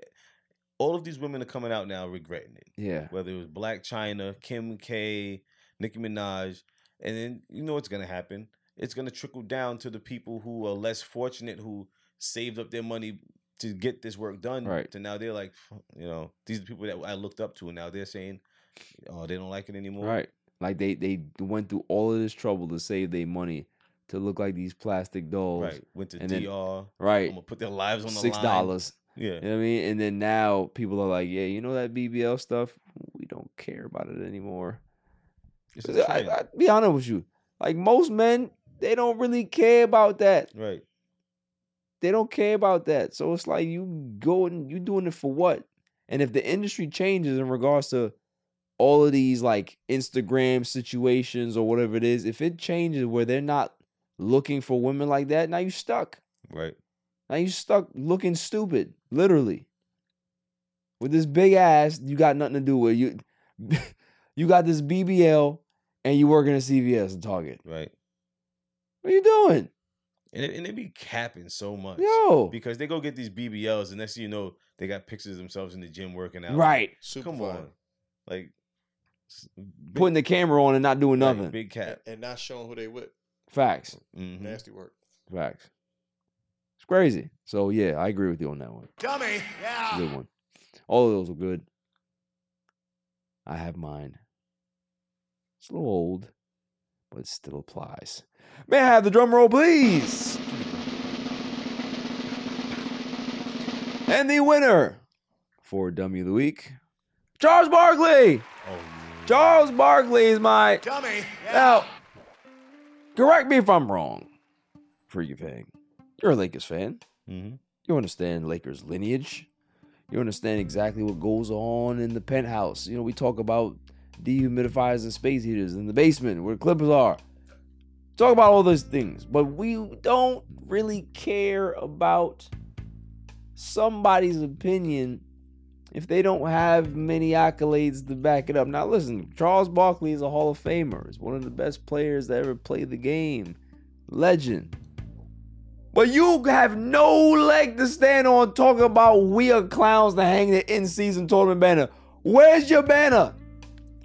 S1: all of these women are coming out now regretting it.
S3: Yeah.
S1: Whether it was Black China, Kim K, Nicki Minaj, and then you know what's gonna happen. It's gonna trickle down to the people who are less fortunate who saved up their money to get this work done.
S3: Right.
S1: To now they're like, "F- you know, these are people that I looked up to, and now they're saying, oh, they don't like it anymore.
S3: Right. Like they they went through all of this trouble to save their money to look like these plastic dolls.
S1: Right. Went to
S3: and then-
S1: DR.
S3: right.
S1: I'm gonna put their lives on the
S3: Six
S1: line.
S3: dollars.
S1: Yeah.
S3: You know what I mean? And then now people are like, yeah, you know that BBL stuff? We don't care about it anymore.
S1: It's
S3: Because
S1: a
S3: I,
S1: trend.
S3: I be honest with you. Like most men, they don't really care about that.
S1: Right.
S3: They don't care about that. So it's like you going you doing it for what? And if the industry changes in regards to all of these like Instagram situations or whatever it is, if it changes where they're not looking for women like that, now you stuck.
S1: Right.
S3: Now you stuck looking stupid, literally. With this big ass, you got nothing to do with you. *laughs* you got this BBL, and you working at CVS and Target.
S1: Right.
S3: What are you doing?
S1: And it, and they be capping so much.
S3: Yo.
S1: Because they go get these BBLs, and next thing you know, they got pictures of themselves in the gym working out.
S3: Right.
S1: Super Come on. Like, s- big-
S3: Putting the camera on and not doing
S1: right,
S3: nothing.
S1: Big cap. Mm-hmm.
S2: and not showing who they with.
S3: Facts.
S2: Nasty work.
S3: Facts. It's crazy. So yeah, I agree with you on that one.
S8: Dummy.
S3: It's a good one. All of those are good. I have mine. It's a little old, but it still applies. May I have the drum roll, please? And the winner for Dummy of the Week, Charles Barkley.
S1: Oh,
S3: Charles Barkley is my
S8: Dummy.
S3: Now, correct me if I'm wrong, Freaky Pig. You're a Lakers fan.
S1: Mm-hmm.
S3: You understand Lakers lineage. You understand exactly what goes on in the penthouse. You know, we talk about dehumidifiers and space heaters in the basement where Clippers are. Talk about all those things, but we don't really care about somebody's opinion if they don't have many accolades to back it up. Now, listen, Charles Barkley is a Hall of Famer. He's one of the best players that ever played the game. Legend. But you have no leg to stand on talking about we are clowns to hang the in season tournament banner. Where's your banner?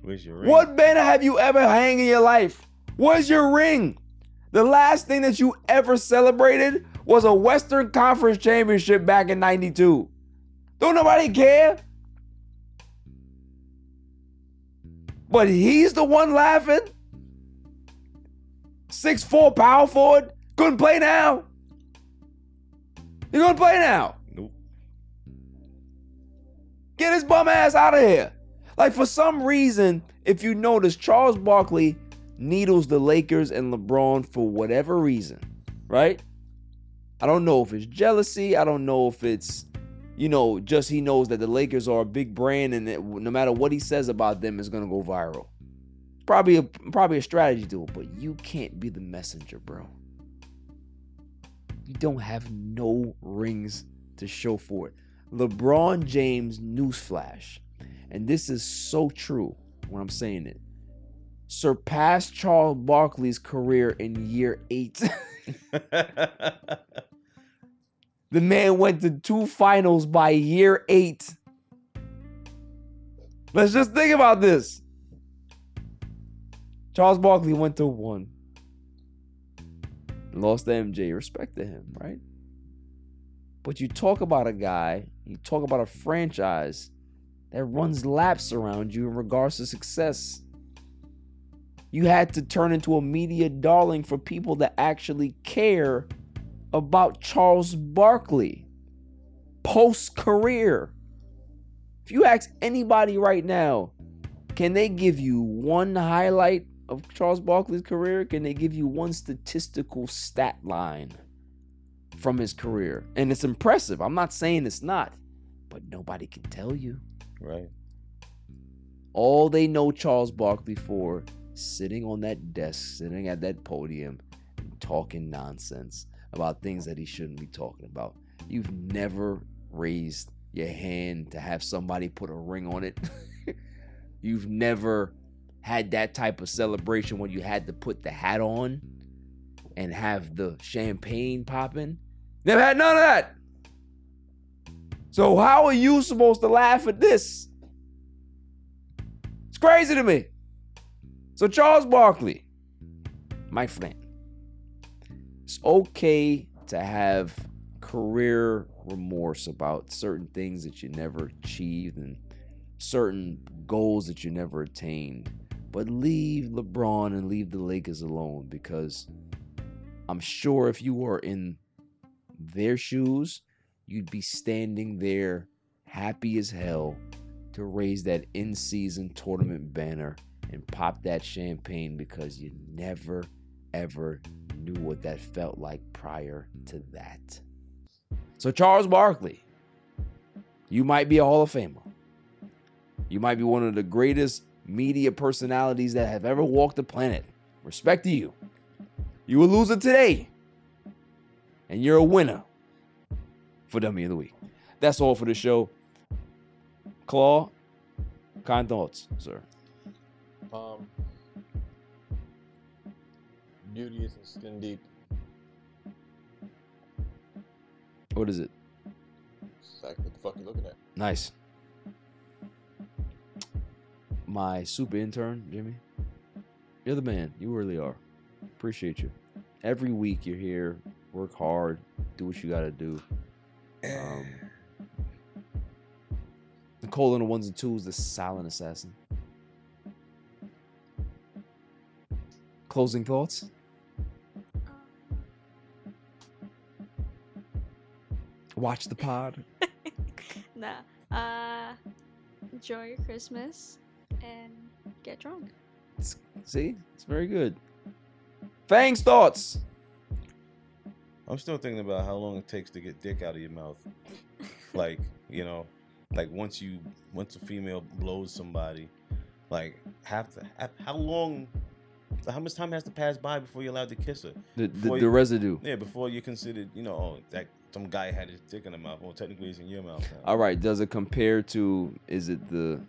S1: Where's your ring?
S3: What banner have you ever hung in your life? Where's your ring? The last thing that you ever celebrated was a Western Conference championship back in 92. Don't nobody care? But he's the one laughing. Six four power forward. Couldn't play now. You're gonna play now.
S1: Nope.
S3: Get his bum ass out of here. Like for some reason, if you notice, Charles Barkley needles the Lakers and LeBron for whatever reason, right? I don't know if it's jealousy. I don't know if it's you know, just he knows that the Lakers are a big brand, and that no matter what he says about them, it's gonna go viral. Probably a probably a strategy to it, but you can't be the messenger, bro. You don't have no rings to show for it. LeBron James newsflash, and this is so true when I'm saying it, surpassed Charles Barkley's career in year eight. *laughs* the man went to two finals by year eight. Let's just think about this. Charles Barkley went to one. Lost to MJ. Respect to him, right? But you talk about a guy, you talk about a franchise that runs laps around you in regards to success. You had to turn into a media darling for people that actually care about Charles Barkley post career. If you ask anybody right now, can they give you one highlight of Charles Barkley's career? Can they give you one statistical stat line from his career? And it's impressive. I'm not saying it's not, but nobody can tell you.
S1: *laughs* Right.
S3: All they know Charles Barkley for sitting on that desk, sitting at that podium, and talking nonsense about things that he shouldn't be talking about. You've never raised your hand to have somebody put a ring on it. *laughs* You've never had that type of celebration when you had to put the hat on and have the champagne popping. Never had none of that. So, how are you supposed to laugh at this? It's crazy to me. So, Charles Barkley, my friend, it's okay to have career remorse about certain things that you never achieved and certain goals that you never attained. But leave LeBron and leave the Lakers alone because I'm sure if you were in their shoes, you'd be standing there happy as hell to raise that in season tournament banner and pop that champagne because you never ever knew what that felt like prior to that. So, Charles Barkley, you might be a Hall of Famer. You might be one of the greatest media personalities that have ever walked the planet. Respect to you. You a loser today, and you're a winner for Dummy of the Week. That's all for the show. Claw, kind thoughts, sir.
S2: Um, beauty isn't skin deep.
S3: What is it?
S2: Exactly what the fuck you looking at.
S3: Nice. My super intern, Jimmy. You're the man. You really are. Appreciate you. Every week you're here. Work hard. Do what you gotta do. Um, Nicole on the ones and twos, the silent assassin. Closing thoughts? Watch the pod.
S5: *laughs* nah. Uh, enjoy your Christmas and get drunk. *laughs*
S3: See? It's very good. Fang's thoughts.
S1: I'm still thinking about how long it takes to get dick out of your mouth. like, you know, like once you once a female blows somebody, like half the half, how long how much time has to pass by before you're allowed to kiss her?
S3: The- the-
S1: Before
S3: the residue.
S1: Yeah, before you're considered, you know, oh, that some guy had his dick in the mouth. Well, technically it's in your mouth. now.
S3: All right. Does it compare to? Is it the?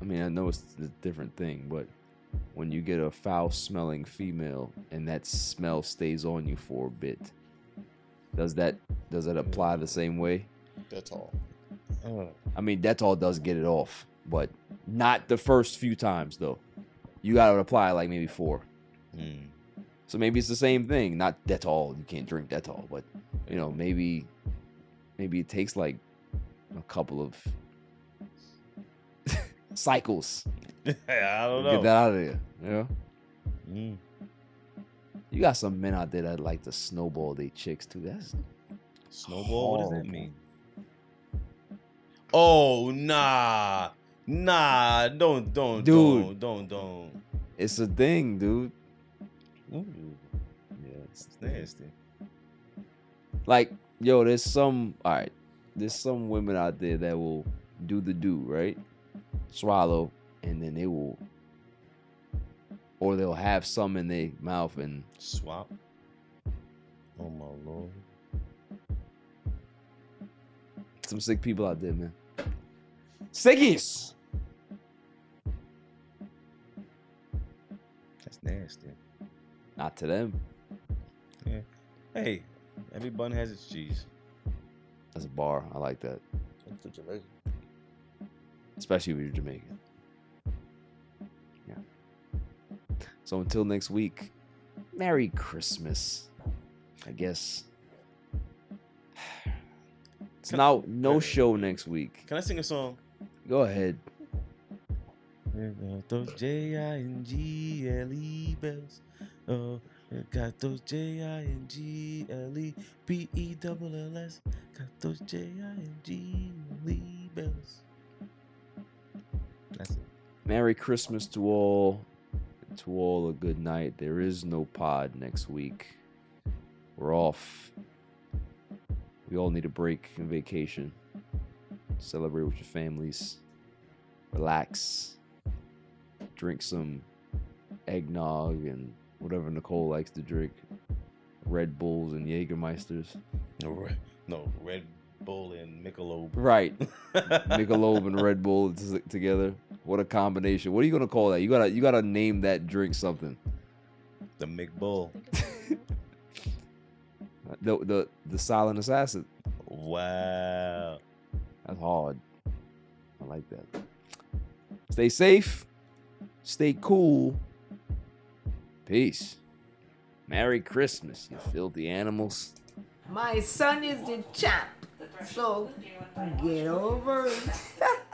S3: I mean, I know it's a different thing, but when you get a foul-smelling female and that smell stays on you for a bit, does that does that apply the same way?
S2: That's all.
S1: *laughs*
S3: I mean, that's all does get it off, but not the first few times though. You gotta apply like maybe four.
S1: Hmm.
S3: So maybe it's the same thing. Not that's all. You can't drink that's all, but you know maybe maybe it takes like a couple of *laughs* cycles.
S1: *laughs* I don't
S3: Get
S1: know. Hmm.
S3: that out of there. You know. You got some men out there that like to snowball their chicks too. That's
S1: Snowball? What does that
S3: horrible.
S1: mean? Oh nah, nah, don't, don't,
S3: Dude.
S1: don't, don't, don't.
S3: It's a thing, dude.
S1: Yeah, it's nasty.
S3: Like, yo, there's some. All right, there's some women out there that will do the do right, swallow, and then they will, or they'll have some in their mouth and
S1: swap. Oh my lord!
S3: Some sick people out there, man. Sickies.
S1: That's nasty.
S3: Not to them.
S1: Yeah. Hey, every bun has its cheese.
S3: That's a bar. I like that,
S2: That's the Jamaican.
S3: especially when you're Jamaican. Yeah. So until next week, Merry Christmas. I guess. *sighs* It's now no show next week.
S1: Can I sing a song?
S3: Go ahead.
S1: Got those J I N G L E bells. Oh, got those J I N G L E B E double L S. Got those J I N G L E bells. That's it.
S3: Merry Christmas to all. To all a good night. There is no pod next week. We're off. We all need a break and vacation. Celebrate with your families. Relax. Drink some eggnog and whatever Nicole likes to drink. Red Bulls and Jägermeisters.
S1: No, re- no Red Bull and Michelob. *laughs*
S3: Right. Michelob and Red Bull t- together. What a combination. What are you gonna call that? You gotta you gotta name that drink something.
S1: The McBull.
S3: The the the silent assassin.
S1: Wow.
S3: That's hard. I like that. Stay safe. Stay cool. Peace. Merry Christmas, you filthy animals.
S16: My son is the champ. So get over it.